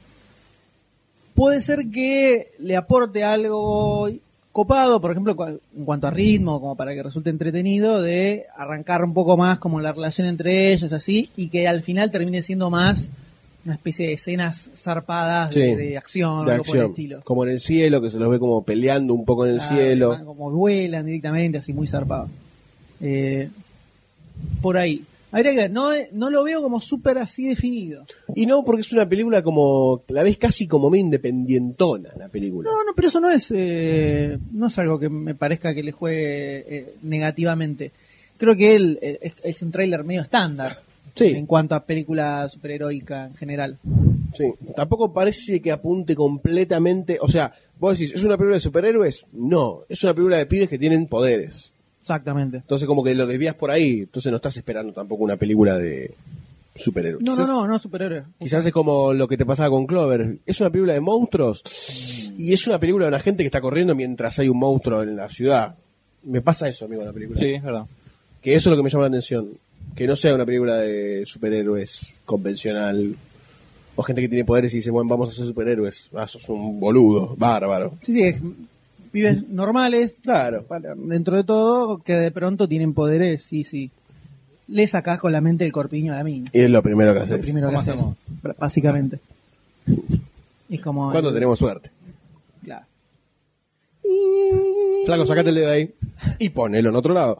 S2: puede ser que le aporte algo copado, por ejemplo, cua- en cuanto a ritmo, como para que resulte entretenido, de arrancar un poco más como la relación entre ellos, así, y que al final termine siendo más una especie de escenas zarpadas de-
S3: Sí,
S2: de, acción,
S3: De
S2: algo por el
S3: acción.
S2: estilo.
S3: Como en el cielo, que se los ve como peleando un poco en el
S2: Claro,
S3: cielo.
S2: van Como vuelan directamente, así muy zarpado. Eh, por ahí. Habría que ver, no, no lo veo como súper así definido.
S3: Y no, porque es una película como. La ves casi como medio independientona, la película.
S2: No, no, pero eso no es, eh, no es algo que me parezca que le juegue eh, negativamente. Creo que él eh, es, es un tráiler medio estándar
S3: Sí.
S2: en cuanto a película superheroica en general.
S3: Sí. Tampoco parece que apunte completamente. O sea, vos decís, ¿es una película de superhéroes? No. Es una película de pibes que tienen poderes.
S2: Exactamente.
S3: Entonces, como que lo desvías por ahí. Entonces, no estás esperando tampoco una película de superhéroes.
S2: No, no,
S3: Quizás-
S2: no, no superhéroe.
S3: Quizás es como lo que te pasaba con Clover. Es una película de monstruos y es una película de una gente que está corriendo mientras hay un monstruo en la ciudad. Me pasa eso, amigo, en la película.
S1: Sí, es verdad.
S3: Que eso es lo que me llama la atención. Que no sea una película de superhéroes convencional o gente que tiene poderes y dice, bueno, vamos a ser superhéroes. Ah, sos un boludo, bárbaro.
S2: Sí, sí, es- pibes normales,
S3: Claro.
S2: para- dentro de todo, que de pronto tienen poderes, sí, sí. Le sacás con la mente el corpiño a la mina.
S3: Y es lo primero que haces.
S2: Lo primero que
S1: ¿Cómo
S2: haces,
S1: hacemos?
S2: br- básicamente. Es como...
S3: Cuando
S2: el-
S3: tenemos suerte.
S2: claro.
S3: Flaco, sacate el dedo de ahí y ponelo en otro lado.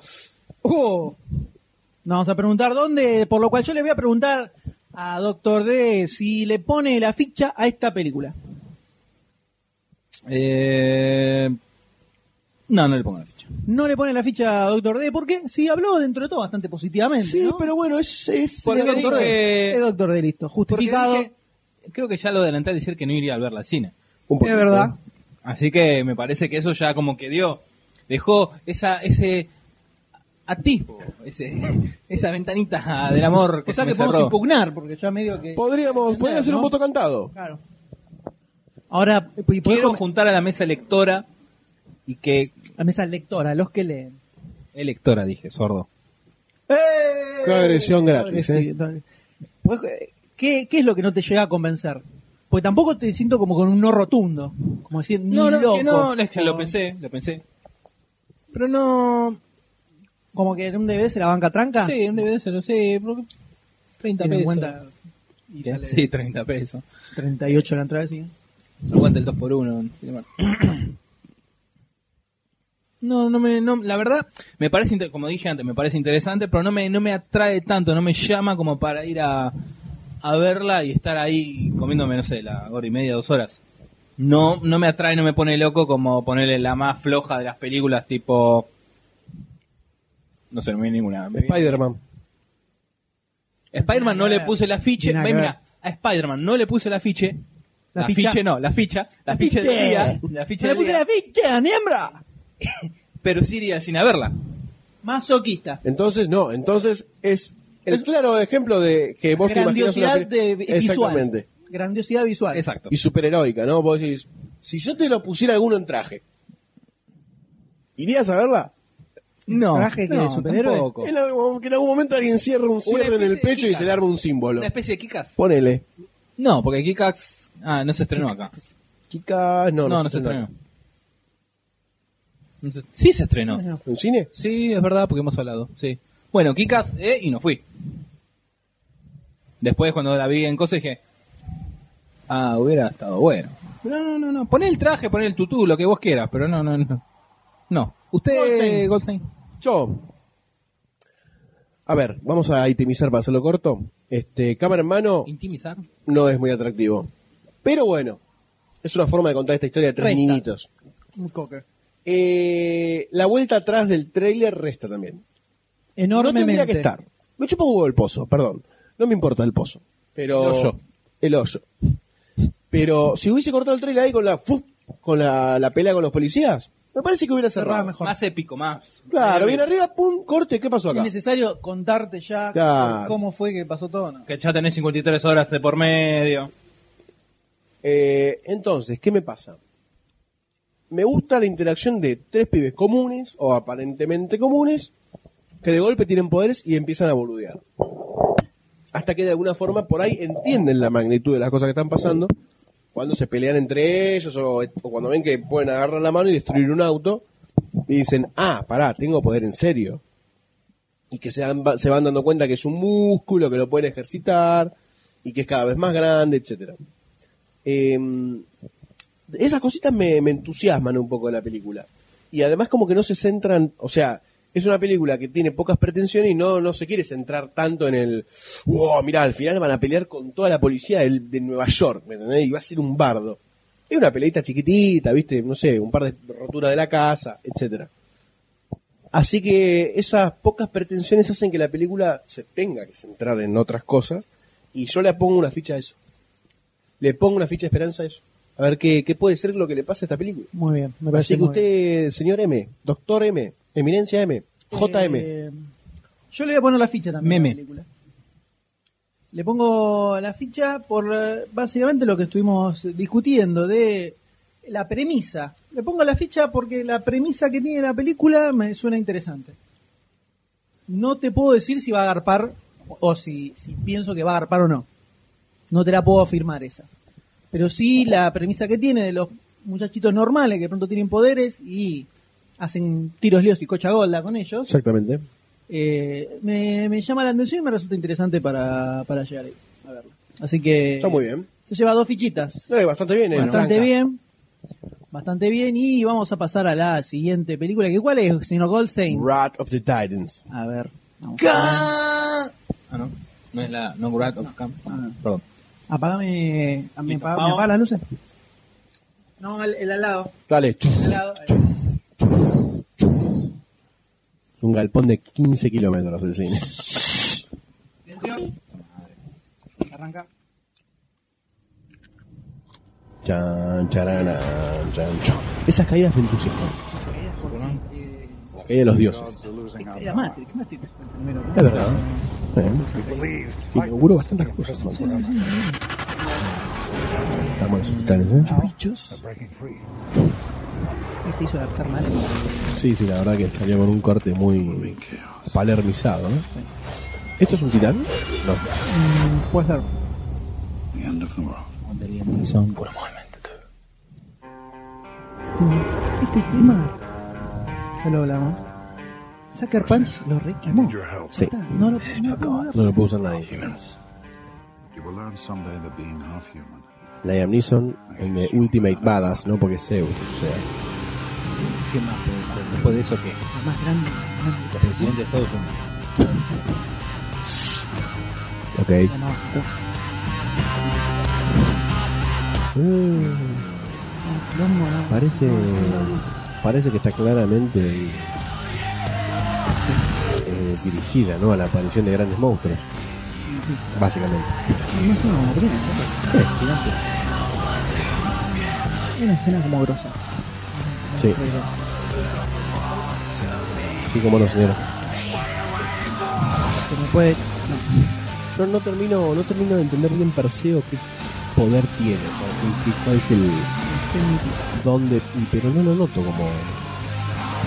S2: ¡Oh! Nos vamos a preguntar dónde, por lo cual yo les voy a preguntar a Doctor D si le pone la ficha a esta película.
S1: Eh... No, no le pongo la ficha.
S2: No le pone la ficha a Doctor D porque sí habló dentro de todo bastante positivamente.
S3: Sí,
S2: ¿no? Eh,
S3: pero bueno, es... es
S1: Porque
S2: es Doctor
S1: dije-
S2: D. Es Doctor D, listo. Justificado.
S1: Porque dije- creo que ya lo adelanté al decir que no iría a verla al cine.
S3: un
S2: es
S3: poquito.
S2: verdad.
S1: Así que me parece que eso ya como que dio, dejó esa, ese atisbo, ese, esa ventanita del amor que
S2: O sea
S1: se me
S2: que podemos
S1: cerró.
S2: impugnar porque ya medio que.
S3: Podríamos, podrían hacer
S2: ¿no?
S3: un voto cantado.
S2: Claro. Ahora, y podés
S1: Quiero
S2: comer-
S1: juntar a la mesa electora y que...
S2: la mesa lectora, los que leen.
S1: Electora, dije, sordo.
S2: ¡Eh!
S3: Qué agresión gratis,
S2: Sí,
S3: eh.
S2: entonces, pues, eh, ¿qué, qué es lo que no te llega a convencer? Porque tampoco te siento como con un no rotundo. Como decir, ni
S1: No, no,
S2: loco.
S1: que no, es que lo pensé, lo pensé. Pero no...
S2: Como que en un DVD se la banca tranca.
S1: Sí, un DVD se lo sé, porque 30
S2: Tiene en
S1: pesos.
S2: cuenta y
S1: ¿Qué?
S2: sale
S1: Sí, 30 pesos.
S2: 38 la entrada, sí.
S1: Aguanta el 2x1. No, no me, no, la verdad, me parece, inter- como dije antes, me parece interesante, pero no me, no me atrae tanto, no me llama como para ir a, a verla y estar ahí comiéndome, no sé, la hora y media, dos horas. No, no me atrae, no me pone loco como ponerle la más floja de las películas, tipo, no sé, no vi ninguna. Me vi-
S3: Spider-Man.
S1: Spider-Man no le puse el afiche.
S2: Tiene nada
S1: Ven,
S2: que
S1: mira, a Spider-Man no le puse el afiche.
S2: La
S1: La,
S2: ficha.
S1: ficha. no, la ficha. La, ficha, del día. La ficha
S2: ¡Me le
S1: del
S2: puse
S1: día.
S2: la ficha, niembra!
S1: Pero sí iría sin haberla.
S2: Masoquista.
S3: Entonces, no, entonces es el claro ejemplo de que vos te imaginas una
S2: Grandiosidad
S3: peli-
S2: de, visual.
S3: Exactamente.
S2: Grandiosidad visual.
S1: Exacto.
S3: Y superheroica, ¿no? Vos decís, si yo te lo pusiera alguno en traje, ¿irías a verla?
S1: No,
S2: Traje que
S1: no,
S2: de superhéroe.
S1: tampoco.
S3: En algún- que en algún momento alguien cierra un cierre en
S1: especie
S3: el
S1: de
S3: pecho y
S1: Kikas.
S3: se le arma un símbolo.
S1: ¿Una especie de Kikas?
S3: Ponele.
S1: No, porque Kikas. Ah, no se estrenó acá.
S3: Kika, no,
S1: No, no, se estrenó. No se- Sí se estrenó.
S3: ¿En cine?
S1: Sí, es verdad, porque hemos hablado. Sí. Bueno, Kikas, eh, y no fui. Después, cuando la vi en cosa, dije. Ah, hubiera estado bueno. No, no, no, no. Poné el traje, poné el tutú, lo que vos quieras, pero no, no, no. No.
S2: Goldstein.
S1: Usted, Goldstein.
S3: Yo. A ver, vamos a itemizar para hacerlo corto. Este, cámara en
S2: Oh.
S3: mano
S1: Intimizar.
S3: no es muy atractivo. Pero bueno, es una forma de contar esta historia de tres
S2: Resta.
S3: niñitos.
S2: Un cocker.
S3: Eh, la vuelta atrás del tráiler resta también.
S2: Enormemente.
S3: No tendría que estar. Me chupa un huevo el pozo, perdón. No me importa el pozo. Pero.
S1: El hoyo.
S3: El hoyo. Pero si hubiese cortado el trailer ahí con la. fu- con la, la pelea con los policías, me parece que hubiera cerrado.
S2: Cerraba mejor.
S1: Más épico, más.
S3: Claro, bien arriba, pum, corte, ¿qué pasó
S2: Es
S3: acá?
S2: necesario contarte ya
S3: Claro.
S2: cómo fue que pasó todo. ¿no?
S1: Que ya tenés 53 horas de por medio.
S3: Eh, entonces, ¿qué me pasa? Me gusta la interacción de tres pibes comunes, o aparentemente comunes, que de golpe tienen poderes y empiezan a boludear. Hasta que de alguna forma por ahí entienden la magnitud de las cosas que están pasando, cuando se pelean entre ellos, o, o cuando ven que pueden agarrar la mano y destruir un auto, y dicen, ah, pará, tengo poder en serio. Y que se, dan- se van dando cuenta que es un músculo, que lo pueden ejercitar, y que es cada vez más grande, etcétera. Eh, esas cositas me, me entusiasman un poco de la película. Y además como que no se centran, o sea, es una película que tiene pocas pretensiones y no, no se quiere centrar tanto en el, wow, mirá, al final van a pelear con toda la policía del- de, Nueva York, ¿me entendés? Y va a ser un bardo. Es una peleita chiquitita, viste, no sé, un par de roturas de la casa, etcétera. Así que esas pocas pretensiones hacen que la película se tenga que centrar en otras cosas y yo le pongo una ficha a eso le pongo una ficha de esperanza a eso. A ver qué, qué puede ser lo que le pasa a esta película.
S2: Muy bien, me parece
S3: Así que
S2: muy bien.
S3: usted, señor M, doctor M, eminencia M, JM,
S2: Eh, yo le voy a poner la ficha también a
S1: Meme.
S2: la película. Le pongo la ficha por eh, básicamente lo que estuvimos discutiendo de la premisa. Le pongo la ficha porque la premisa que tiene la película me suena interesante. No te puedo decir si va a agarpar o si, si pienso que va a agarpar o no. No te la puedo afirmar esa. Pero sí la premisa que tiene de los muchachitos normales que de pronto tienen poderes y hacen tiros líos y cocha golda con ellos.
S3: exactamente.
S2: Eh, me, me llama la atención y me resulta interesante para, para llegar ahí a verlo. Así que
S3: Está muy bien.
S2: se lleva dos fichitas.
S3: Eh, bastante bien, eh.
S2: bastante
S3: Tranca.
S2: bien. Bastante bien. Y vamos a pasar a la siguiente película. que ¿Cuál es, señor Goldstein?
S3: Rat of the Titans.
S2: A ver. vamos a ver.
S1: Ah, no. No es la No Rat of Camp.
S2: Ah.
S1: Perdón.
S2: Apagame. ¿Me,
S1: Listo,
S2: apaga- me
S1: vamos.
S2: apaga las luces? No, el, el al lado.
S3: Dale, chu,
S2: el al lado.
S3: es un galpón de 15 kilómetros el cine.
S2: Arranca.
S3: Chan, charana, chan, chan. Esas caídas me entusiasman. La caída de los dioses.
S2: eh, Era Matrix. Matrix. Primero, ¿no?
S3: Es verdad. Eh. Inauguro bastantes cosas. Estamos en los hospitales, ¿eh?
S2: Bichos. Y se hizo adaptar mal.
S3: Sí, sí, la verdad que salió con un corte muy palermizado. ¿no? ¿Esto es un titán? No.
S2: Puede ser. Este tema, ya lo hablamos. Sucker Punch lo reclamó.
S3: Sí.
S2: Está, No lo no, lo-
S3: No lo puede usar nadie.
S7: You will learn someday that being half human
S3: Liam Neeson en eh, Ultimate Badass, ¿no? Porque es Zeus, o sea.
S1: ¿Qué más puede ser? Después de eso, ¿qué?
S2: la más grande.
S1: El presidente de Estados Unidos.
S3: Ok.
S2: la más baja.
S3: Mm,
S2: No, no, no.
S3: parece. Parece que está claramente. eh, dirigida, ¿no? A la aparición de grandes monstruos,
S2: Sí.
S3: básicamente.
S2: No es una como primera.
S3: Eh, gigantes.
S2: Es una escena como grosa.
S3: Sí. Sí, como no, señora.
S2: Se me puede. No.
S3: Yo no termino, no termino de entender bien Perseo qué poder tiene, o sea, qué- qué- cuál es el
S2: no sé ni-
S3: dónde, y- pero no lo noto como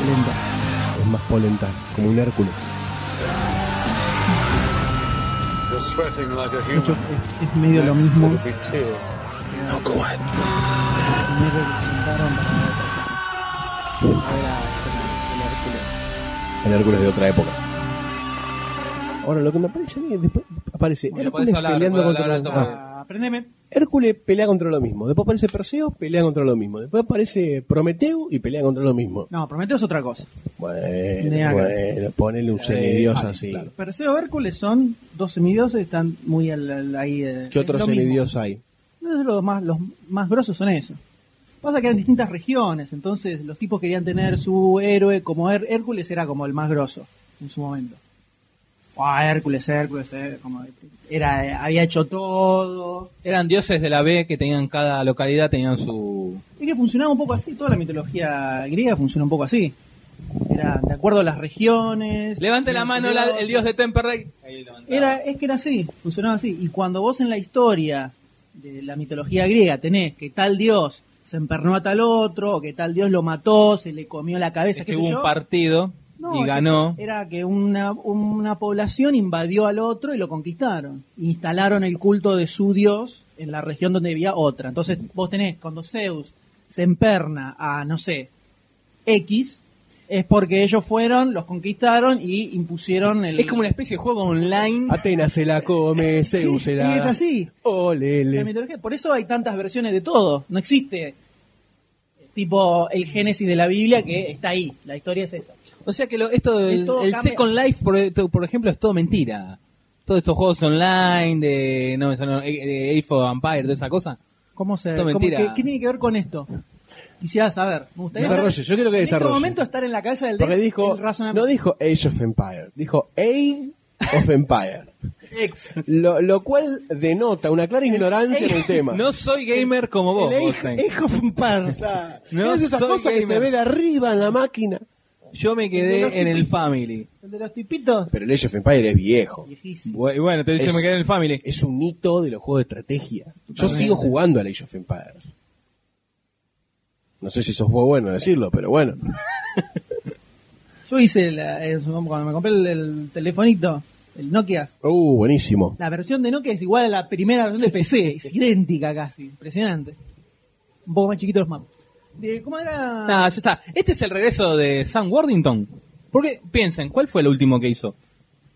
S2: Lento.
S3: es más polenta, como un Hércules.
S2: De hecho, es, es medio lo mismo. que el primero que se inventaron para hacer otra cosa. Ahora, el Hércules.
S3: El Hércules de otra época. Ahora lo que me aparece a mí es después aparece
S1: Bueno,
S3: Hércules
S1: podés hablar,
S3: peleando
S1: podés
S3: contra
S1: hablar alto,
S3: Ah,
S1: porque-
S2: Ah, Aprendeme.
S3: Hércules pelea contra lo mismo. Después aparece Perseo, pelea contra lo mismo. Después aparece Prometeo y pelea contra lo mismo.
S2: No, Prometeo es otra cosa. Ni
S3: Bueno,
S2: acá.
S3: bueno, ponele un semidios
S2: vale,
S3: así.
S2: claro. Perseo y Hércules son dos semidioses, están muy al- al- ahí. eh,
S3: ¿Qué
S2: es
S3: otros
S2: lo mismo.
S3: semidios hay?
S2: No, los más, los más grosos son esos. Pasa que eran distintas regiones, entonces los tipos querían tener su héroe como Her- Hércules era como el más grosso en su momento. Ah, Hércules, Hércules, Hércules, como era, eh, había hecho todo.
S1: Eran dioses de la B que tenían cada localidad, tenían su...
S2: Es que funcionaba un poco así, toda la mitología griega funciona un poco así. Era de acuerdo a las regiones.
S1: Levante la mano la- el dios de Temperley.
S2: Era, es que era así, funcionaba así. Y cuando vos en la historia de la mitología griega tenés que tal dios se empernó a tal otro, o que tal dios lo mató, se le comió la cabeza,
S1: Es
S2: qué
S1: que
S2: sé
S1: hubo
S2: yo.
S1: un partido
S2: No,
S1: y
S2: es que
S1: ganó.
S2: Era que una, una población invadió al otro y lo conquistaron. Instalaron el culto de su dios en la región donde vivía otra. Entonces vos tenés, cuando Zeus se emperna a, no sé, X, es porque ellos fueron, los conquistaron y impusieron el...
S1: Es como una especie de juego online.
S3: Atenas se la come, Zeus se la. Oh,
S2: Y es así. La
S3: Olele.
S2: mitología. Por eso hay tantas versiones de todo. No existe tipo el génesis de la Biblia que está ahí. La historia es esa.
S1: O sea que lo- esto del
S2: Es todo
S1: el
S2: cambia-
S1: Second Life, por, por ejemplo, es todo mentira. Todos estos juegos online de, no, me salió- de Age of Empire, toda esa cosa.
S2: ¿Cómo se,
S1: Esto es
S2: cómo-
S1: mentira.
S2: qué, qué tiene que ver con esto? Quisiera saber. Me gustaría
S3: Desarrolle,
S2: saber-
S3: yo quiero que
S2: en
S3: desarrolle.
S2: este momento estar en la cabeza del
S3: Porque
S2: de-
S3: dijo.
S2: el razonamiento.
S3: No dijo Age of Empire, dijo Age of Empire.
S1: Ex.
S3: Lo, lo cual denota una clara ignorancia en el tema.
S1: No soy gamer como vos.
S3: El
S1: Wolfgang.
S3: Age, Age of Empire. Claro.
S1: No
S3: es esa
S1: soy
S3: cosa que
S1: gamer.
S3: se ve de arriba en la máquina.
S1: Yo me
S2: Los
S1: quedé en el
S2: tipi-
S1: Family.
S2: El de los tipitos.
S3: Pero el Age of Empire es viejo.
S1: Y
S2: Viejísimo.
S1: bueno, te dice
S3: Es-
S1: me quedé en el Family.
S3: Es un hito de los juegos de estrategia. Yo sigo jugando al Age of Empires. No sé si sos vos bueno decirlo, pero bueno.
S2: Yo hice, la- en su- cuando me compré el, el telefonito, el Nokia,
S3: Uh, buenísimo.
S2: la versión de Nokia es igual a la primera versión de PC. Es idéntica casi. Impresionante. Un poco más chiquito los mapas. De- ¿Cómo era?
S1: Nada, ya está. Este es el regreso de Sam Worthington. Porque piensen, ¿cuál fue el último que hizo?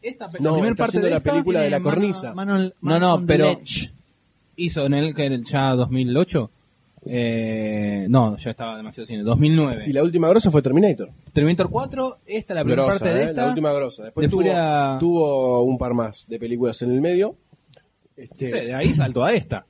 S1: Esta pe-
S3: No,
S1: la primera
S3: está
S1: parte
S3: haciendo
S1: de
S3: la
S1: esta-
S3: película de la
S2: Tiene eh, mano-
S3: cornisa.
S2: mano-
S1: No,
S2: mano
S1: no,
S2: on the
S1: pero
S2: ledge.
S1: hizo en el que era el ya 2008. Eh, no, ya estaba demasiado cine. 2009.
S3: Y la última grosa fue Terminator.
S1: Terminator 4, esta la primera
S3: Grosa,
S1: parte de
S3: eh,
S1: esta.
S3: La última grosa. Después
S1: de
S3: tuvo,
S1: Furia-
S3: tuvo un par más de películas en el medio.
S1: No
S3: Este,
S1: sé, de ahí saltó a esta.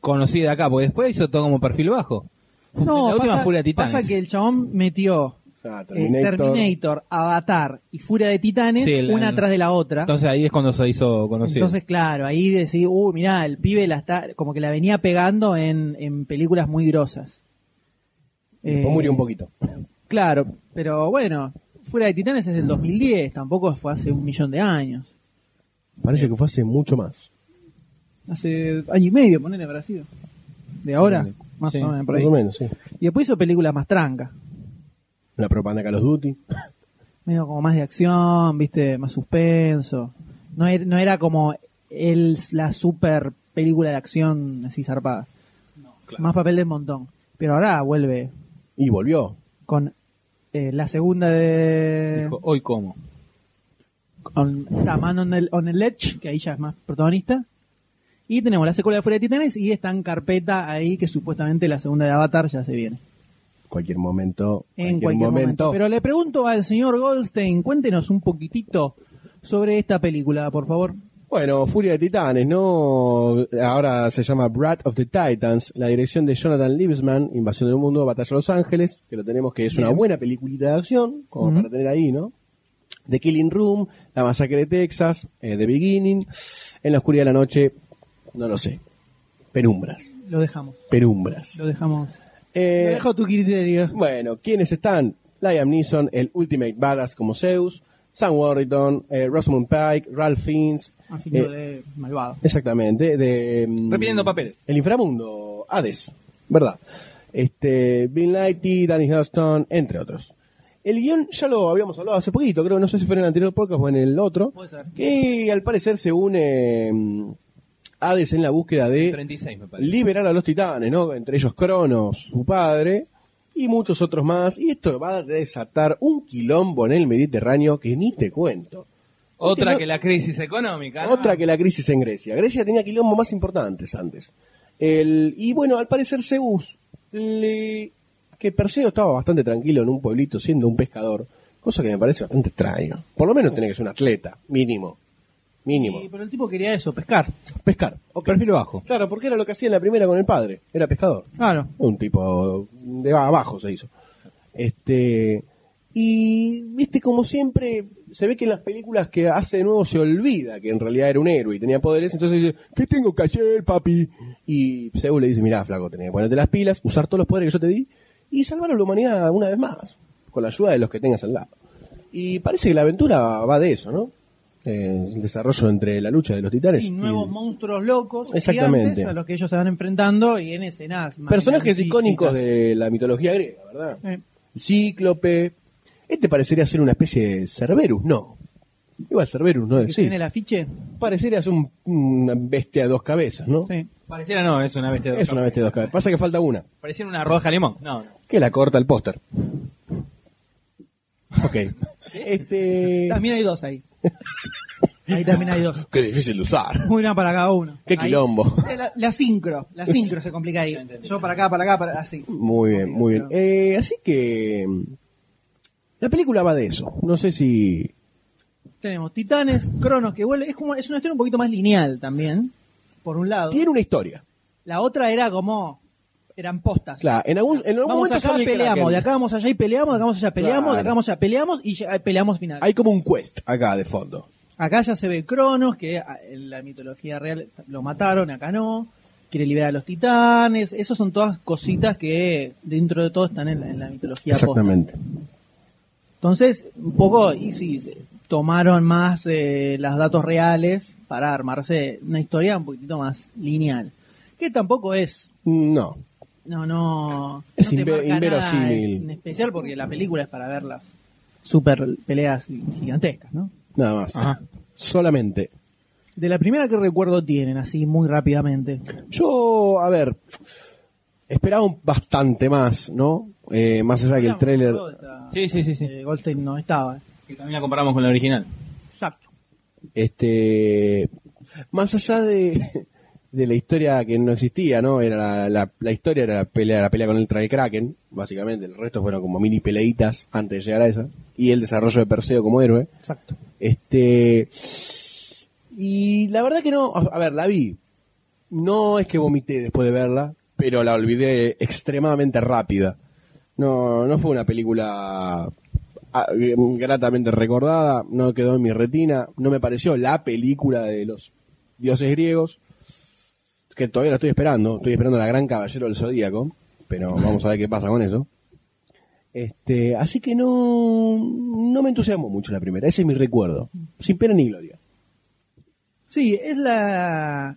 S1: Conocida acá, porque después hizo todo como perfil bajo.
S2: No,
S1: la última
S2: pasa,
S1: Furia de Titanes.
S2: pasa que el chabón metió
S3: ah,
S2: eh, Terminator. Avatar y Furia de Titanes
S1: Sí, la-
S2: una tras de la otra. Entonces,
S1: Entonces ahí es cuando se hizo conocido.
S2: claro, ahí decís, uh, mirá, el pibe la está, como que la venía pegando en, en películas muy grosas.
S3: Y después
S2: Eh,
S3: murió un poquito. Mm.
S2: Claro, pero bueno, Furia de Titanes es del 2010, tampoco fue hace un millón de años. eh.
S3: Parece que fue hace mucho más.
S2: Hace año y medio, ponele, habrá sido. De ahora,
S1: Ponele.
S2: más
S1: Sí,
S2: o menos por ahí.
S3: Más o menos, sí.
S2: Y después hizo películas más trancas.
S3: La propaganda Call of Duty.
S2: medio como más de acción, viste, más suspenso. No, er- no era como el, la super película de acción así zarpada. Más papel de montón. Pero ahora vuelve
S3: Y volvió.
S2: con eh, la segunda de...
S1: Dijo, hoy como.
S2: On, está Man on the, on the Ledge, que ahí ya es más protagonista. Y tenemos la secuela de Furia de Titanes y está en carpeta ahí que supuestamente la segunda de Avatar ya se viene.
S3: Cualquier momento.
S2: en cualquier momento. Pero le pregunto al señor Goldstein, cuéntenos un poquitito sobre esta película, por favor.
S3: Bueno, Furia de Titanes, ¿no? Ahora se llama Brat of the Titans, la dirección de Jonathan Liebsman, Invasión del Mundo, Batalla de los Ángeles, que lo tenemos que es una buena peliculita de acción, como
S2: Ujú.
S3: para tener ahí, ¿no? The Killing Room, La Masacre de Texas, eh, The Beginning, En la Oscuridad de la Noche, no lo sé. Penumbras,
S2: Lo dejamos,
S3: penumbras.
S2: lo dejamos.
S3: Eh,
S2: lo dejo a tu criterio.
S3: Bueno, ¿quiénes están? Liam Neeson, el Ultimate Badass como Zeus, Sam Warrington, eh, Rosamund Pike, Ralph Fiennes.
S2: Así
S3: eh,
S2: que lo de malvado.
S3: Exactamente, de... mm,
S1: Repitiendo papeles.
S3: El inframundo, Hades, ¿verdad? Este, Bill Lighty, Danny Huston, entre otros. El guión ya lo habíamos hablado hace poquito, creo que no sé si fue en el anterior podcast o en el otro,
S2: Puede ser.
S3: que al parecer se une mm, Hades en la búsqueda de
S1: 36 me parece.
S3: liberar a los titanes, ¿no? Entre ellos Cronos, su padre, y muchos otros más. Y esto va a desatar un quilombo en el Mediterráneo que ni te cuento.
S1: Otra
S3: no-
S1: que la crisis económica. ¿no?
S3: Otra que la crisis en Grecia. Grecia tenía quilombo más importantes antes. El, y bueno, al parecer Zeus, le, que Perseo estaba bastante tranquilo en un pueblito siendo un pescador, cosa que me parece bastante extraño. Por lo menos tenés que ser un atleta, mínimo. Mínimo.
S2: Y- pero el tipo quería eso, pescar.
S3: Pescar. ok.
S1: Perfil bajo.
S3: Claro, porque era lo que hacía en la primera con el padre. Era pescador.
S2: Claro.
S3: Un tipo de abajo se hizo. Este. Y, viste, como siempre, se ve que en las películas que hace de nuevo se olvida que en realidad era un héroe y tenía poderes. Entonces dice, ¿qué tengo que hacer, papi? Y Zeus le dice, mirá, flaco, tenés que ponerte las pilas, usar todos los poderes que yo te di y salvar a la humanidad una vez más. Con la ayuda de los que tengas al lado. Y parece que la aventura va de eso, ¿no? Eh, el desarrollo entre la lucha de los titanes.
S2: Y nuevos
S3: el-
S2: monstruos locos.
S3: Exactamente.
S2: gigantes A los que ellos se van enfrentando y en escenas. más
S3: Personajes
S2: dinamicitas.
S3: icónicos de la mitología griega, ¿verdad?
S2: Eh,
S3: El Cíclope. Este parecería ser una especie de Cerberus, no. Igual Cerberus, ¿no?
S2: que
S3: Sí.
S2: tiene el afiche.
S3: Parecería ser un- una bestia de dos cabezas, ¿no?
S2: Sí.
S1: Pareciera no, es una bestia. de
S3: Es una bestia de dos cabezas. Pasa que falta una,
S1: Pareciera una roja limón. No, no.
S3: que la corta el póster. Ok. este...
S2: También Ah, hay dos ahí. Ahí también hay dos.
S3: Qué difícil de usar.
S2: Una para cada uno.
S3: Qué
S2: Ahí- Eh,
S3: quilombo.
S2: La, la sincro, la sincro se complica ahí. Yo para acá, para acá, para así.
S3: Muy bien, muy bien. Eh, así que... mm, La película va de eso. No sé si...
S2: Tenemos Titanes, Cronos que vuelve. Es como es una historia un poquito más lineal también, por un lado.
S3: Tiene una historia.
S2: La otra era como eran postas.
S3: Claro, en algún, en algún
S2: Vamos
S3: momento
S2: acá,
S3: sale el
S2: peleamos,
S3: Kraken.
S2: de acá vamos allá y peleamos, de acá vamos allá, peleamos,
S3: Claro.
S2: de acá vamos allá, peleamos y ya- peleamos final.
S3: Hay como un quest acá de fondo.
S2: Acá ya se ve Cronos, que ah, en la mitología real lo mataron, acá no. Quiere liberar a los titanes. Esas son todas cositas que dentro de todo están en la, en la mitología posta. Entonces, un poco, y sí, se tomaron más eh, los datos reales para armarse una historia un poquitito más lineal. Que tampoco es,
S3: No.
S2: no, no,
S3: Es
S2: no te
S3: inve-
S2: marca nada
S3: inverosímil.
S2: en especial porque la película es para ver las super peleas gigantescas, ¿no?
S3: Nada más. Solamente.
S2: De la primera que recuerdo tienen, así muy rápidamente.
S3: Yo, a ver, esperaba un- bastante más, ¿no? Eh, más allá que el tráiler...
S1: Sí, sí, sí, sí.
S2: Eh, Goldstein no estaba.
S1: Que también la comparamos con la original.
S2: Exacto.
S3: Este, más allá de, de la historia que no existía, ¿no? Era la, la- la historia era la pelea, la pelea con el Trae Kraken, básicamente. El resto fueron como mini peleitas antes de llegar a esa. Y el desarrollo de Perseo como héroe.
S2: Exacto.
S3: Este. Y la verdad que no. A a ver, la vi. No es que vomité después de verla, pero la olvidé extremadamente rápida. No, no fue una película ah, eh, gratamente recordada, no quedó en mi retina, no me pareció la película de los dioses griegos, que todavía la estoy esperando, estoy esperando la Gran Caballero del Zodíaco, pero vamos a ver qué pasa con eso. Este, así que no, no me entusiasmó mucho la primera, ese es mi recuerdo, sin pena ni gloria.
S2: Sí, es la.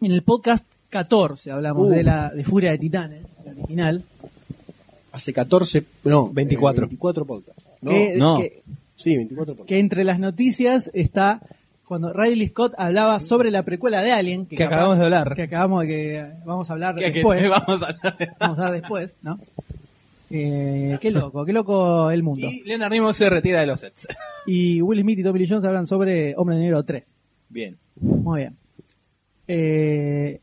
S2: En el podcast 14 hablamos
S3: Uh.
S2: de la de Furia de Titanes, la original.
S3: Hace 14, no, eh,
S1: 24.
S3: 24 podcasts. No,
S2: que,
S1: no.
S2: Que,
S3: sí, 24 podcasts.
S2: que entre las noticias está cuando Ridley Scott hablaba sobre la precuela de Alien.
S1: Que acabamos de hablar.
S2: Que acabamos de que vamos a hablar
S1: Que- que
S2: después.
S1: vamos a hablar de-
S2: Vamos a hablar después, ¿no? Eh, qué loco, qué loco el mundo.
S1: Y Leonard Nimoy se retira de los sets.
S2: Y Will Smith y Tommy Lee Jones hablan sobre Hombre de Negro 3.
S1: Bien.
S2: Muy bien. Eh,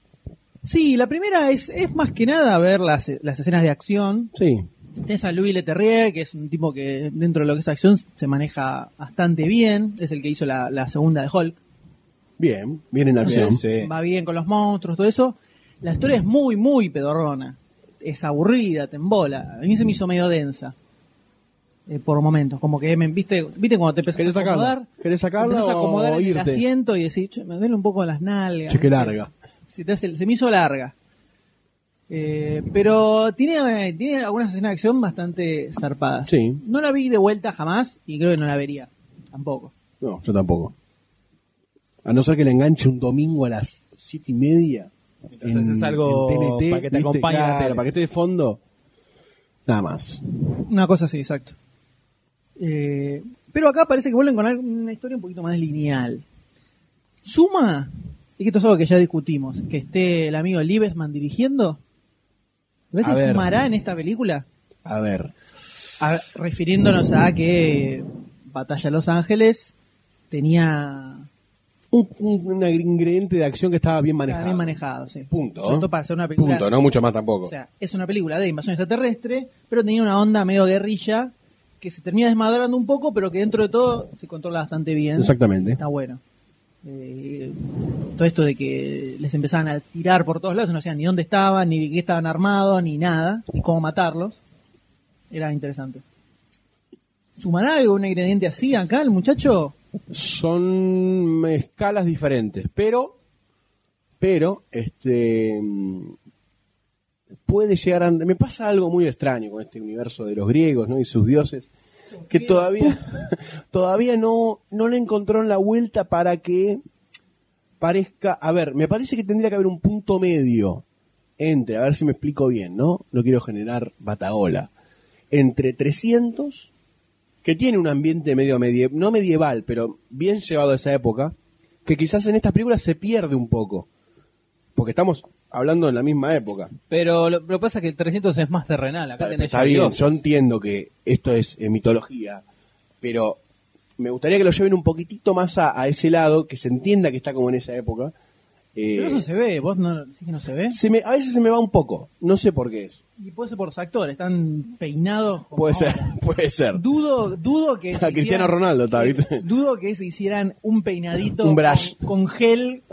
S2: sí, la primera es, es más que nada ver las, las escenas de acción.
S3: Sí,
S2: Tenés a Louis Leterrier, que es un tipo que dentro de lo que es acción se maneja bastante bien. Es el que hizo la, la segunda de Hulk.
S3: bien, bien en acción.
S2: Va bien con los monstruos, todo eso. La historia es muy, muy pedorrona. Es aburrida, te embola. A mí se me hizo medio densa. eh, por momentos, como que me viste, viste cuando te empezás a
S3: ¿Querés sacarla?
S2: acomodar,
S3: ¿Querés
S2: te
S3: sacarla
S2: empezás a
S3: o
S2: acomodar en el
S3: irte?
S2: asiento y decís, "Che, me duele un poco las nalgas.
S3: Che, qué
S2: ¿viste?
S3: larga.
S2: se, te hace- se me hizo larga. Eh, pero tiene, eh, tiene algunas escenas de acción bastante zarpadas.
S3: Sí.
S2: No la vi de vuelta jamás y creo que no la vería tampoco.
S3: No, yo tampoco. A no ser que le enganche un domingo a las siete y media.
S1: Mientras haces algo para que
S3: ¿viste?
S1: te acompañe la
S3: Claro,
S1: tele.
S3: para que esté de fondo. Nada más.
S2: Una cosa así, exacto. Eh, pero acá parece que vuelven con algo- una historia un poquito más lineal. Suma, y que esto es algo que ya discutimos, que esté el amigo Liebesman dirigiendo. ¿Ves
S3: A
S2: si
S3: ver.
S2: sumará en esta película?
S3: A ver.
S2: A- refiriéndonos a que Batalla de Los Ángeles tenía
S3: Un, un- un ingrediente de acción que estaba bien manejado.
S2: bien manejado, sí.
S3: Punto.
S2: Sobre todo para hacer una película.
S3: Punto, no mucho más tampoco.
S2: O sea, es una película de invasión extraterrestre, pero tenía una onda medio guerrilla que se termina desmadrando un poco, pero que dentro de todo se controla bastante bien.
S3: Exactamente.
S2: Está bueno. Eh, todo esto de que les empezaban a tirar por todos lados, no sabían ni dónde estaban, ni de qué estaban armados, ni nada, ni cómo matarlos. Era interesante. ¿Sumará algo, un ingrediente así acá el muchacho?
S3: Son escalas diferentes, pero, pero, este, mm, puede llegar a... Me pasa algo muy extraño con este universo de los griegos, ¿no? Y sus dioses, que todavía, todavía no, no le encontraron la vuelta para que parezca... A ver, me parece que tendría que haber un punto medio entre, a ver si me explico bien, ¿no? No quiero generar bataola. Entre 300 que tiene un ambiente medio medieval, no medieval, pero bien llevado a esa época, que quizás en estas películas se pierde un poco. Porque estamos hablando de la misma época.
S1: Pero lo lo que pasa es que el 300 es más terrenal. Acá tenés
S3: Está bien, yo entiendo que esto es eh, mitología, pero me gustaría que lo lleven un poquitito más a, a ese lado, que se entienda que está como en esa época. Eh,
S2: Pero eso se ve, vos no, sí que no se ve.
S3: se me- a veces se me va un poco, no sé por qué es.
S2: Y puede ser por los actores, están peinados. como
S3: Puede
S2: ahora.
S3: ser, puede ser.
S2: Dudo, dudo que. se eh,
S3: A Cristiano Ronaldo está, ¿viste?
S2: Dudo que se hicieran un peinadito
S3: Un brush.
S2: Con, con gel,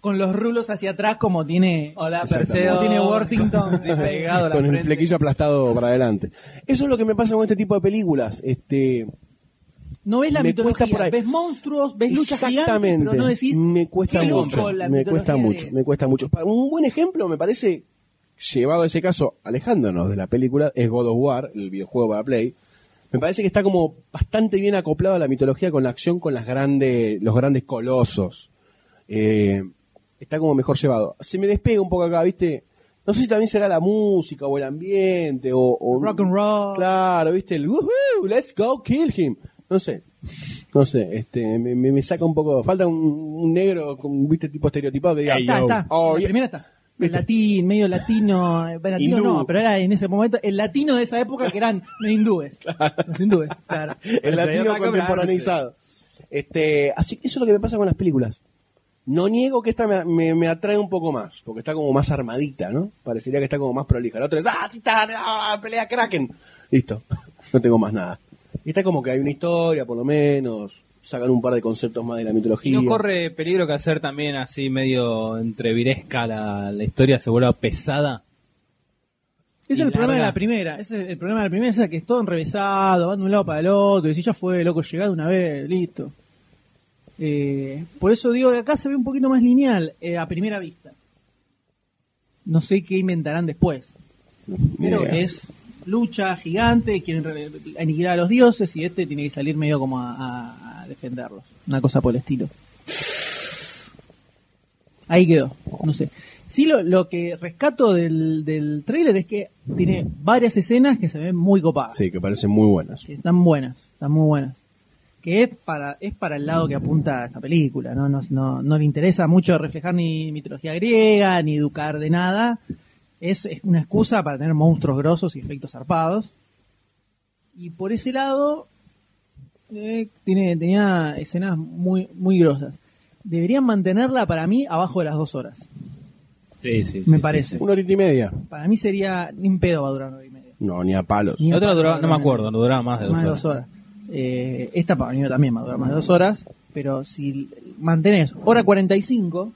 S2: con los rulos hacia atrás, como tiene.
S1: Hola,
S3: Exactamente.
S1: Perseo.
S2: Como tiene Worthington.
S1: Sí, pegado a la
S3: con el
S1: frente.
S3: flequillo aplastado para adelante. Eso es lo que me pasa con este tipo de películas. Este,
S2: No ves la
S3: Me
S2: mitología,
S3: cuesta por ahí.
S2: ves monstruos, ves luchas gigantes,
S3: Exactamente.
S2: pero no decís.
S3: me cuesta
S2: "Qué loco
S3: mucho,
S2: la
S3: me
S2: mitología
S3: cuesta
S2: de-".
S3: mucho, me cuesta mucho. Para- Un buen ejemplo me parece llevado a ese caso, alejándonos de la película, es God of War, el videojuego para Play. Me parece que está como bastante bien acoplado a la mitología con la acción con las grandes, los grandes colosos. Eh, está como mejor llevado. Se me despega un poco acá, ¿viste? No sé si también será la música o el ambiente o, o-
S2: Rock and roll.
S3: Claro, ¿viste? El "Woohoo, let's go kill him. No sé. No sé, este, me, me- me saca un poco. Falta un, un negro, con, ¿viste? Tipo estereotipado que diga.
S2: Está, está.
S3: "Oh,
S2: la
S3: yeah".
S2: primera está. El
S3: ¿Viste?
S2: latín, medio latino, eh, latino
S3: Hindú.
S2: no, pero era en ese momento el latino de esa época que eran los hindúes. Los hindúes, claro.
S3: el latino contemporaneizado. Este, así que eso es lo que me pasa con las películas. No niego que esta me, me- me atrae un poco más, porque está como más armadita, ¿no? Parecería que está como más prolija. La otra es, ¡ah, titán! ¡Ah, pelea Kraken! Listo, no tengo más nada. Y está como que hay una historia, por lo menos, sacan un par de conceptos más de la
S1: Y
S3: mitología.
S1: no corre peligro que hacer también así medio entreviresca la, la historia, se vuelva pesada.
S2: Ese es
S1: Y
S2: el problema de
S1: larga.
S2: la primera. Ese es el problema de la primera, esa que es todo enrevesado, van de un lado para el otro, y si ya fue, loco, llegado una vez, listo. Eh, por eso digo que acá se ve un poquito más lineal eh, a primera vista. No sé qué inventarán después.
S3: Ni
S2: Pero
S3: idea.
S2: es lucha gigante, quieren re- aniquilar a los dioses y este tiene que salir medio como a- a, a defenderlos. Una cosa por el estilo. Ahí quedó, no sé. Sí, lo, lo que rescato del, del trailer es que tiene varias escenas que se ven muy copadas.
S3: Sí, que parecen muy buenas.
S2: Que están buenas, están muy buenas. Que es para, es para el lado que apunta esta película, ¿no? No, no, no le interesa mucho reflejar ni mitología griega, ni educar de nada. Es, es una excusa para tener monstruos grosos y efectos zarpados. Y por ese lado, eh, tiene, tenía escenas muy, muy grosas. Deberían mantenerla para mí abajo de las dos horas,
S1: Sí, sí.
S2: me parece.
S3: Una horita y media.
S2: Para mí sería ni un pedo va a durar una hora y media.
S3: No, ni a palos.
S2: Ni a
S1: La otra
S2: palo va
S1: duraba,
S2: a
S1: no me
S2: durar una-
S1: acuerdo, no duraba más de dos
S2: más de
S1: horas.
S2: dos horas. Eh, esta para mí también va a durar más de dos horas, pero si mantenés hora 45,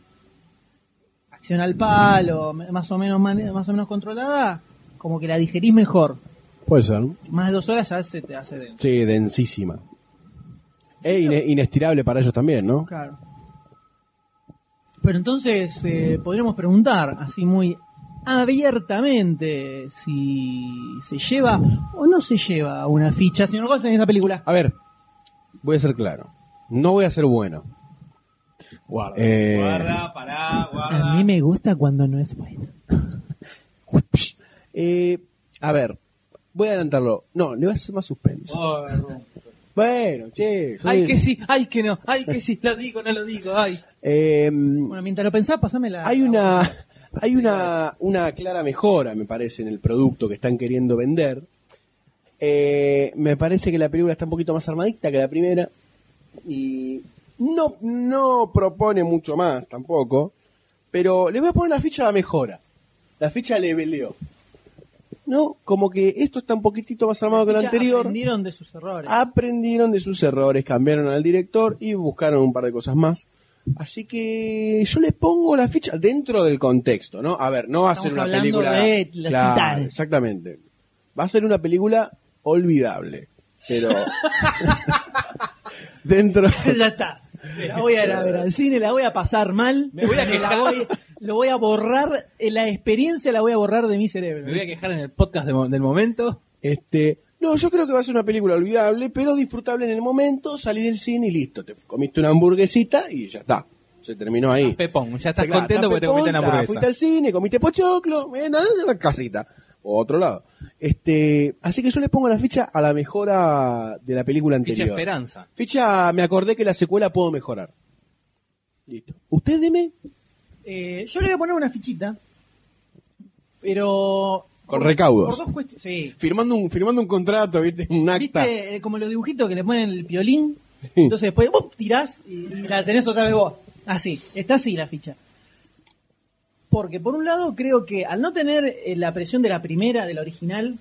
S2: acción al palo, m- más o menos mane- más o menos controlada, como que la digerís mejor.
S3: Puede ser. ¿no?
S2: Más de dos horas ya se te hace denso.
S3: Sí, densísima. e ine- inestirable para ellos también, ¿no?
S2: Claro. Pero entonces eh, podríamos preguntar así muy abiertamente si se lleva o no se lleva una ficha, señor Goldstein, en esta película.
S3: A ver, voy a ser claro. No voy a ser bueno.
S1: Guarda,
S3: Eh,
S1: guarda, pará, guarda.
S2: A mí me gusta cuando no es buena.
S3: Eh, a ver, voy a adelantarlo. No, le voy a hacer más suspenso.
S1: Guarda.
S3: Bueno, che. soy-
S1: Ay que sí, ay que no, ay que sí, lo digo, no lo digo, ay.
S3: Eh,
S2: Bueno, mientras lo pensás, pasame la.
S3: hay una, hay una, una clara mejora, me parece, en el producto que están queriendo vender. Eh, me parece que la película está un poquito más armadita que la primera. y no, no propone mucho más tampoco, pero le voy a poner la ficha a la mejora, la ficha le veleo. No, como que esto está un poquitito más armado que el
S2: Ya
S3: anterior.
S2: Aprendieron de sus errores.
S1: Ah,
S3: Aprendieron de sus errores, cambiaron al director y buscaron un par de cosas más. Así que yo le pongo la ficha dentro del contexto, ¿no? A ver, no va a
S2: Estamos
S3: ser una
S2: hablando
S3: película.
S2: de los
S3: Claro,
S2: titanes.
S3: exactamente. Va a ser una película olvidable. Pero. dentro.
S2: ya está. La voy a ir a ver al cine, la voy a pasar mal.
S1: Me voy a
S2: la
S1: quejar.
S2: voy- lo voy a borrar, eh, la experiencia la voy a borrar de mi cerebro.
S1: Me voy a quejar en el podcast de mo- del momento.
S3: Este, no, yo creo que va a ser una película olvidable, pero disfrutable en el momento, salí del cine y listo, te comiste una hamburguesita y ya está. Se terminó ahí.
S1: Pepón, ya
S3: O sea,
S1: estás
S3: claro,
S1: contento porque te
S3: pepón,
S1: comiste una
S3: está,
S1: hamburguesa.
S3: Fuiste al cine, comiste pochoclo, eh, nada, una casita. O otro lado. Este, así que yo le pongo la ficha a la mejora de la película
S1: Ficha
S3: anterior.
S1: Esperanza.
S3: Ficha, me acordé que la secuela puedo mejorar. Listo. Usted deme
S2: Eh, yo le voy a poner una fichita, pero.
S3: Con
S2: por-
S3: recaudos.
S2: Por dos cuestiones. Sí.
S3: firmando un firmando un contrato, ¿viste? Un acta.
S2: ¿Viste? eh, como los dibujitos que le ponen el piolín. Entonces después ¡bum! tirás y, y la tenés otra vez vos. Así, está así la ficha. Porque por un lado creo que al no tener eh, la presión de la primera, de la original,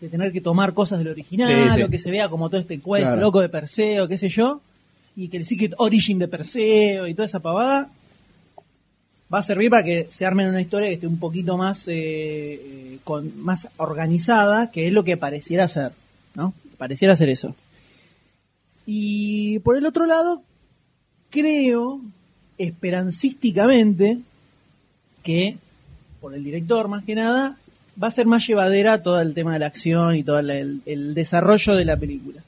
S2: de tener que tomar cosas del original,
S1: Sí, sí.
S2: o que se vea como todo este quest
S3: Claro.
S2: loco de Perseo, qué sé yo, y que el Secret Origin de Perseo y toda esa pavada, va a servir para que se armen una historia que esté un poquito más eh, eh, con, más organizada, que es lo que pareciera ser, ¿no? Pareciera ser eso. Y por el otro lado, creo esperancísticamente que por el director más que nada va a ser más llevadera todo el tema de la acción y todo el, el- el desarrollo de la película.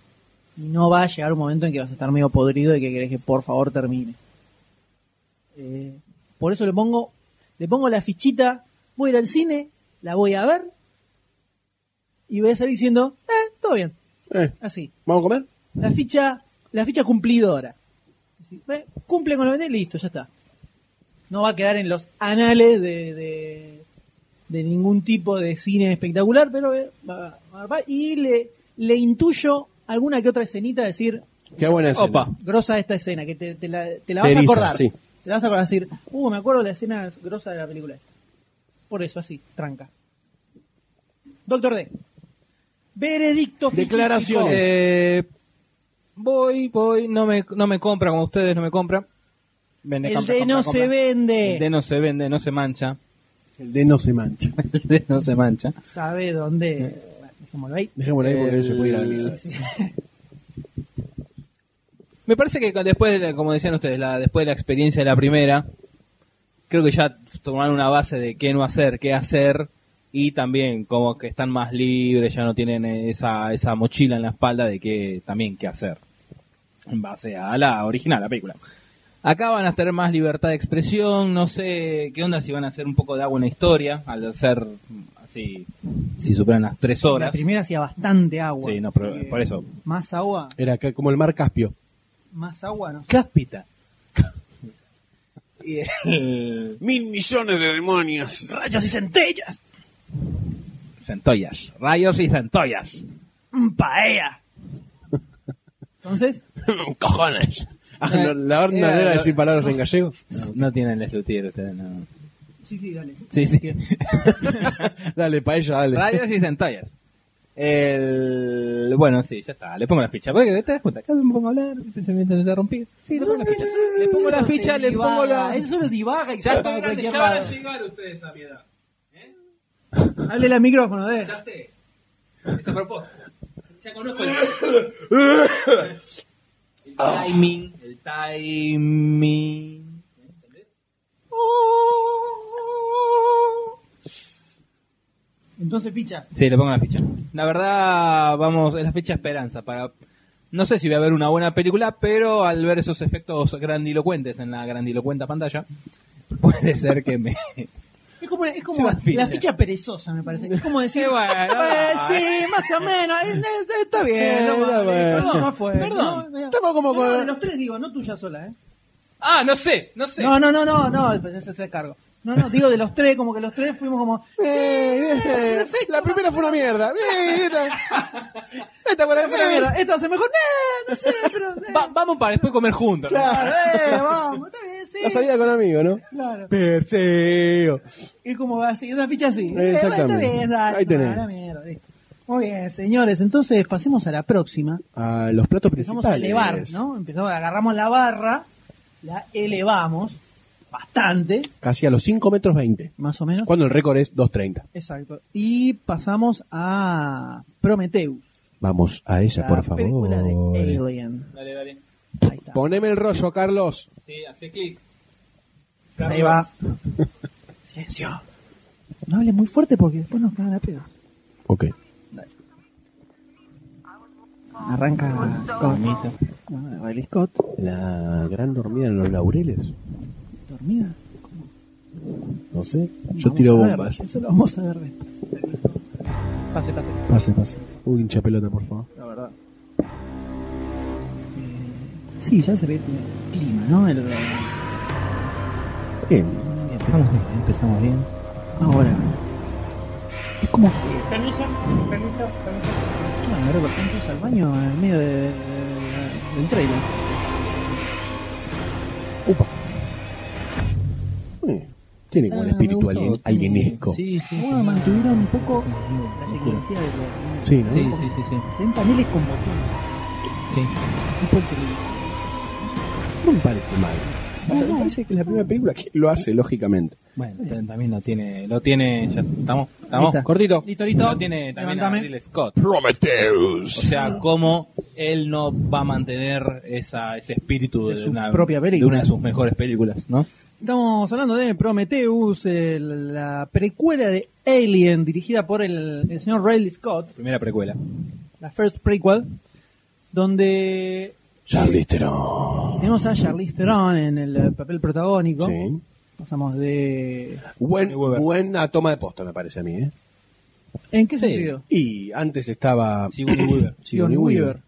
S2: Y no va a llegar un momento en que vas a estar medio podrido y que querés que por favor termine. Eh, por eso le pongo, le pongo la fichita, voy a ir al cine, la voy a ver y voy a salir diciendo, eh, todo bien,
S3: Eh,
S2: así.
S3: ¿Vamos a comer?
S2: La ficha, la ficha cumplidora. Ve, Cumple con lo que tenés, listo, ya está. No va a quedar en los anales de, de, de ningún tipo de cine espectacular, pero eh, va- va- va- y le, le intuyo alguna que otra escenita, decir,
S3: Qué buena escena.
S1: Opa.
S2: grosa esta escena, que te, te la, te la
S3: Te
S2: vas
S3: eriza,
S2: a acordar.
S3: sí.
S2: Te la vas a acordar, decir, uh, me acuerdo de la escena grosa de la película. Por eso, así, tranca. Doctor D. Veredicto fichístico.
S3: Declaraciones.
S1: Eh, voy, voy, no me, no me compra como ustedes, no me compra. Vende,
S2: El
S1: compra,
S2: de
S1: compra,
S2: no
S1: compra.
S2: se vende.
S1: El de no se vende, no se mancha.
S3: El de no se mancha.
S1: El de no se mancha.
S2: sabe dónde. Bueno, dejémoslo ahí.
S3: Dejémoslo ahí porque
S1: El-
S3: se puede ir a venir.
S2: Sí, sí.
S1: Me parece que después, de la- como decían ustedes, la, después de la experiencia de la primera, creo que ya tomaron una base de qué no hacer, qué hacer, y también como que están más libres, ya no tienen esa, esa mochila en la espalda de qué también qué hacer, en base a la original, la película. Acá van a tener más libertad de expresión, no sé qué onda si van a hacer un poco de agua en la historia, al hacer así, si superan las tres
S2: La
S1: horas.
S2: primera hacía bastante agua.
S1: Sí, no, pero-
S2: Así que
S1: por eso.
S2: Más agua,
S3: Era acá como el mar Caspio.
S2: más agua, no.
S1: Cáspita.
S3: Mil millones de demonios.
S2: Rayas y centellas.
S1: Centollas, rayos y centollas.
S2: Mm, Paella. Entonces,
S3: Cojones. Ah, no, la
S1: Eh, Era-
S3: manera de decir palabras en gallego.
S1: No, no tienen les luthier ustedes, no.
S2: sí, sí, dale.
S1: Sí, sí.
S3: Dale, paella, dale.
S1: Rayos y centollas. El... Bueno, sí, ya está. Le pongo la ficha. Porque te das cuenta, acá me pongo a hablar, se me interrumpir. Sí, le pongo la ficha. Le pongo la
S2: Él solo Ah, se divaga, Él solo
S1: ficha, le pongo la...
S2: divaga y
S1: Ya
S2: se
S1: estoy
S2: va para
S1: grande,
S2: cualquier
S4: Ya van a
S2: lado.
S4: llegar ustedes a mi edad. ¿eh?
S2: Háblele al micrófono, de.
S4: Ya sé. Es a propósito. Ya conozco el, el timing.
S1: El timing...
S2: Entonces ficha.
S1: Sí, le pongo la ficha. La verdad, vamos, es la ficha esperanza para... No sé si voy a ver una buena película, pero al ver esos efectos grandilocuentes en la grandilocuenta pantalla, puede ser que me...
S2: Es como, es como
S1: Sí,
S2: la,
S1: la
S2: ficha.
S1: ficha.
S2: perezosa, me parece. Es como decir,
S1: Sí, bueno,
S2: "Eh, sí, más o menos, eh, eh, está bien.
S3: Eh,
S2: no,
S3: está bueno.
S2: no, no fue.
S1: Perdón.
S2: no, no.
S3: Estamos como
S2: No,
S3: con-
S2: no, Los tres digo, no tuya sola, ¿eh?
S1: Ah, no sé, no sé.
S2: No, no, no, no, no, pues ese es el cargo. No, no, digo de los tres, como que los tres fuimos como.
S3: Eh,
S2: "Sí,
S3: eh,
S2: perfecto,
S3: la primera fue una mierda. Eh, esta, esta para
S2: Esta mierda, esta va a ser mejor. "Nah, No, sé, pero. eh,
S8: Va- vamos para después comer juntos. ¿no?
S3: Claro.
S2: eh, vamos, está bien, sí.
S3: La salida con amigos, ¿no?
S2: Claro.
S3: Perseo.
S2: Y como va así, una ficha así.
S3: Exactamente.
S2: Eh, está bien, dale,
S3: Ahí tenés.
S2: no, la mierda, listo. Muy bien, señores, entonces pasemos a la próxima.
S3: A los platos
S2: Empezamos
S3: principales.
S2: a elevar, ¿no? Empezamos, agarramos la barra, la elevamos bastante,
S3: Casi a los 5 metros 20.
S2: más o menos.
S3: Cuando el récord es 2.30.
S2: Exacto. Y pasamos a Prometheus.
S3: Vamos a ella,
S2: la
S3: por favor.
S2: película de Alien.
S4: Dale, dale.
S2: Ahí está.
S3: Poneme el rollo, Carlos.
S4: Sí, hace clic.
S2: Ahí va. Silencio. No hable muy fuerte porque después nos cagan a pedo.
S3: Ok.
S2: Arranca Scott. Ah, Riley Scott.
S3: La gran dormida en los laureles.
S2: Dormida.
S3: No sé. Yo
S2: Vamos
S3: tiro
S2: a ver,
S3: bombas.
S2: Eso lo vamos a ver después. Pase, pase.
S3: Pase, pase. Uy, hincha pelota, por favor.
S2: La verdad. Eh, Sí, ya se ve el clima, ¿no? El-
S3: Bien.
S2: Empezamos bien, empezamos bien. Ahora. Es como que. Permiso, permiso, permiso. Claro, porque entonces al baño en medio de, de- de- del trailer.
S3: Upa. Eh, tiene como
S6: Ah,
S3: un
S6: me
S3: espíritu
S6: gustó.
S3: alien- alienesco.
S8: Sí, sí.
S2: Bueno, mantuvieron un poco la tecnología de los.
S3: Sí, ¿no?
S8: Sí, sí, sí, sí.
S2: Se ven paneles con botones,
S8: Sí.
S2: tipo el televisor.
S3: No me parece mal. O sea, me parece que es la primera película que lo hace, lógicamente.
S8: Bueno, t- también lo tiene, lo tiene, ya estamos,
S2: Ahí
S8: estamos.
S2: está.
S3: Cortito.
S2: Listo, listo.
S8: Lo tiene también a
S2: Levantame.
S8: Ridley Scott.
S1: O
S3: Prometheus.
S1: sea, cómo él no va a mantener esa, ese espíritu de,
S2: De su
S1: una,
S2: propia película.
S1: de una de sus mejores películas, ¿no?
S2: Estamos hablando de Prometheus, eh, la precuela de Alien dirigida por el, el señor Riley Scott,
S1: Primera precuela.
S2: la first prequel, donde
S3: Charlize Theron.
S2: tenemos a Charlize Theron en el eh, papel protagónico.
S3: Sí.
S2: Pasamos de...
S3: Buen,
S1: Johnny Weaver.
S3: buena toma de posta, me parece a mí. ¿eh?
S2: ¿En qué
S1: Sí.
S2: sentido?
S3: Y antes estaba
S1: Sigourney Weaver.
S3: Sigourney Weaver.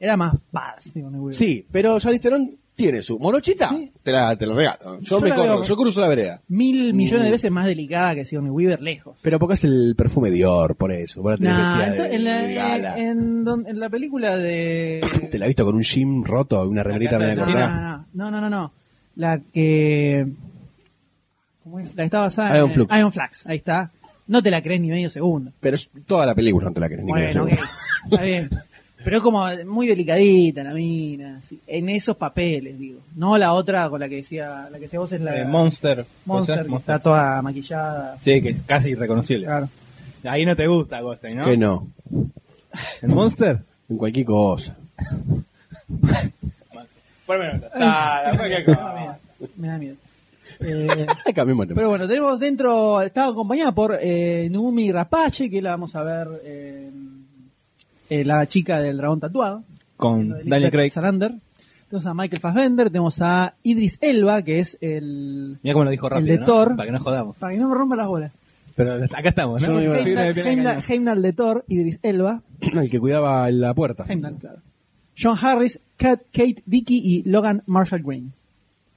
S2: Era más bad Sigourney Weaver.
S3: Sí, pero Charlize Theron tiene su morochita.
S2: Sí.
S3: Te, la, te la regalo. Yo,
S2: Yo
S3: me
S2: la
S3: corro,
S2: veo-
S3: yo cruzo la vereda.
S2: Mil millones de
S3: Mm.
S2: veces más delicada que Sigourney Weaver, lejos.
S3: Pero porque es el perfume Dior, por eso. Vos la tenés
S2: Nah,
S3: vestida
S2: ento-
S3: de,
S2: en, la, eh,
S3: de gala.
S2: en don- en la película de...
S3: Te la he visto con un jean roto y una remerita
S1: casa
S3: media
S1: de
S2: No,
S3: cortada.
S2: no, no, no, no, no. La que. ¿Cómo es? La que está basada en.
S3: Iron Flux.
S2: Iron Flux, ahí está. No te la crees ni medio segundo.
S3: Pero es- toda la película no te la querés ni
S2: Bueno,
S3: creer,
S2: ok.
S3: seguro.
S2: Está bien. Pero es como muy delicadita la mina. así. En esos papeles, digo. No la otra con la que decía. La que decía vos es la.
S1: Eh, Monster. ¿puede
S2: Monster,
S1: ser?
S2: que
S1: Monster.
S2: está toda maquillada.
S1: Sí, que es casi irreconocible.
S2: Claro.
S1: Ahí no te gusta Goldstein, ¿no?
S3: Que no.
S1: ¿El Monster?
S3: En cualquier cosa.
S1: Ponme nota. Ah, la cualquier cosa.
S2: Me da miedo. Eh,
S3: Ay, cambiemos de tema.
S2: Pero bueno, tenemos dentro, estaba acompañada por eh, Numi Rapache, que la vamos a ver, eh, eh, la chica del dragón tatuado.
S1: Con
S2: Elizabeth
S1: Daniel Craig.
S2: Salander. Tenemos a Michael Fassbender, tenemos a Idris Elba, que es el...
S1: Mira cómo lo dijo rápido.
S2: El de
S1: ¿no?
S2: Thor.
S1: Para que no jodamos.
S2: Para que no me rompa las bolas.
S1: Pero acá estamos, ¿no?
S2: Es
S1: Firme,
S2: Heimdall-
S1: firme, cañón.
S2: Heimdall Heimdall de Thor, Idris Elba.
S3: El que cuidaba la puerta.
S2: Heimdall, claro. John Harris, Kat- Kate Dickey y Logan Marshall Green.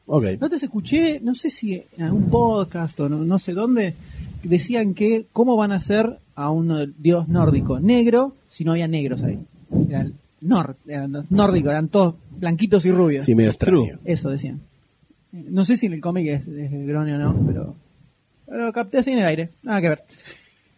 S3: Ok.
S1: Ah,
S2: No te escuché, no sé si en algún podcast o no, no sé dónde, decían que cómo van a hacer a un dios nórdico negro si no había negros ahí. Eran nor, eran los nórdicos, eran todos blanquitos y rubios.
S3: Sí, medio extraño.
S2: Eso decían. No sé si en el cómic es, es erróneo o no, pero pero lo capté así en el aire. Nada que ver.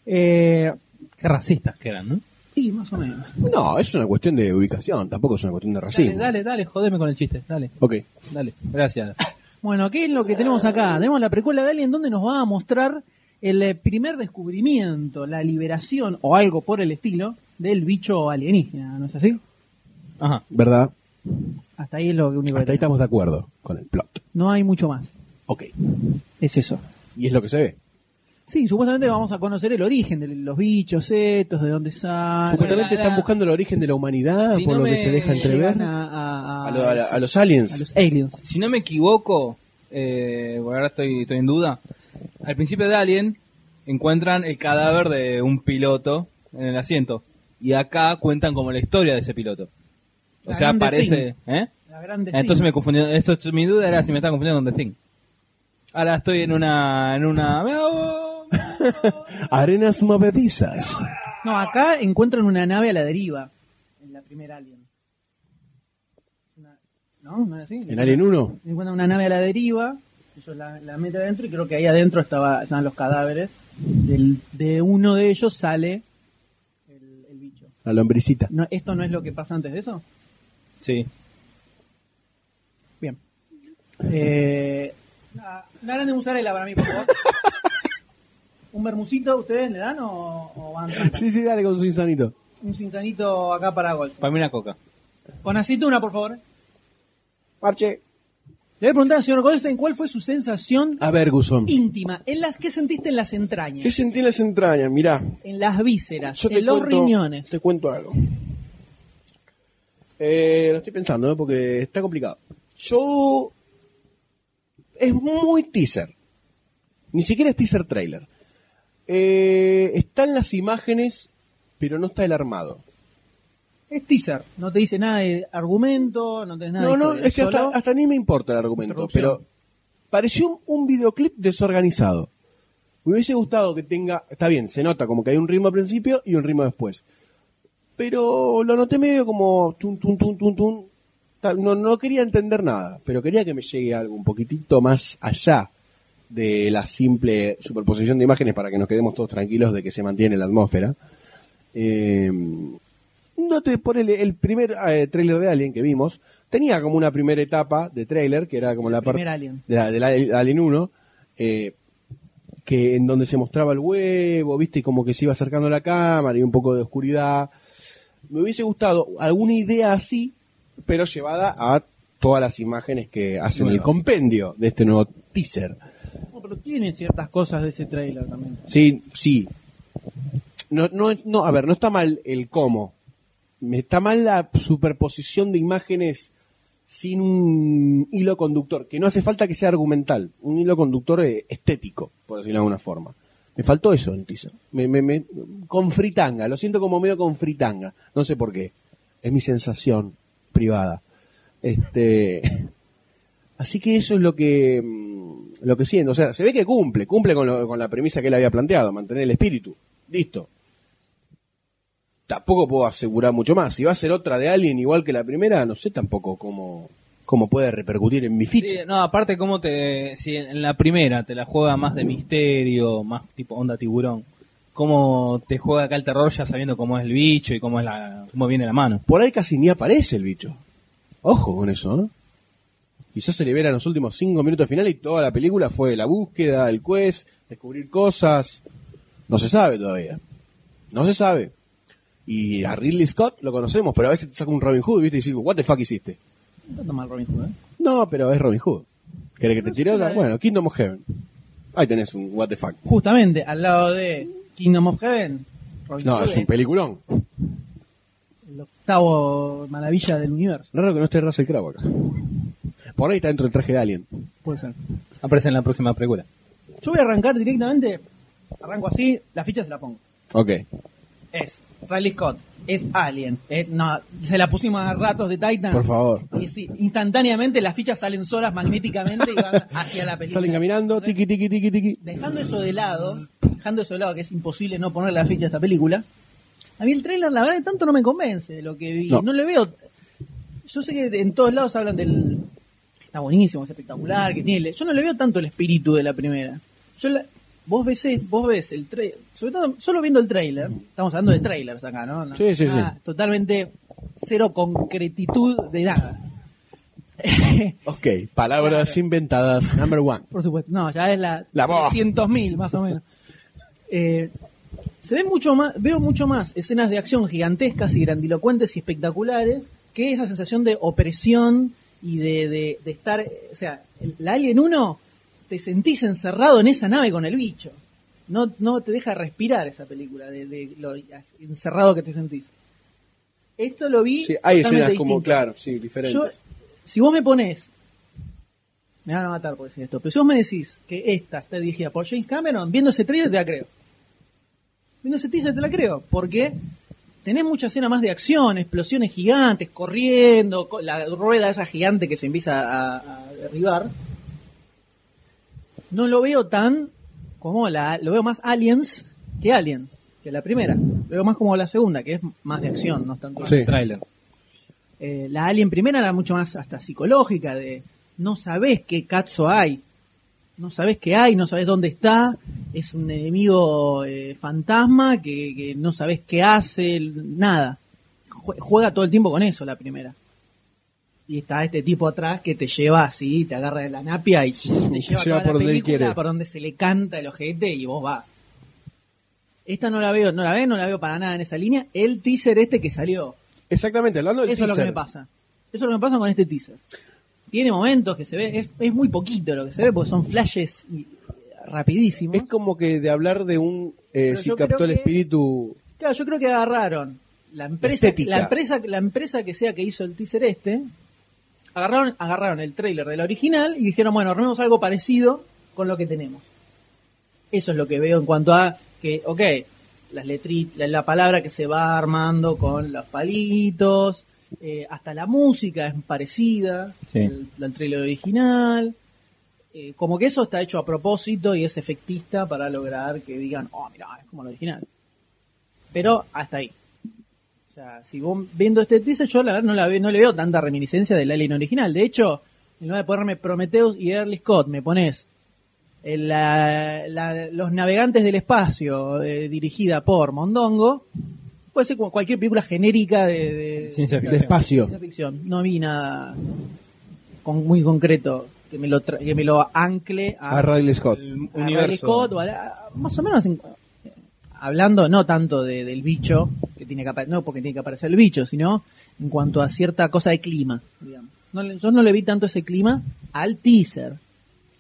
S2: Eh,
S1: Qué racistas que eran, ¿no?
S2: y más o menos.
S3: No, es una cuestión de ubicación, tampoco es una cuestión de racismo.
S1: Dale, dale, jodeme con el chiste. Dale,
S3: Ok.
S1: dale. Gracias.
S2: Bueno, ¿qué es lo que tenemos acá? Tenemos la precuela de Alien donde nos va a mostrar el eh, primer descubrimiento, la liberación o algo por el estilo del bicho alienígena, ¿no es así?
S1: Ajá.
S3: ¿Verdad?
S2: Hasta ahí es lo único que
S3: Hasta ahí
S2: tenemos.
S3: estamos de acuerdo con el plot.
S2: No hay mucho más.
S3: Ok.
S2: Es eso.
S3: Y es lo que se ve.
S2: Sí, supuestamente vamos a conocer el origen de los bichos estos, de dónde salen.
S3: Supuestamente
S1: Ah, la-
S3: están buscando el origen de la humanidad,
S1: Si
S3: por
S1: no
S3: lo que
S1: me
S3: se deja entrever.
S2: Llegan a, a- a-
S3: A, lo- a la- a los aliens.
S2: a los aliens.
S1: Si no me equivoco, eh, porque ahora estoy, estoy en duda. Al principio de Alien encuentran el cadáver de un piloto en el asiento. Y acá cuentan como la historia de ese piloto. O
S2: La
S1: sea,
S2: gran The
S1: aparece. ¿eh?
S2: La grande
S1: Entonces
S2: fin.
S1: me confundí. Esto, mi duda era si me estaba confundiendo con The Thing. Ahora estoy en una. En una...
S3: Arenas movedizas.
S2: No, acá encuentran una nave a la deriva. En la primera Alien. Una- ¿No? ¿No es así?
S3: En Alien 1.
S2: Encuentran una nave a la deriva. Ellos la, la meten adentro y creo que ahí adentro estaba, estaban los cadáveres. Del- de uno de ellos sale el, el bicho.
S3: La lombricita.
S2: No, ¿Esto no es lo que pasa antes de eso?
S1: Sí.
S2: Bien. Eh, nada, una grande musarela para mí, por favor. ¿Un bermucito ustedes le dan o, o van?
S3: Sí, sí, dale con su insanito.
S2: Un cinzanito acá para golf.
S1: Para mí una coca.
S2: Con aceituna, por favor.
S3: Parche.
S2: Le voy a preguntar al señor Goldstein cuál fue su sensación
S3: A ver, Guzón.
S2: íntima. ¿En las que sentiste en las entrañas?
S3: ¿Qué sentí en las entrañas? Mirá,
S2: En las vísceras,
S3: yo te
S2: en los
S3: cuento,
S2: riñones.
S3: Te cuento algo. Eh, lo estoy pensando, ¿eh? porque está complicado. Yo. Es muy teaser. Ni siquiera es teaser trailer. Eh, están las imágenes, pero no está el armado.
S2: Es teaser. No te dice nada de argumento, no tenés nada
S3: No,
S2: de
S3: no,
S2: historia,
S3: es que hasta,
S2: solo-
S3: hasta ni me importa el argumento,
S2: Introducción.
S3: pero pareció un, un videoclip desorganizado. Me hubiese gustado que tenga, está bien, se nota como que hay un ritmo al principio y un ritmo después. Pero lo noté medio como tun tun tun tun tun. Tal, No, no quería entender nada, pero quería que me llegue algo un poquitito más allá de la simple superposición de imágenes para que nos quedemos todos tranquilos de que se mantiene la atmósfera. Eh, no te por el, el primer eh, tráiler de Alien que vimos tenía como una primera etapa de tráiler que era como la parte
S2: primer Alien.
S3: de la, del Ali- Alien 1 eh, que en donde se mostraba el huevo viste y como que se iba acercando la cámara y un poco de oscuridad me hubiese gustado alguna idea así pero llevada a todas las imágenes que hacen el compendio de este nuevo teaser
S2: No, pero tiene ciertas cosas de ese trailer también.
S3: Sí, sí. No, no, no, a ver, no está mal el cómo. Me Está mal la superposición de imágenes sin un hilo conductor, que no hace falta que sea argumental, un hilo conductor eh, estético, por decirlo de alguna forma. Me faltó eso en el teaser. Me, me, me- con fritanga, lo siento como medio con fritanga, no sé por qué. Es mi sensación privada. Este, Así que eso es lo que mm, lo que siento. O sea, se ve que cumple, cumple con, lo- con la premisa que él había planteado, mantener el espíritu. Listo. Tampoco puedo asegurar mucho más. Si va a ser otra de alguien igual que la primera, no sé tampoco cómo, cómo puede repercutir en mi
S1: Sí,
S3: ficha.
S1: no, aparte, como te. Si en la primera te la juega más de misterio, más tipo onda tiburón, ¿cómo te juega acá el terror ya sabiendo cómo es el bicho y cómo, es la, cómo viene la mano?
S3: Por ahí casi ni aparece el bicho. Ojo con eso, ¿no? Quizás se libera en los últimos cinco minutos finales y toda la película fue la búsqueda, el quest, descubrir cosas. No se sabe todavía. No se sabe. Y a Ridley Scott lo conocemos, pero a veces te saca un Robin Hood, ¿viste? Y dices, ¿What the fuck hiciste?
S2: No está tan mal Robin Hood, ¿eh?
S3: No, pero es Robin Hood. ¿Querés que te tire otra?
S2: eh.
S3: Bueno, Kingdom of Heaven. Ahí tenés un What the fuck.
S2: Justamente, al lado de Kingdom of Heaven, Robin
S3: No,
S2: Hood
S3: es un peliculón.
S2: el octavo maravilla del universo.
S3: Raro que no esté Russell Crowe acá. Por ahí está dentro del traje de Alien.
S2: Puede ser.
S1: Aparece en la próxima película.
S2: Yo voy a arrancar directamente, arranco así, la ficha se la pongo.
S3: Ok.
S2: Es Riley Scott, es Alien, es- no, se la pusimos a ratos de Titan.
S3: Por favor.
S2: Y sí, instantáneamente las fichas salen solas magnéticamente y van hacia la película.
S3: Salen caminando,
S2: Entonces,
S3: tiki, tiki, tiki, tiki.
S2: Dejando eso de lado, dejando eso de lado que es imposible no poner la ficha a esta película, a mí el trailer la verdad que tanto no me convence de lo que vi.
S3: No.
S2: No, le veo... Yo sé que en todos lados hablan del... Está buenísimo, es espectacular, que tiene... Yo no le veo tanto el espíritu de la primera. Yo la- Vos ves, es- vos ves el trailer, sobre todo solo viendo el trailer, estamos hablando de trailers acá, ¿no? No-
S3: Sí, sí,
S2: nada,
S3: sí.
S2: Totalmente cero concretitud de nada.
S3: Ok, palabras inventadas, number one.
S2: Por supuesto. No, ya es la,
S3: La voz.
S2: 300.000 más o menos. Eh, se ve mucho más, veo mucho más escenas de acción gigantescas y grandilocuentes y espectaculares que esa sensación de opresión y de, de- de estar, o sea, el- la Alien 1 te sentís encerrado en esa nave con el bicho. No, no te deja respirar esa película de, de lo encerrado que te sentís. Esto lo vi.
S3: Sí,
S2: totalmente
S3: hay escenas como,
S2: distinto.
S3: claro, sí, diferentes.
S2: Yo, si vos me pones, me van a matar por decir esto, pero si vos me decís que esta está dirigida por James Cameron, viendo ese trailer te la creo. Viendo ese teaser te la creo, porque tenés mucha escena más de acción, explosiones gigantes, corriendo, co- la rueda esa gigante que se empieza a, a derribar. no lo veo tan como la. Lo veo más Aliens que Alien, que la primera. Lo veo más como la segunda, que es más de acción, no es tanto.
S3: Sí.
S1: Trailer.
S2: Eh, la Alien primera era mucho más hasta psicológica, de no sabes qué cazzo hay, no sabes qué hay, no sabes dónde está, es un enemigo eh, fantasma que, que no sabes qué hace, nada. Jue- Juega todo el tiempo con eso la primera. Y está este tipo atrás que te lleva así, te agarra de la napia y te lleva,
S3: lleva
S2: toda
S3: por
S2: la
S3: donde él
S2: película,
S3: quiere.
S2: por donde se le canta el ojete y vos vas. Esta no la veo, no la veo, no la veo para nada en esa línea. El teaser este que salió,
S3: Exactamente, hablando del
S2: eso es lo que
S3: teaser.
S2: me pasa. Eso es lo que me pasa con este teaser. Tiene momentos que se ve, es, es muy poquito lo que se ve, porque son flashes y- rapidísimos.
S3: Es como que de hablar de un. eh,
S2: Pero
S3: si
S2: yo creo
S3: captó el
S2: que-
S3: espíritu.
S2: Claro, yo creo que agarraron la empresa,
S3: Estética.
S2: la empresa, la empresa que sea que hizo el teaser este, agarraron, agarraron el trailer de la original y dijeron, bueno, armemos algo parecido con lo que tenemos. Eso es lo que veo en cuanto a que, ok, las letri- la, la palabra que se va armando con los palitos, eh, hasta la música es parecida
S8: Sí.
S2: al, al trailer original. Eh, como que eso está hecho a propósito y es efectista para lograr que digan, oh, mira, es como el original. Pero hasta ahí. O sea, si vos viendo este teaser, yo la verdad no, la ve- no le veo tanta reminiscencia del Alien original. De hecho, en lugar de ponerme Prometheus y Early Scott, me pones el, la- la- Los Navegantes del Espacio, eh, dirigida por Mondongo. Puede ser como cualquier película genérica de, de-
S8: Ciencia
S2: de-
S8: ficción.
S3: De espacio.
S2: ciencia ficción. No vi nada con- muy concreto que me lo, tra- que me lo ancle a,
S3: A Ridley Scott.
S1: El
S2: a Ridley Scott o a la- más o menos en- hablando no tanto de- del bicho que tiene que apa- no porque tiene que aparecer el bicho sino en cuanto a cierta cosa de clima digamos no, le- yo no le vi tanto ese clima al teaser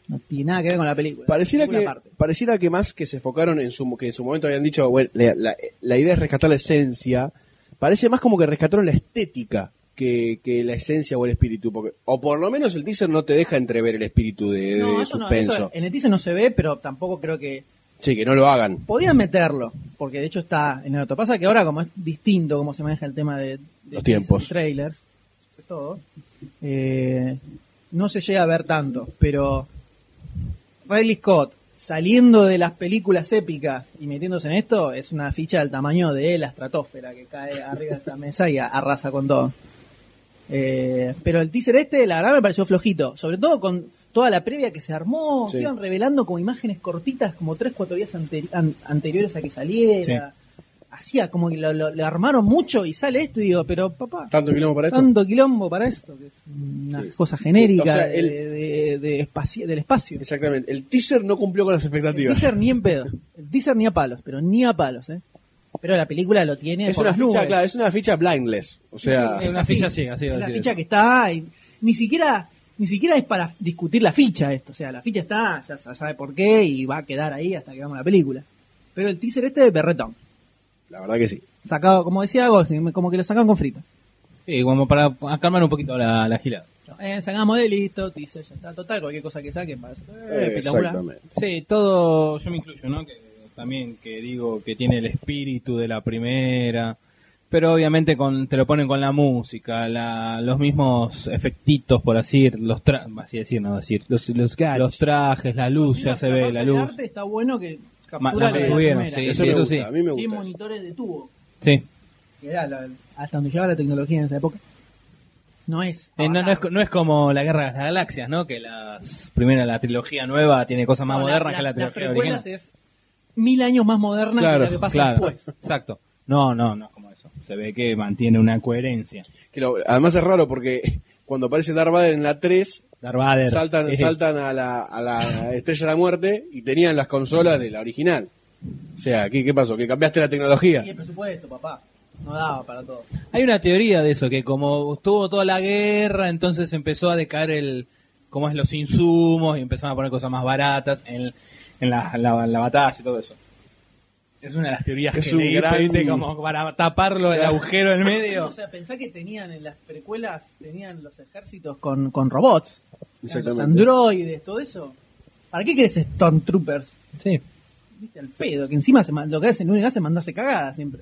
S2: no tiene nada que ver con la película
S3: Pareciera que,
S2: Película aparte.
S3: pareciera que más que se enfocaron en su, que en su momento habían dicho, bueno, la, la- la idea es rescatar la esencia, parece más como que rescataron la estética que, que la esencia o el espíritu, porque, o por lo menos el teaser no te deja entrever el espíritu de,
S2: No,
S3: de
S2: eso no,
S3: suspenso.
S2: eso en el teaser no se ve pero tampoco creo que
S3: Sí, que no lo hagan.
S2: podían meterlo porque de hecho está en el otro pasa que ahora como es distinto como se maneja el tema de, de
S3: Los
S2: teasers
S3: tiempos.
S2: y trailers sobre todo eh, no se llega a ver tanto pero Riley Scott saliendo de las películas épicas y metiéndose en esto es una ficha del tamaño de la estratosfera que cae arriba de esta mesa y a- arrasa con todo Eh, pero el teaser este la verdad me pareció flojito sobre todo con toda la previa que se armó
S3: Sí.
S2: que iban revelando como imágenes cortitas como 3 4 días anteri- an- anteriores a que saliera hacía como que lo, lo- le armaron mucho y sale esto y digo pero papá
S3: Tanto quilombo para esto.
S2: tanto quilombo para esto que es una
S3: Sí.
S2: cosa genérica
S3: O sea,
S2: de-
S3: el-
S2: de- de espaci- del espacio
S3: Exactamente. El teaser no cumplió con las
S2: el
S3: expectativas.
S2: teaser ni en pedo. El teaser ni a palos, pero ni a palos, ¿eh? Pero la película lo tiene.
S3: Es
S2: por
S3: una
S2: las
S3: ficha,
S2: nubes. Eh,
S3: claro, es una ficha blindless. O sea,
S1: Es una
S2: así.
S1: ficha ciega, sí, iba a
S2: Es la
S1: decir
S2: ficha
S1: eso.
S2: que está. ahí. ni siquiera ni siquiera es para discutir la ficha esto. O sea, la ficha está, ya se sabe por qué y va a quedar ahí hasta que veamos la película. Pero el teaser este es berretón.
S3: la verdad que
S2: eh,
S3: sí.
S2: Sacado, como decía Goldstein, como que lo sacan con frita.
S1: Sí, como para calmar un poquito la, la gilada.
S2: Eh, sacamos de listo, teaser, ya está. Total, cualquier cosa que saquen para eso. Eh, espectacular.
S3: Exactamente.
S8: Sí, todo, yo me incluyo, ¿no? Que también que digo que tiene el espíritu de la primera,
S1: Pero obviamente con, te lo ponen con la música, la, los mismos efectitos, por así, los tra- así decir, no decir.
S3: Los, los
S1: Los trajes, la luz, ya se ve,
S2: Aparte,
S1: la
S2: el
S1: luz.
S2: arte está bueno que
S1: Ma-
S2: captura
S1: la
S2: la de la
S1: mantuvieron,
S2: primera.
S1: sí,
S3: Eso
S1: sí,
S3: me
S1: eso
S3: gusta,
S1: sí.
S3: a mí me
S2: Tiene
S3: gusta. eso.
S2: monitores de tubo.
S1: Sí.
S2: que era la- hasta donde llegaba la tecnología en esa época. No es.
S1: Eh, no, no, es,
S2: Avatar.
S1: no es como la Guerra de las Galaxias, ¿no? Que las, primero la trilogía nueva tiene cosas más
S2: No,
S1: modernas que la trilogía
S2: Las
S1: original.
S2: precuelas es mil años más moderna que
S3: Claro,
S2: la que pasa
S1: Claro,
S2: después.
S1: exacto. No, no, no es como eso. Se ve que mantiene una coherencia.
S3: Que lo- además es raro porque cuando aparece Darth Vader en la 3,
S1: Darth Vader.
S3: saltan,
S1: Eh,
S3: saltan a, la, a la estrella de la muerte y tenían las consolas de la original. O sea, ¿qué, qué pasó? ¿Que cambiaste la tecnología?
S2: Y el presupuesto, papá. No daba para todo.
S1: Hay una teoría de eso, que como estuvo toda la guerra, entonces empezó a decaer el cómo es los insumos y empezaron a poner cosas más baratas en, en la, la- la batalla y todo eso. Es una de las teorías
S3: Es
S1: que
S3: un
S1: leí,
S3: gran-
S1: ¿viste? como para taparlo el agujero en medio.
S2: O sea, pensá que tenían en las precuelas, tenían los ejércitos con, con robots. Tenían Los androides, todo eso. ¿Para qué querés Stormtroopers?
S1: Sí.
S2: Viste al pedo, que encima se, ma- lo que hacen, lo único que hacen es mandarse cagadas siempre.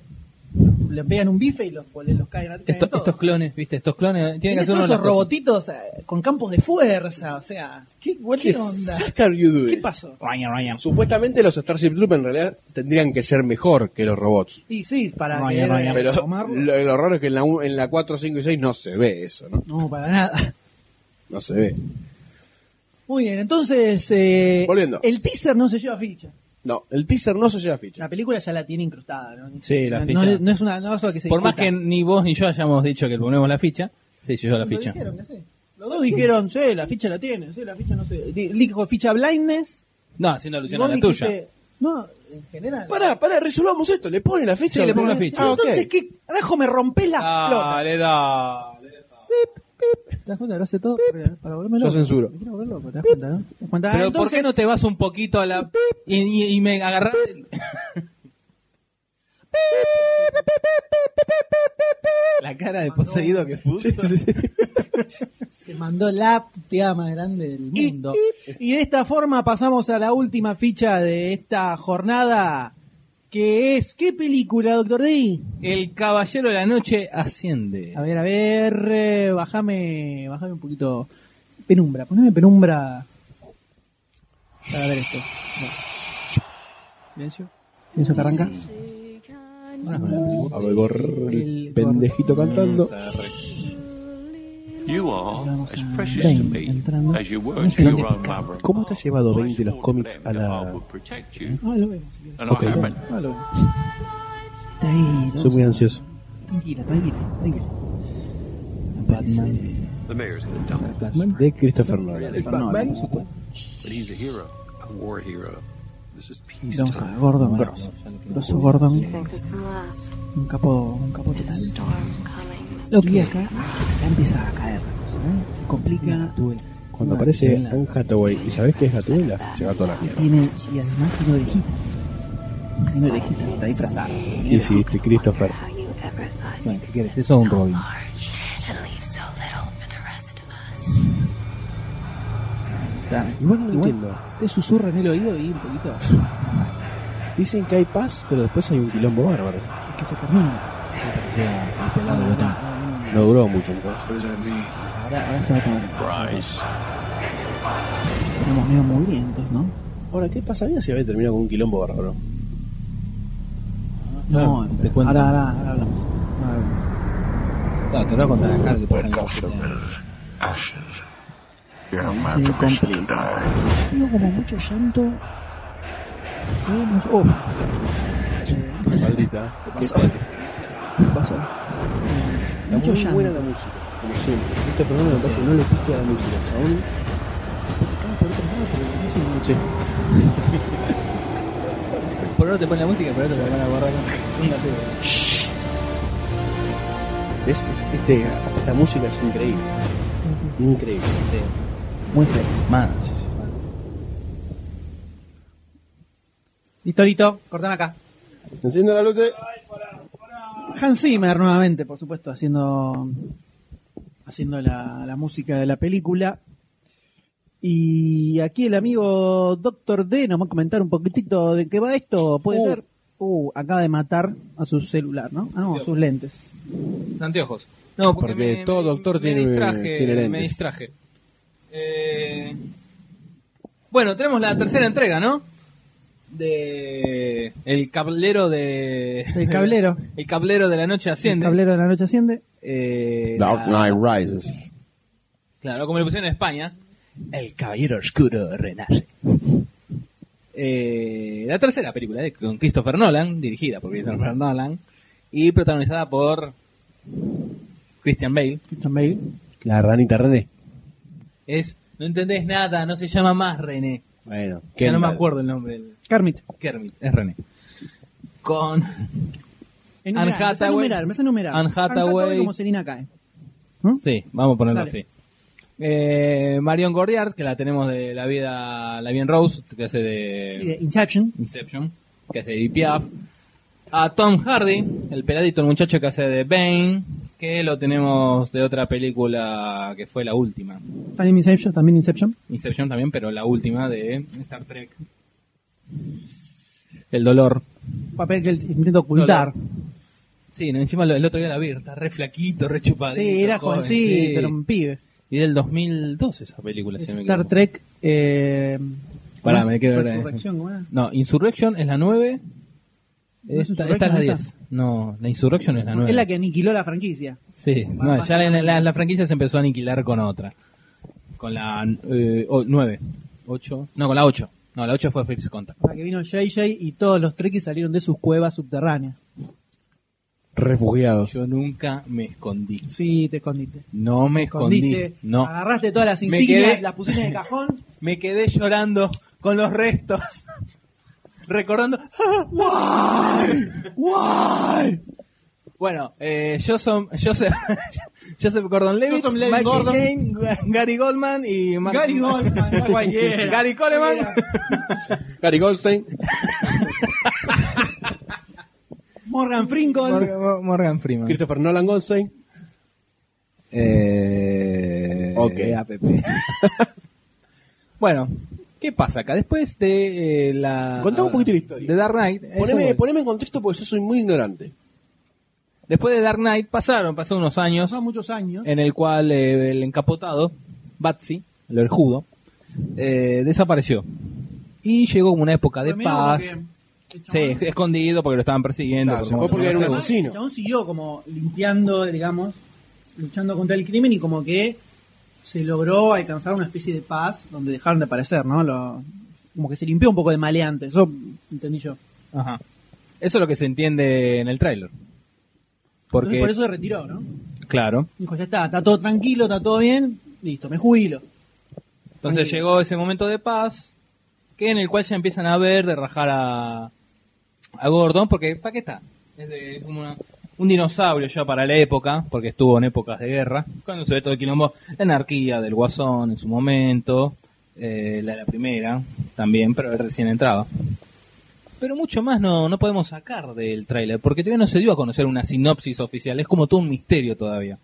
S2: le pegan un bife y los, pues, los caen, caen
S1: Esto-
S2: todos.
S1: estos clones, viste, estos clones tienen que
S2: Tiene
S1: hacer uno
S2: todos
S1: de
S2: esos
S1: las cosas.
S2: robotitos eh, con campos de fuerza, o sea, ¿qué, qué onda?
S3: Fuck are you doing?
S2: ¿Qué pasó?
S1: Ryan, Ryan.
S3: Supuestamente los Starship Troopers en realidad tendrían que ser mejor que los robots.
S2: Y sí, para
S1: No,
S2: que
S1: ya no,
S2: era-
S1: ya
S3: Pero
S2: tomarlo.
S3: lo, lo raro es que en la, u- en la 4, 5 y 6 no se ve eso, ¿no?
S2: No, para nada.
S3: No se ve.
S2: Muy bien, entonces eh,
S3: Volviendo.
S2: el teaser no se lleva ficha.
S3: No, el teaser no se lleva ficha.
S2: La película ya la tiene incrustada, ¿no?
S1: Sí, la
S2: no,
S1: ficha.
S2: No, no es una no es algo que se
S1: Por más que
S2: discuta.
S1: ni vos ni yo hayamos dicho que ponemos la ficha, se yo la
S2: Lo
S1: ficha.
S2: dijeron que sí. Los dos dijeron, sí, la ficha la tiene, sí, la ficha no sé. Di- Dijo ficha blindness.
S1: No, haciendo alusión
S2: y
S1: a
S2: vos
S1: la
S2: dijiste-
S1: tuya.
S2: No, en general.
S3: Pará, pará, resolvamos esto. ¿Le ponen la ficha?
S1: Sí, le pongo la
S3: Ah,
S1: ficha. Ah,
S3: ok.
S2: Entonces, ¿qué carajo me rompés la pelota?
S1: Dale, dale. eh.
S2: ¿Te das cuenta? Lo hace todo para, para volverme
S3: Yo
S2: loco.
S3: censuro.
S2: Me quiero volver loco, ¿te das cuenta, no? ¿Te das cuenta? Ah,
S1: Pero ¿por
S2: entonces,
S1: qué no te vas un poquito a la... y, y- y me agarras... la cara de poseído que puso.
S2: Se mandó la puteada más grande del mundo. Y de esta forma pasamos a la última ficha de esta jornada, que es... ¿Qué película, Doctor D?
S1: El caballero de la noche asciende.
S2: A ver, a ver, eh, bajame, bajame un poquito. Penumbra, poneme penumbra para ver esto. Bueno. Silencio. Silencio que arranca. Ahora ponemos
S3: A ver, borrar
S2: El
S3: el pendejito cantando.
S9: You are as precious to
S2: Ben,
S9: me
S2: entrando.
S9: as you were
S2: Vamos a
S9: to
S2: ver.
S9: your own mother.
S3: ¿Cómo te has llevado
S9: I
S3: 20 los
S9: swore to
S3: cómics
S9: them
S3: a
S9: that
S3: la-
S9: I would protect you,
S2: Ah, lo vemos. si querés.
S9: and
S3: Ok.
S9: I haven't.
S2: Ah, lo vemos. Está ahí, lo
S3: Soy
S2: vamos
S3: muy
S2: a-
S3: ansioso.
S2: Tranquila, tranquila, tranquila.
S8: Batman,
S9: The mayor's in the dump,
S3: De Christopher Nolan.
S9: but he's a hero, a war hero. This is
S2: Vamos a ver,
S9: peacetime.
S2: Gordon. Grosso. Grosso Gordon.
S10: This can last.
S2: Un capo, un capo total.
S10: Storm coming.
S2: Lo que acá, acá empieza a caer. ¿eh? Se complica.
S3: Cuando aparece Anne Hathaway, ¿y sabés qué es Gatúbela? Se va toda la mierda.
S2: Tiene, y además tiene orejitas. Tiene orejitas, está disfrazada.
S3: Y hiciste, Christopher.
S10: How you ever thought
S1: Bueno, ¿qué quieres? Eso es un Robin.
S10: large and leave so little for the rest of us.
S2: Está-
S3: Igual no
S2: igual
S3: entiendo.
S2: Te susurra en el oído y un poquito.
S3: Dicen que hay paz, pero después hay un quilombo bárbaro.
S2: Es que se termina.
S3: No duró mucho entonces.
S2: Ahora, ahora se va a tomar.
S9: Rise.
S2: Tenemos medio mugrientos, ¿no?
S3: Ahora, ¿qué pasaría si había terminado con un quilombo bárbaro?
S2: No,
S1: te
S2: espera.
S1: cuento.
S2: Ahora, ahora, ahora hablamos. Ahora-
S1: No, te lo voy a contar acá lo que pasa en la
S5: Ashes. You have my permission to die.
S2: Veo como mucho llanto. Veo mucho- Uf,
S3: Maldita. ¿Qué pasó?
S2: ¿qué pasó?
S3: Está
S2: Mucho
S3: muy buena
S2: llanto.
S3: la música, como siempre. Este fenómeno me parece que no le puse a la música, chabón.
S2: Cae por otro lado, pero no sé.
S3: Sí.
S1: Por ahora te ponen la música, pero ahora te la van a borrar.
S3: ¿Ves? Este, esta música es increíble. Increíble.
S2: Muy serio.
S1: Man,
S2: Listo, listo, cortame acá.
S3: Enciende la luz. eh.
S2: Hans Zimmer nuevamente, por supuesto, haciendo haciendo la, la música de la película. Y aquí el amigo Doctor D nos va a comentar un poquitito de qué va esto. ¿Puede
S1: Uh.
S2: ser? Uh, acaba de matar a su celular, ¿no? Ah, no, a sus lentes.
S1: Anteojos. No, porque,
S3: Porque
S1: me-
S3: todo
S1: me-
S3: doctor
S1: me
S3: tiene-
S1: distraje,
S3: tiene lentes.
S1: Me distraje. Eh, bueno, tenemos la tercera entrega, ¿no? De el cablero de
S2: El cablero.
S1: el cablero de la noche
S2: El
S1: asciende.
S2: tablero de la noche asciende.
S1: Eh,
S3: Dark
S1: la-
S3: Knight Rises.
S1: Claro, como le pusieron en España, El Caballero Oscuro renace. Eh, la tercera película de, con Christopher Nolan, dirigida por Christopher Nolan y protagonizada por Christian Bale,
S2: Christian Bale.
S3: La ranita René.
S1: es no entendés nada, no se llama más René.
S3: Bueno,
S1: Ya no me
S3: Kendall.
S1: acuerdo el nombre del
S2: Kermit.
S1: Kermit, es René. Con
S2: Enumerar,
S1: Anne
S2: me hace
S1: Hathaway.
S2: enumerar, me hace enumerar.
S1: Anne Hathaway.
S2: como Selina cae.
S1: Sí, vamos a ponerlo
S2: Dale.
S1: así. Eh, Marion Gordiard, que la tenemos de la vida la bien Rose, que hace
S2: Y de Inception.
S1: Inception, que hace de Piaf. A Tom Hardy, el peladito, el muchacho que hace de Bane, que lo tenemos de otra película que fue la última.
S2: También Inception, también Inception.
S1: Inception también, pero la última de Star Trek. El dolor.
S2: Papel que él intenta ocultar.
S1: Sí, Sí, no, encima lo- el otro día la vi, está re flaquito, re chupadito.
S2: Sí, era
S1: joven,
S2: jovencito,
S1: sí.
S2: era un pibe.
S1: Y del 2012 esa película.
S2: Es
S1: si no me
S2: Star
S1: equivoco.
S2: Trek. Eh,
S1: Pará,
S2: ¿cómo es?
S1: me quedo ahora, eh.
S2: Resurrección, ¿cómo era?
S1: No, Insurrection es la 9.
S2: ¿No es
S1: Esta, esta es la
S2: Insurrection
S1: 10. No, la Insurrection es la 9.
S2: Es la que aniquiló la franquicia.
S1: Sí,
S2: Van
S1: no, ya la,
S2: pasando.
S1: la- la franquicia se empezó a aniquilar con otra. Con la eh, 9. 8. No, con la 8. No, la 8 fue First Contact.
S2: O sea, que vino JJ y todos los Trekkies salieron de sus cuevas subterráneas.
S3: Refugiados.
S1: Yo nunca me escondí.
S2: Sí, te escondiste.
S1: No me escondí.
S2: Escondiste, Ah.
S1: No.
S2: agarraste todas las
S1: Me
S2: insignias,
S1: quedé-
S2: las pusiste en el cajón.
S1: Me quedé llorando con los restos. Recordando.
S3: ¡Guay!
S1: Bueno, eh, Joseph, Joseph, Joseph Gordon-Levitt,
S2: Joseph Levitt
S1: Michael
S2: Gordon.
S1: Caine, Ga- Gary Goldman y Mark-
S2: Gary Goldman, la cualquiera.
S1: Gary Coleman
S3: Gary Goldstein.
S2: Morgan Fringon.
S1: Morgan, Morgan Freeman.
S3: Christopher Nolan Goldstein.
S1: Eh,
S3: Ok.
S1: APP. bueno, ¿qué pasa acá? Después de eh, la.
S3: Contame un poquito la historia.
S1: De Dark Knight. eso
S3: Poneme,
S1: voy.
S3: poneme en contexto porque yo soy muy ignorante.
S1: Después de Dark Knight pasaron, pasaron unos años
S2: Pasaron muchos años.
S1: en el cual eh, el encapotado, Batsy, el orjudo, eh, desapareció. Y llegó una época de
S2: Fue medio
S1: paz.
S2: como que el
S1: Sí,
S2: chabón-
S1: esc- escondido porque lo estaban persiguiendo.
S3: Claro, se
S1: como
S3: fue porque
S1: no
S3: era un
S1: sé,
S3: asesino.
S2: El chabón siguió como limpiando, digamos, luchando contra el crimen y como que se logró alcanzar una especie de paz donde dejaron de aparecer, ¿no? Lo- como que se limpió un poco de maleante. Eso entendí yo.
S1: Ajá. Eso es lo que se entiende en el tráiler. Porque,
S2: Entonces, por eso se retiró, ¿no?
S1: claro.
S2: Dijo, ya está, está todo tranquilo, está todo bien, listo, me jubilo.
S1: Entonces
S2: Tranquilo.
S1: llegó ese momento de paz, que en el cual ya empiezan a ver de rajar a, a Gordon, porque ¿para qué está? Es de- es como una- un dinosaurio ya para la época, porque estuvo en épocas de guerra, cuando se ve todo el quilombo, la anarquía del Guasón en su momento, eh, la, la primera también, pero él recién entraba. Pero mucho más no, no podemos sacar del tráiler, porque todavía no se dio a conocer una sinopsis oficial, es como todo un misterio todavía.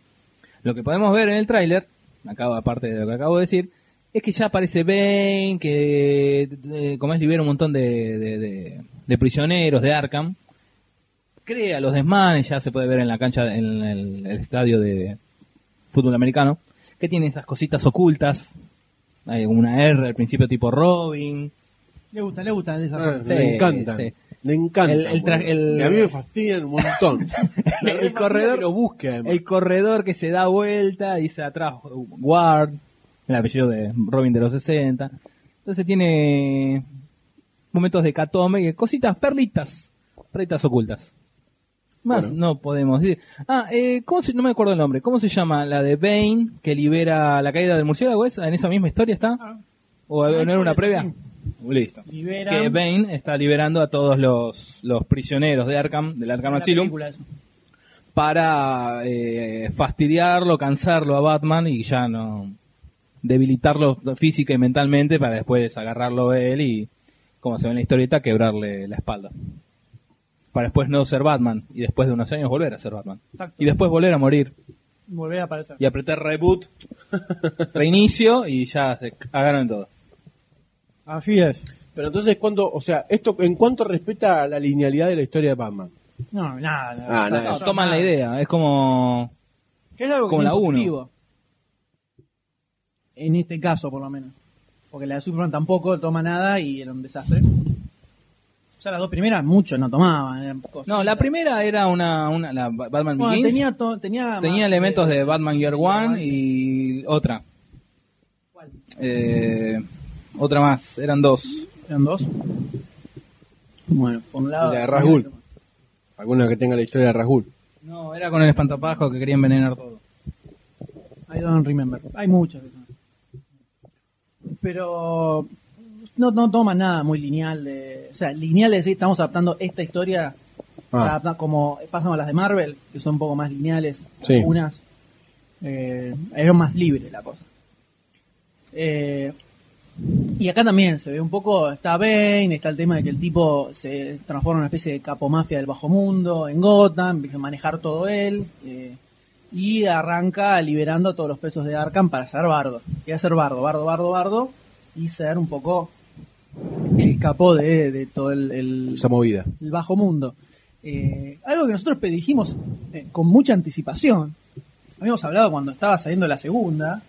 S1: Lo que podemos ver en el tráiler, acabo aparte de lo que acabo de decir, es que ya aparece Bane, que eh, como es libera un montón de, de- de- de prisioneros de Arkham, crea los desmanes, ya se puede ver en la cancha, en el, el estadio de fútbol americano, que tiene esas cositas ocultas, hay una R al principio tipo Robin,
S2: Le gusta, le gusta el
S3: Ah,
S2: desarrollo.
S1: Sí,
S3: le encantan.
S1: sí.
S3: Le encantan.
S1: El- el tra-
S3: boludo.
S1: el-
S3: Y a mí me fastidian un montón. Me
S1: El
S3: fastidia
S1: corredor-
S3: que lo busque, además.
S1: el corredor que se da vuelta, dice atrás Ward, el apellido de Robin de los 60. Entonces tiene momentos de catome, y cositas, perlitas, perlitas ocultas. Más no podemos decir. Ah, eh, ¿cómo se- no me acuerdo el nombre. ¿Cómo se llama? La de Bane que libera la caída del murciélago, ¿es? ¿En esa misma historia está?
S2: Ah.
S1: ¿O eh, no era una
S2: Sí.
S1: previa? Listo.
S2: Libera
S1: Que Bane está liberando a todos los, los prisioneros de Arkham, del Arkham
S2: la
S1: Asylum
S2: película eso.
S1: para eh, fastidiarlo, cansarlo a Batman y ya no debilitarlo física y mentalmente para después agarrarlo él y, como se ve en la historieta, quebrarle la espalda. Para después no ser Batman y después de unos años volver a ser Batman.
S2: Exacto.
S1: Y después volver a morir
S2: Volver a aparecer.
S1: y apretar reboot, reinicio y ya se agarran todo.
S2: Así es.
S3: Pero entonces, ¿cuándo, o sea, esto en cuánto respeta la linealidad de la historia de Batman?
S2: No, nada.
S3: Ah, nada.
S1: No, toman la idea, es como...
S2: Que es algo
S1: Como
S2: que
S1: la
S2: tiene
S1: uno.
S2: positivo. En este caso, por lo menos. Porque la de Superman tampoco toma nada y era un desastre. O sea, las dos primeras mucho no tomaban. eran cosas.
S1: No, la primera era una... una la Batman
S2: Bueno,
S1: Begins.
S2: tenía, to- tenía,
S1: Tenía
S2: más eh,
S1: elementos de Batman Year One
S2: One.
S1: y otra.
S2: ¿Cuál?
S1: Eh, otra más, eran dos.
S2: Eran dos. Bueno, por un lado.
S3: La de Rasgul. Alguna que tenga la historia de Rasgul.
S1: No, era con el espantapajo que quería envenenar todo.
S2: I don't remember. Hay muchas. que son. Pero no, no toma nada muy lineal. De, o sea, lineal de decir, estamos adaptando esta historia para
S3: Ah,
S2: adaptar- como pasan con las de Marvel, que son un poco más lineales.
S3: Sí.
S2: Algunas eh, era más libre la cosa. Eh, y acá también se ve un poco, está Bane, está el tema de que el tipo se transforma en una especie de capomafia del bajo mundo, en Gotham, empieza a manejar todo él, eh, y arranca liberando a todos los pesos de Arkham para ser bardo. Quiere ser bardo, bardo, bardo, bardo, y ser un poco el capó de, de todo el, el-
S3: esa movida.
S2: el bajo mundo. eh, algo que nosotros pedijimos eh, con mucha anticipación. Habíamos hablado cuando estaba saliendo la segunda.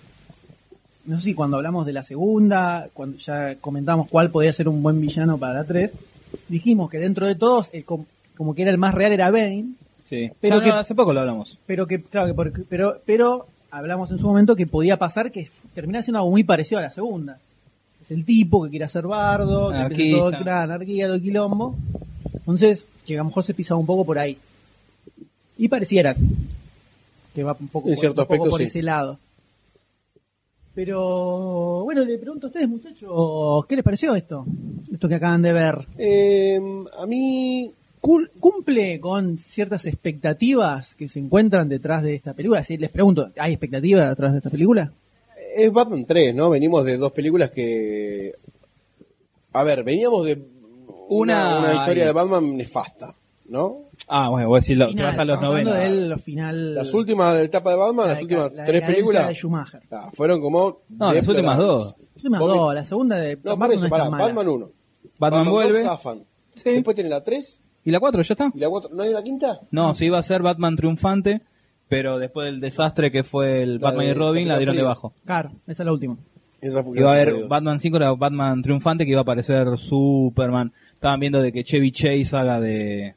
S2: No sé si cuando hablamos de la segunda, cuando ya comentamos cuál podía ser un buen villano para la 3, dijimos que dentro de todos, el com- como que era el más real era Bane,
S1: Sí.
S2: Pero
S1: Pero
S2: que-
S1: hace poco lo hablamos.
S2: pero que, claro, que porque- pero, pero hablamos en su momento que podía pasar que terminara siendo algo muy parecido a la segunda. Es el tipo que quiere hacer bardo, que empieza todo,
S1: Anarquista.
S2: claro, anarquía, todo quilombo. Entonces, que a lo mejor se pisaba un poco por ahí. Y pareciera que va un poco,
S3: En
S2: por,
S3: cierto
S2: un poco
S3: aspecto,
S2: por
S3: sí.
S2: ese lado. Pero bueno, le pregunto a ustedes, muchachos, ¿qué les pareció esto? Esto que acaban de ver.
S3: Eh, a mí.
S2: Cul- cumple con ciertas expectativas que se encuentran detrás de esta película. Si les pregunto, ¿hay expectativas detrás de esta película?
S3: Es Batman 3, ¿no? Venimos de dos películas que. A ver, veníamos de. Una,
S1: Una-
S3: una historia de Batman nefasta, ¿no?
S1: Ah, bueno, vos decís, lo- te
S2: Final,
S1: vas a los
S2: estamos hablando
S1: 90.
S2: del final.
S3: Las últimas de la etapa de Batman,
S2: la
S3: las
S2: deca-
S3: últimas
S2: la
S3: tres
S2: decadencia
S3: películas.
S2: de Schumacher.
S3: ah, fueron como.
S1: No, las últimas dos.
S2: Las últimas
S3: Vos
S2: dos,
S3: me-
S2: la segunda de
S3: No, por
S2: Batman
S3: eso,
S2: es
S3: pará.
S2: tan mala.
S3: Batman 1.
S1: Batman, vuelve.
S3: zafan.
S1: Sí.
S3: Después tiene la 3
S1: ¿Y la 4 ya está?
S3: y la 4. ¿No hay una quinta?
S1: No, se iba a ser Batman triunfante, pero después del desastre que fue el
S3: La
S1: Batman
S3: de-
S1: y Robin,
S3: la
S1: la dieron
S3: fría.
S1: debajo.
S2: Claro, esa es la última.
S3: Esa fue
S1: Iba a
S3: gracias
S1: haber
S3: Dios.
S1: Batman 5, era Batman triunfante que iba a aparecer Superman. Estaban viendo de que Chevy Chase haga de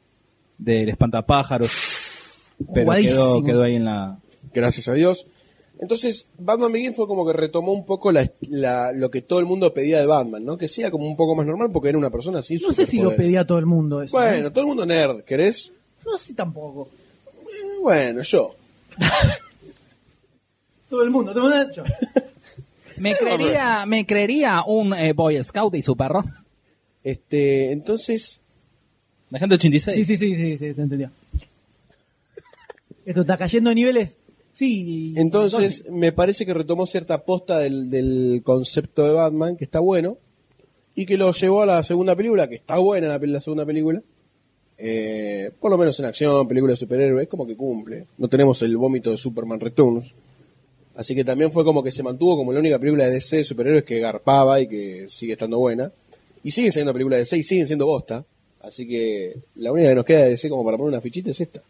S1: del espantapájaros. Pero quedó,
S2: Jugadísimo.
S1: quedó ahí en la...
S3: Gracias a Dios. Entonces, Batman Begin fue como que retomó un poco la, la- lo que todo el mundo pedía de Batman, ¿no? Que sea como un poco más normal porque era una persona así.
S2: No sé si lo pedía todo el mundo eso. ¿eh?
S3: Bueno, todo el mundo nerd, ¿querés?
S2: No sé tampoco.
S3: Eh, Bueno, yo.
S2: Todo el mundo, todo el mundo. yo.
S1: Me creería, me creería un eh, Boy Scout y su perro.
S3: Este, entonces,
S1: La gente 86.
S2: Sí, sí, sí, sí, sí, se entendió. Esto está cayendo a niveles. Sí.
S3: entonces me parece que retomó cierta aposta del, del concepto de Batman, que está bueno, y que lo llevó a la segunda película, que está buena la, pel- la segunda película. Eh, por lo menos en acción, película de superhéroes, como que cumple. No tenemos el vómito de Superman Returns. Así que también fue como que se mantuvo como la única película de DC de superhéroes que garpaba y que sigue estando buena. Y siguen siendo películas de DC y siguen siendo bosta. Así que la única que nos queda de DC como para poner una fichita es esta.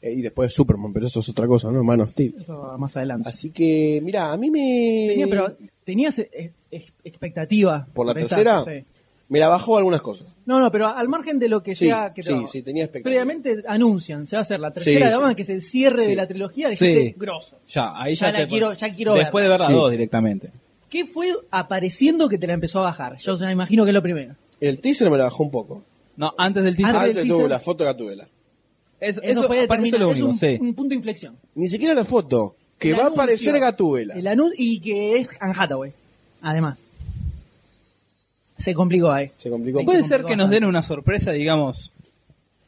S3: Eh, y después Superman, pero eso es otra cosa, ¿no? Man of Steel.
S2: Eso más adelante.
S3: Así que, mira, a mí me...
S2: Tenía, pero tenías eh, ex- expectativa.
S3: ¿Por la
S2: esta,
S3: tercera?
S2: sí.
S3: Me la bajó algunas cosas.
S2: No, no, pero al margen de lo que
S3: Sí,
S2: sea que
S3: sí, sí, tenía expectativa.
S2: Previamente anuncian, se va a hacer la tercera
S3: Sí,
S2: de Batman,
S3: sí.
S2: que es el cierre
S3: Sí.
S2: de la trilogía de
S1: Sí.
S2: gente grosso.
S1: Ya, ahí
S2: Ya la
S1: ya, te-
S2: quiero- ya quiero
S1: Después de ver las
S3: Sí.
S1: dos directamente.
S2: ¿Qué fue apareciendo que te la empezó a bajar? Yo me imagino que es lo primero.
S3: El teaser me la bajó un poco.
S1: No, antes del teaser.
S2: Antes
S3: Antes
S2: del
S3: tuvo
S2: Ah, teaser.
S3: la foto de Gatubela.
S1: Eso,
S2: Eso, fue
S1: aparte, eso
S2: determinante,
S1: es lo
S2: es
S1: único,
S2: un,
S1: sí.
S2: un punto de inflexión.
S3: Ni siquiera la foto. Que
S2: El
S3: va a
S2: anuncio,
S3: aparecer Gatubela.
S2: el anun- y que es Anne Hathaway, además. Se complicó ahí.
S3: Se complicó.
S1: Puede
S2: Complicó
S1: ser que nos
S2: bastante.
S1: den una sorpresa, digamos.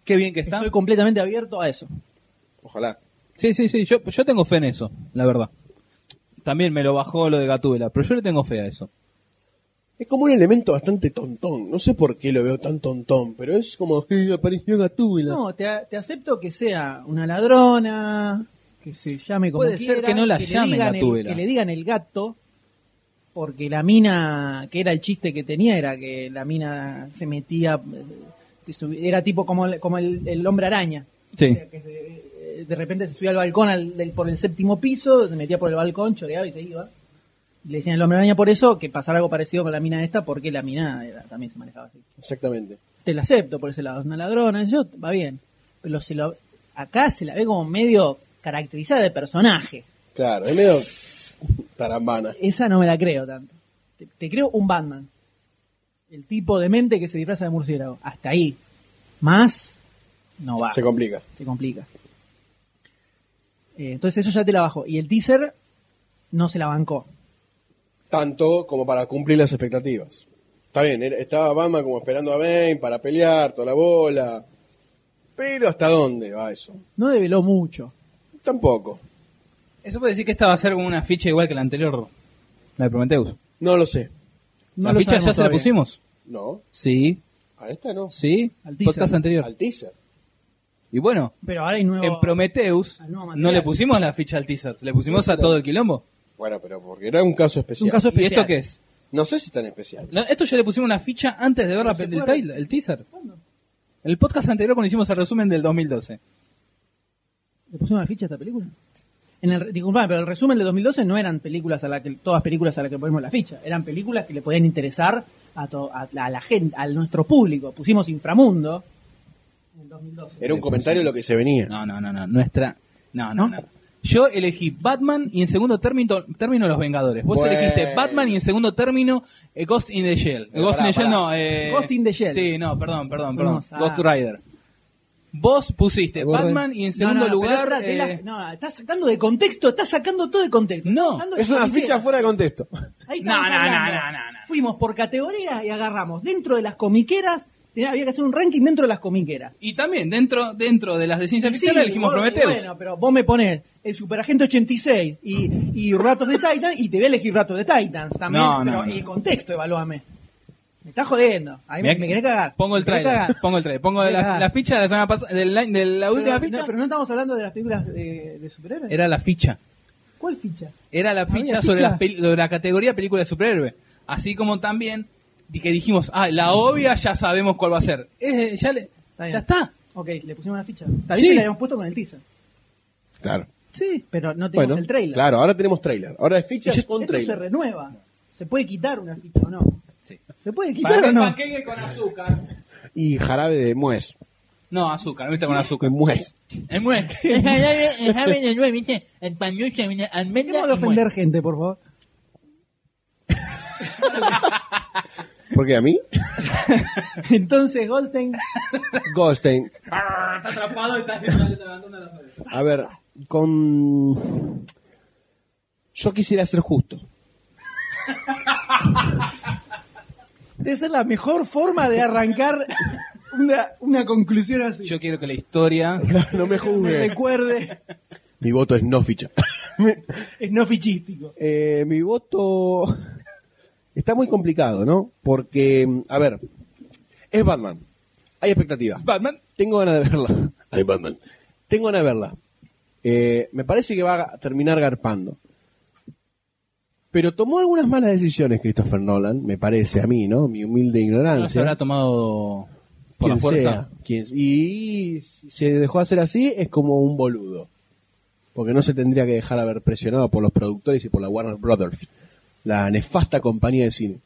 S1: Qué bien que está.
S2: Estoy completamente abierto a eso.
S3: Ojalá.
S1: Sí, sí, sí. Yo, yo tengo fe en eso, la verdad. También me lo bajó lo de Gatúbela, pero yo le tengo fe a eso.
S3: Es como un elemento bastante tontón. No sé por qué lo veo tan tontón, pero es como, "Eh, apareció Gatúbela.
S2: No, te, te acepto que sea una ladrona, que se llame como
S1: Puede ser
S2: quiera,
S1: que no la
S2: le
S1: llamen
S2: digan el-
S1: Gatúbela.
S2: Que le digan el gato, porque la mina, que era el chiste que tenía, era que la mina se metía, eh, que subi- era tipo como el, como el, el hombre araña.
S1: Sí.
S2: Que se- eh, de repente se subía al balcón al- del- por el séptimo piso, se metía por el balcón, choreaba y se iba. Y Le decían el hombre araña por eso, que pasara algo parecido con la mina esta, porque la mina era- también se manejaba así
S3: Exactamente.
S2: te la acepto por ese lado, es una ladrona, yo va bien. Pero se lo, acá se la ve como medio caracterizada de personaje.
S3: Claro, es medio tarambana.
S2: Esa no me la creo tanto. Te, te creo un Batman. El tipo de mente que se disfraza de murciélago. Hasta ahí. Más no va.
S3: Se complica.
S2: Se complica. Eh, entonces eso ya te la bajo. Y el teaser no se la bancó.
S3: Tanto como para cumplir las expectativas. Está bien, era- estaba Batman como esperando a Bane para pelear, toda la bola. Pero ¿hasta dónde va eso?
S2: No develó mucho.
S3: Tampoco.
S1: Eso puede decir que esta va a ser como una ficha igual que la anterior, la de Prometheus.
S3: No lo sé.
S2: No
S1: ¿La
S2: lo
S1: ficha ya
S2: sabemos
S1: se la
S2: todavía.
S1: pusimos?
S3: No.
S1: Sí,
S3: A esta no.
S1: sí,
S2: Al teaser.
S1: podcast anterior.
S3: Al teaser.
S1: Y bueno,
S2: Pero ahora hay nuevo.
S1: en Prometheus
S2: al nuevo
S1: no
S2: material.
S1: le pusimos la ficha al teaser, le pusimos
S3: Sí,
S1: a
S3: sí,
S1: todo
S3: la-
S1: el quilombo.
S3: Bueno, pero porque era un caso especial.
S2: Un caso
S1: ¿Y
S2: especial.
S1: esto qué es?
S3: No sé si tan especial.
S1: No, Esto ya le pusimos una ficha antes de ver la,
S2: se
S1: el,
S2: puede-
S1: tail- el teaser. El podcast anterior cuando hicimos el resumen del 2012.
S2: ¿Le pusimos la ficha a esta película? En el, disculpame, pero el resumen de 2012 no eran películas a la que, todas películas a las que ponemos la ficha. Eran películas que le podían interesar a, to- a, la- a la gente, a nuestro público. Pusimos Inframundo en el 2012.
S3: Era un comentario lo que se venía.
S1: No, no, no, no. Nuestra. No, no,
S2: ¿No?
S1: no. Yo elegí Batman y en segundo término, término Los Vengadores. Vos
S3: Bueno.
S1: elegiste Batman y en segundo término eh, Ghost in the Shell.
S3: Pero
S1: Ghost
S3: pará,
S1: in the Shell
S3: pará.
S1: no. eh,
S2: Ghost in the Shell.
S1: Sí, no, perdón, perdón, perdón.
S2: Vamos a-
S1: Ghost Rider. Vos pusiste
S3: Borre-
S1: Batman y en
S2: No,
S1: segundo
S2: no, no, pero
S1: lugar.
S2: eso era de la-
S1: eh,
S2: no, estás sacando de contexto, estás sacando todo de contexto.
S1: No,
S2: Estás sacando de
S3: Es una
S2: contexto.
S3: ficha fuera de contexto.
S2: Ahí
S1: No,
S2: estamos
S1: no, no,
S2: hablando.
S1: no, no, no.
S2: Fuimos por categoría y agarramos. Dentro de las comiqueras, tenía- había que hacer un ranking dentro de las comiqueras.
S1: Y también dentro, dentro de las de ciencia ficción
S2: Sí,
S1: elegimos
S2: vos-
S1: Prometheus.
S2: Bueno, pero vos me pones el Superagente 86 y, y Ratos de Titans y te voy a elegir Ratos de Titans también.
S1: No, no,
S2: pero
S1: no.
S2: el contexto, evalúame. Me estás jodiendo. Ahí
S1: Mirá
S2: me,
S1: que-
S2: me querés cagar.
S1: Pongo el
S2: Me querés
S1: trailer,
S2: cagar.
S1: pongo el trailer, pongo
S2: Me
S1: la,
S2: cagás.
S1: la ficha de la semana pasada, de la, de la
S2: Pero-
S1: última
S2: no,
S1: ficha.
S2: pero no estamos hablando de las películas de, de superhéroes.
S1: Era la ficha.
S2: ¿Cuál ficha?
S1: Era la
S2: ¿Había
S1: ficha sobre,
S2: ficha?
S1: las peli- sobre la categoría película de superhéroe. Así como también di- que dijimos, ah, la obvia ya sabemos cuál va a ser. Eh, ya, le-
S2: bien.
S1: ya está.
S2: Ok, le pusimos una ficha. Tal
S1: Sí.
S2: vez se la habíamos puesto con el teaser.
S3: Claro.
S2: Sí. Pero no tenemos
S3: Bueno,
S2: el trailer.
S3: claro, ahora tenemos trailer. Ahora es ficha
S2: Esto
S3: con
S2: se
S3: trailer.
S2: renueva. ¿Se puede quitar una ficha o no?
S1: Sí.
S2: ¿Se puede
S4: Para
S2: quitar
S4: que
S2: o no?
S4: panqueque con azúcar.
S3: Y jarabe de muez.
S1: No, azúcar, viste con azúcar.
S3: Con muez.
S1: Es muerte.
S6: El jarabe- el jarabe de nuez, ¿viste? El panucho, viene almendra
S2: Dejemos de
S6: y
S2: ofender gente, por favor.
S3: ¿Por qué a mí?
S2: Entonces, Goldstein,
S3: Goldstein.
S4: Está atrapado y está levantando las orejas.
S3: A ver, con. Yo quisiera ser justo.
S2: debe ser la mejor forma de arrancar una, una conclusión así.
S1: Yo quiero que la historia.
S3: No me juzgue.
S2: Recuerde,
S3: Mi voto es no ficha.
S2: es no fichístico.
S3: Eh, mi voto está muy complicado, ¿no? Porque, a ver, es Batman. Hay expectativas.
S1: Batman.
S3: Tengo ganas de verla. Hay Batman. Tengo ganas de verla. Eh, me parece que va a terminar garpando. Pero tomó algunas malas decisiones Christopher Nolan, me parece a mí, ¿no? Mi humilde
S1: No se
S3: ignorancia.
S1: habrá tomado
S3: Quien
S1: por la fuerza.
S3: sea, quien- y si se dejó hacer así, es como un boludo. Porque no se tendría que dejar haber presionado por los productores y por la Warner Brothers, la nefasta compañía de cine.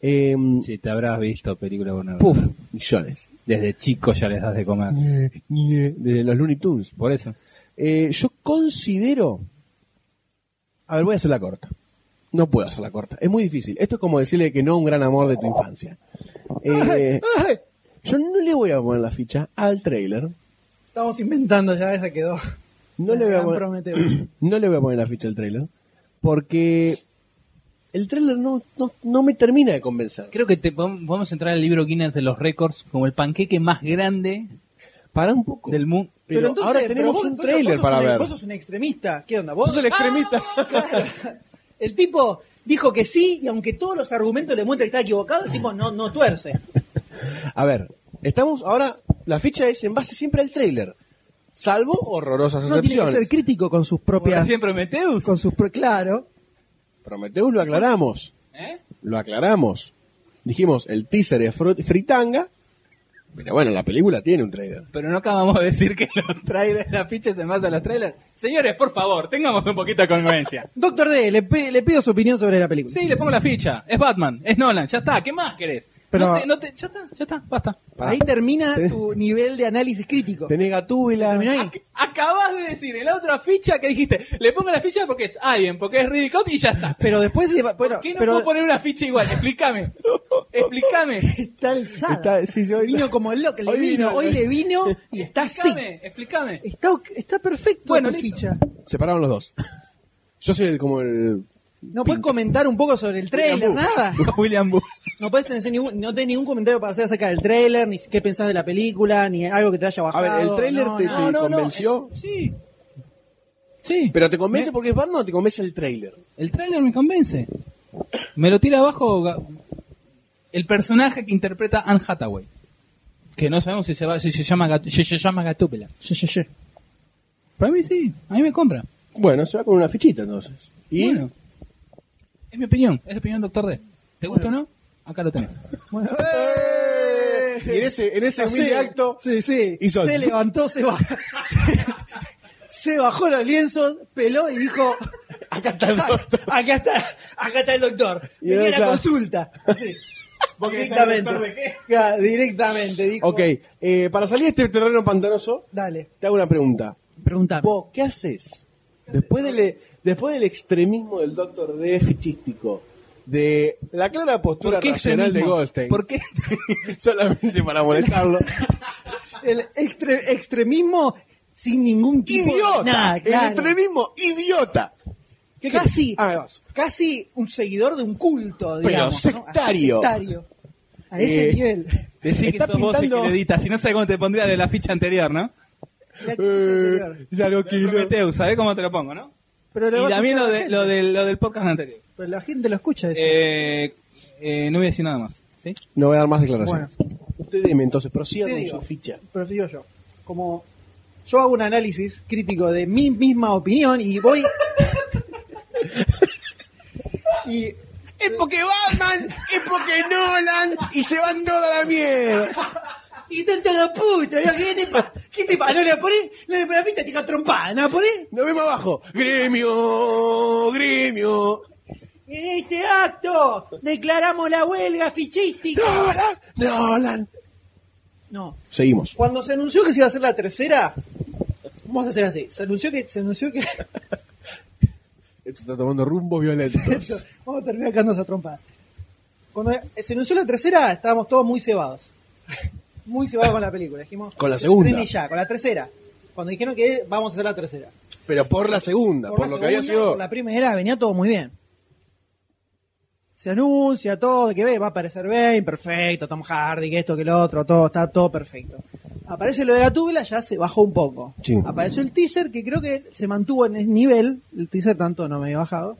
S3: Eh,
S1: Si te habrás visto película buena.
S3: Puf, millones.
S1: Desde chico ya les das de comer.
S3: De los Looney Tunes.
S1: Por eso.
S3: Eh, yo considero. A ver, voy a hacer la corta. No puedo hacer la corta. Es muy difícil. Esto es como decirle que no a un gran amor de tu infancia. Eh, yo no le voy a poner la ficha al trailer.
S2: Estamos inventando ya, esa quedó.
S3: No le, voy a
S2: Gran
S3: poner,
S2: Prometeo.
S3: no le voy a poner la ficha al trailer. Porque el trailer no, no, no me termina de convencer.
S1: Creo que te, podemos podemos entrar al libro Guinness de los récords como el panqueque más grande
S3: Para un poco.
S1: del mundo.
S3: Pero
S2: entonces,
S3: ahora
S2: pero
S3: tenemos
S2: vos-
S3: un
S2: pero vos
S3: trailer
S2: sos
S3: para
S2: un-
S3: ver.
S2: Vos sos un extrememista. ¿Qué onda? Vos
S3: Sos el extremista.
S2: Claro. El tipo dijo que sí y aunque todos los argumentos le muestran que está equivocado, el tipo no, no tuerce.
S3: A ver, estamos ahora. La ficha es en base siempre al trailer. Salvo horrorosas
S2: No tiene que
S3: excepciones.
S2: ser crítico con sus propias...
S1: Siempre Prometheus.
S2: Con sus... pro- Claro.
S3: Prometeus lo aclaramos.
S1: ¿eh?
S3: Lo aclaramos. Dijimos, el teaser es fru- fritanga. Pero bueno, la película tiene un trailer.
S1: Pero no acabamos de decir que los trailers, las fichas en base a los trailers. Señores, por favor, tengamos un poquito de congruencia.
S2: Doctor D, le, pe- le pido su opinión sobre la película.
S1: Sí, le pongo la ficha. Es Batman, es Nolan, ya está. ¿Qué más querés?
S2: Pero-
S1: No te- no te- ya está, ya está, basta.
S3: Pará.
S2: Ahí termina tu nivel de análisis crítico.
S3: Tenés Gatúbela.
S2: Terminó ahí.
S1: Ac- acabas de decir en la otra ficha que dijiste, le pongo la ficha porque es Alien, porque es Ridley Scott y ya está.
S2: Pero después de, bueno,
S1: ¿Qué no
S2: pero
S1: puedo poner una ficha igual? Explícame. Explícame.
S2: está alzada.
S3: Está- sí, sí, hoy-
S2: vino como el loco, le
S3: hoy
S2: vino,
S3: vino-
S2: hoy le vino y está así.
S1: Explícame, explícame.
S2: Está, ok- está perfecto
S1: Bueno,
S2: tu
S1: listo.
S2: ficha.
S3: Separaron los dos. Yo soy el, como el.
S2: ¿No puedes comentar un poco sobre el trailer, nada?
S1: William Boo.
S2: No puedes tener ningún, no tenés ningún comentario para hacer acerca del trailer, ni qué pensás de la película, ni algo que te haya
S3: A
S2: bajado.
S3: ver, el tráiler
S2: no,
S3: te-
S2: no.
S1: No, no, no.
S3: convenció?
S1: eh, Sí.
S3: Pero te convence porque es Batman o te convence el trailer.
S1: El tráiler me convence. Me lo tira abajo Ga- el personaje que interpreta Anne Hathaway. Que no sabemos si se, va- si se llama, Gat- si se llama Gatúpela.
S2: Ye, ye, ye.
S1: Para mí sí, a mí me compra.
S3: Bueno, se va con una fichita entonces. Y
S1: Bueno, es mi opinión, es la opinión del doctor D. ¿Te gusta o no? Acá lo tenés.
S2: Bueno, ¡eh!
S3: Y en ese, en ese humilde
S2: Sí,
S3: acto
S2: Sí, sí.
S3: hizo-
S2: Se levantó, se bajó. Se, se bajó los lienzos, peló y dijo:
S3: Acá está el doctor.
S2: Acá está, acá está el doctor.
S3: Y
S2: Venía a
S3: ella-
S2: la consulta. Sí.
S4: ¿Vos querés ser
S2: Directamente.
S4: doctor de qué?
S2: Claro, directamente. Dijo,
S3: Ok, eh, para salir de este terreno pantanoso,
S2: Dale,
S3: te hago una pregunta.
S2: preguntame.
S3: Vos, ¿qué haces? Después del, e, después del extremismo del doctor D fichístico, de la clara postura
S1: ¿Por qué
S3: racional de
S1: extremismo?
S3: Goldstein,
S1: ¿Por qué?
S3: solamente para molestarlo,
S2: El extre- extremismo sin ningún tipo
S3: idiota,
S2: de nada, claro.
S3: el extremismo idiota, ¿Qué
S2: casi,
S3: querés? Ah, me vas.
S2: casi un seguidor de un culto,
S3: Pero
S2: digamos, ¿no?
S3: sectario.
S2: sectario. A ese
S3: Eh,
S2: nivel.
S1: Decí que
S3: Está
S1: sos vos el que
S3: pintando-
S1: le edita. Si no sé cómo te pondría de la ficha anterior, ¿no?
S2: La escucha
S3: Eh,
S2: anterior.
S3: es algo que
S1: Del Prometheus, ¿sabés cómo te lo pongo, no?
S2: Pero lo va
S1: y
S2: a
S1: también lo,
S2: escuchar la
S1: de,
S2: gente.
S1: lo, del, lo del podcast anterior.
S2: Pero la gente lo escucha eso.
S1: Eh, eh, no voy a decir nada más. ¿sí?
S3: no voy a dar más declaraciones. Usted dime entonces, prosiga
S2: Te
S3: con
S2: digo.
S3: su ficha.
S2: Pero digo yo, como yo hago un análisis crítico de mi misma opinión y voy y
S3: Es porque Batman, es porque Nolan, y se van toda la mierda.
S2: Y están todos putos, ¿no? ¿qué te pasa? ¿Qué te pasa? ¿No le ponés? ¿No le ponés la pista? Te cago trompada, ¿no la ponés?
S3: Nos vemos abajo. Gremio, gremio.
S2: En este acto declaramos la huelga fichística.
S3: Nolan, Nolan.
S2: No,
S3: Seguimos.
S2: cuando se anunció que se iba a hacer la tercera, vamos a hacer así. Se anunció que, se anunció que
S3: Esto está tomando rumbos violentos.
S2: Vamos a terminar cagándonos a trompada. Cuando se anunció la tercera, estábamos todos muy cebados. Muy cebados con la película. Dijimos,
S3: Con la segunda.
S2: "Estrenen ya, con la tercera. Cuando dijeron que vamos a hacer la tercera.
S3: Pero por la segunda, por,
S2: la
S3: lo que había
S2: segunda,
S3: sido.
S2: por la primera venía todo muy bien. Se anuncia todo, que ve, va a aparecer Bane, perfecto, Tom Hardy, que esto, que lo otro, todo, está todo perfecto. Aparece lo de Gatúbela, ya se bajó un poco.
S3: Sí.
S2: Apareció el teaser, que creo que se mantuvo en el nivel, el teaser tanto no me había bajado.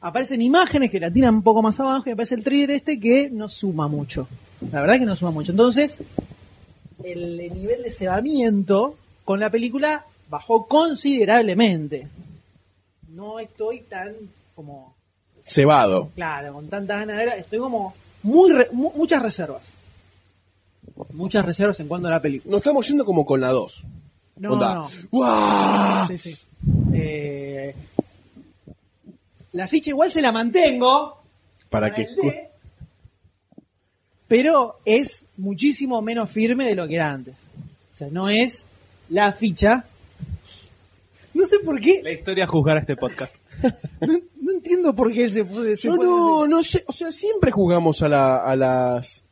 S2: Aparecen imágenes que la tiran un poco más abajo y aparece el trigger este que no suma mucho. La verdad que no suma mucho. Entonces, el nivel de cebamiento con la película bajó considerablemente. No estoy tan como
S3: Cebado.
S2: claro, con tantas ganas de ver, estoy como muy re- mu- muchas reservas. Muchas reservas en cuanto a la película.
S3: Nos estamos yendo como con la 2.
S2: No, no.
S3: ¡Guau!
S2: Sí, sí. Eh, la ficha igual se la mantengo,
S3: Para
S2: para
S3: que.
S2: el D, pero es muchísimo menos firme de lo que era antes. O sea, no es la ficha. No sé por qué,
S1: La historia juzgará este podcast.
S2: no, no entiendo por qué se puede se
S3: Yo
S2: puede
S3: no,
S2: hacer.
S3: no sé. O sea, siempre jugamos a, la, a las.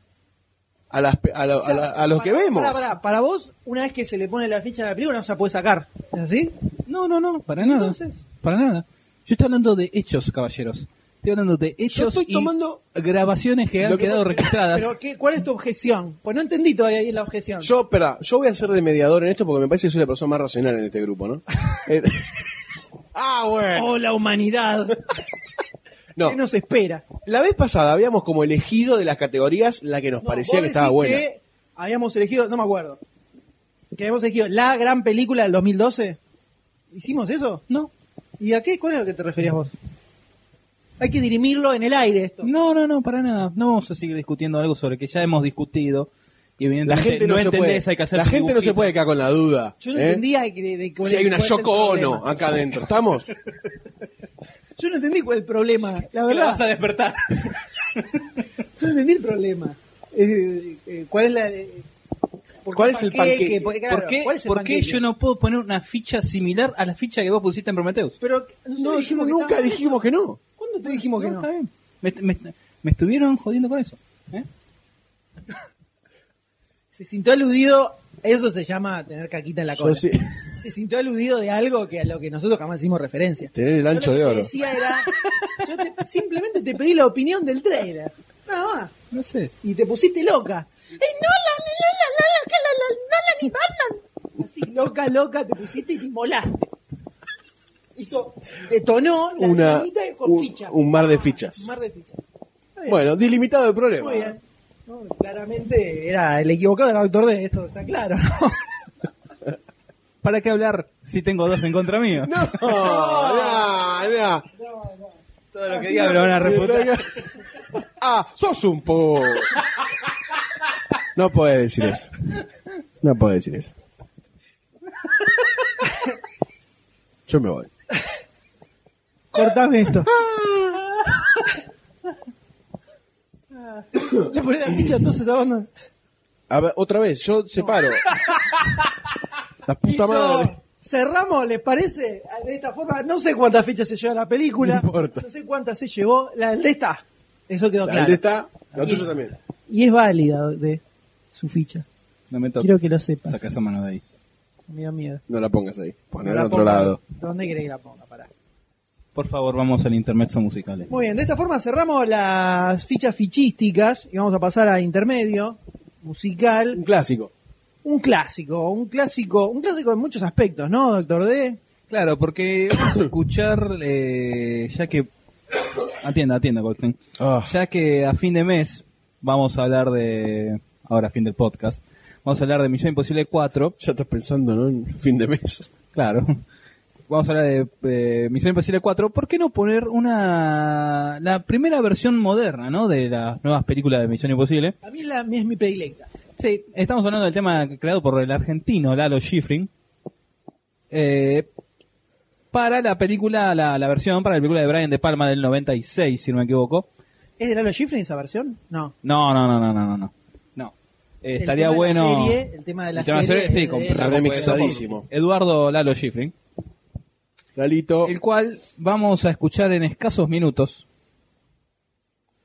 S3: A, las, pe- a, la- a, la- a los que
S2: Pará,
S3: vemos.
S2: pará, pará. Para vos, una vez que se le pone la ficha a la película, no se la puede sacar. ¿Es así?
S1: No, no, no, para nada.
S2: Entonces.
S1: Para nada. Yo estoy hablando de hechos, caballeros. Estoy hablando de
S3: Yo
S1: hechos
S3: estoy
S1: y
S3: tomando-
S1: grabaciones que
S3: Lo
S1: han
S3: que
S1: quedado
S3: pasa-
S1: registradas.
S2: Pero, ¿qué, ¿cuál es tu objeción? Pues no entendí todavía ahí la objeción.
S3: Yo, espera, yo voy a ser de mediador en esto porque me parece que soy la persona más racional en este grupo, ¿no? Eh, ah, bueno.
S2: ¡Oh, la humanidad!
S3: No,
S2: ¿Qué nos espera?
S3: la vez pasada habíamos como elegido de las categorías la que nos
S2: No,
S3: parecía
S2: vos
S3: que estaba
S2: decís
S3: buena.
S2: que habíamos elegido, no me acuerdo, que habíamos elegido la gran película del 2012. ¿Hicimos eso?
S1: No,
S2: ¿Y a qué? ¿Cuál es lo que te referías vos? Hay que dirimirlo en el aire esto.
S1: no, no, no, para nada. No vamos a seguir discutiendo algo sobre que ya hemos discutido. Y
S3: La
S1: evidentemente
S3: gente no,
S1: no,
S3: se
S1: entendés,
S3: puede.
S1: hay que hacer
S3: la
S1: tu
S3: gente no se
S1: dibujito.
S3: puede quedar con la duda.
S2: Yo no
S3: ¿eh?
S2: entendía de, de, de cuál
S3: Si hay una
S2: cuál es el
S3: Yoko Ono
S2: problema.
S3: acá adentro, ¿estamos?
S2: Yo no entendí cuál es el problema, la
S1: Te la
S2: verdad.
S1: vas a despertar.
S2: Yo no entendí el problema. Eh, eh, ¿Cuál es la...? eh, por qué
S3: ¿Cuál es el panqueque?
S2: Porque, claro,
S1: ¿Por qué,
S2: ¿cuál es el
S1: por qué
S2: panqueque?
S1: yo no puedo poner una ficha similar a la ficha que vos pusiste en Prometheus?
S2: Pero,
S3: No, yo
S2: dijimos que
S3: nunca
S2: estábamos-
S3: dijimos que no.
S2: ¿Cuándo te dijimos que
S1: No,
S2: no?
S1: está bien. Me, me- me estuvieron jodiendo con eso. ¿eh?
S2: Se sintió aludido, eso se llama tener caquita en la
S3: Yo
S2: cola.
S3: sí.
S2: Se sintió aludido de algo que a lo que nosotros jamás hicimos referencia.
S3: Tener el ancho
S2: yo lo que te
S3: de oro.
S2: decía era, yo te- simplemente te pedí la opinión del trailer, nada más,
S1: No sé.
S2: y te pusiste loca. ¡Ey, Nolan, Nolan, Nolan, que Nolan, Nolan y Batman! Así, loca, loca, te pusiste y te inmolaste. Hizo, detonó la
S3: Una-
S2: dinamita con
S3: un-
S2: ficha.
S3: un mar de fichas.
S2: Un mar de fichas. Está bien.
S3: Bueno, delimitado el problema.
S2: Muy bien. No, claramente era el equivocado era doctor D, esto está claro.
S1: ¿Para qué hablar si tengo dos en contra mío?
S3: No, no, no.
S1: Todo lo que diga me lo van a reputar.
S3: Ah, sos un po. No puede decir eso. No puede decir eso. Yo me voy.
S2: Cortame
S3: Ah.
S2: esto. Le pones la ficha entonces a Batman.
S3: A ver, otra vez, yo separo. La puta
S2: Listo.
S3: madre.
S2: Cerramos, ¿les parece? De esta forma, no sé cuántas fichas se lleva la película.
S3: No importa.
S2: sé cuántas se llevó. La del de esta. Eso quedó
S3: La
S2: claro.
S3: de está, la tuya también.
S2: Y es válida de su ficha.
S1: No me toques.
S2: Quiero que lo sepas.
S1: Saca esa mano de ahí.
S2: Me da miedo.
S3: No la pongas ahí.
S2: No
S3: Ponela en
S2: la
S3: otro
S2: pongo.
S3: lado.
S2: ¿Dónde querés que la ponga? Pará.
S1: Por favor, vamos al intermezzo musical.
S2: Muy bien, de esta forma cerramos las fichas fichísticas y vamos a pasar a intermedio
S3: Un
S2: musical.
S3: clásico.
S2: Un clásico, un clásico, un clásico en muchos aspectos, ¿no, doctor D?
S1: Claro, porque vamos a escuchar, eh, ya que... Ah. Atienda, atienda, Goldstein. Ya que a fin de mes vamos a hablar de... Ahora, fin del podcast. Vamos a hablar de Misión Imposible 4.
S3: Ya estás pensando, ¿no? En fin de mes.
S1: Claro. Vamos a hablar de eh, Misión Imposible 4. ¿Por qué no poner una... La primera versión moderna, ¿no? De las nuevas películas de Misión Imposible.
S2: A mí es, la, es mi predilecta.
S1: Sí, estamos hablando del tema creado por el argentino Lalo Schifrin. eh, para la película, la, la versión, para la película de Brian De Palma del 96, si no me equivoco.
S2: ¿Es de Lalo Schifrin esa versión? No.
S1: No, no, no, no, no, no. no. No. Eh,
S2: El
S1: estaría
S2: tema de la
S1: bueno.
S2: serie- el tema de la
S1: el tema
S2: serie
S1: sí,
S2: es
S1: con-
S2: de-
S1: con-
S3: Remixadísimo.
S1: Eduardo Lalo Schifrin.
S3: Lalito.
S1: El cual vamos a escuchar en escasos minutos.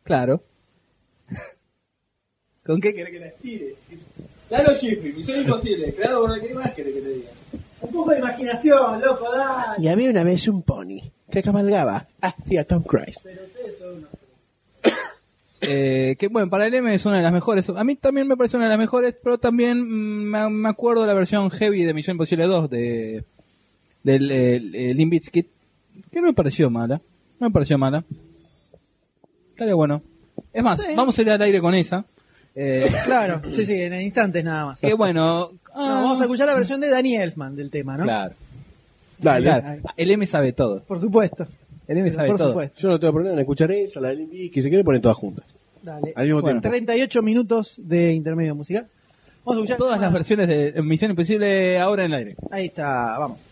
S1: Claro. ¿Con qué querés que la
S4: Tire. Lalo Schifrin, Misión Imposible, creado por el que más quiere que te diga.
S2: Un poco de imaginación, loco, dale.
S3: Y había una vez un pony que cabalgaba hacia Tom Cruise.
S1: Eh, que bueno, para el M es una de las mejores. A mí también me parece una de las mejores, pero también mm, me, me acuerdo la versión heavy de Misión Imposible 2 de del el- el Limp Bizkit, que no me pareció mala. No me pareció mala. Estaría bueno. Es más,
S2: Sí.
S1: vamos a ir al aire con esa. Eh,
S2: Claro, sí, sí, en instantes nada más.
S1: que bueno.
S2: No,
S1: ah,
S2: vamos a escuchar la versión de Dani Elfman del tema, ¿no?
S1: Claro,
S3: Dale.
S1: claro. El M sabe todo.
S2: Por supuesto.
S1: El M sabe
S2: Por
S1: todo.
S2: supuesto.
S3: Yo no tengo problema en escuchar esa, la del y que se quiere poner todas juntas.
S2: Dale.
S3: Al mismo tiempo.
S2: 38 minutos de intermedio musical. Vamos a escuchar.
S1: Todas las versiones de Misión Imposible ahora en el aire.
S2: Ahí está, vamos.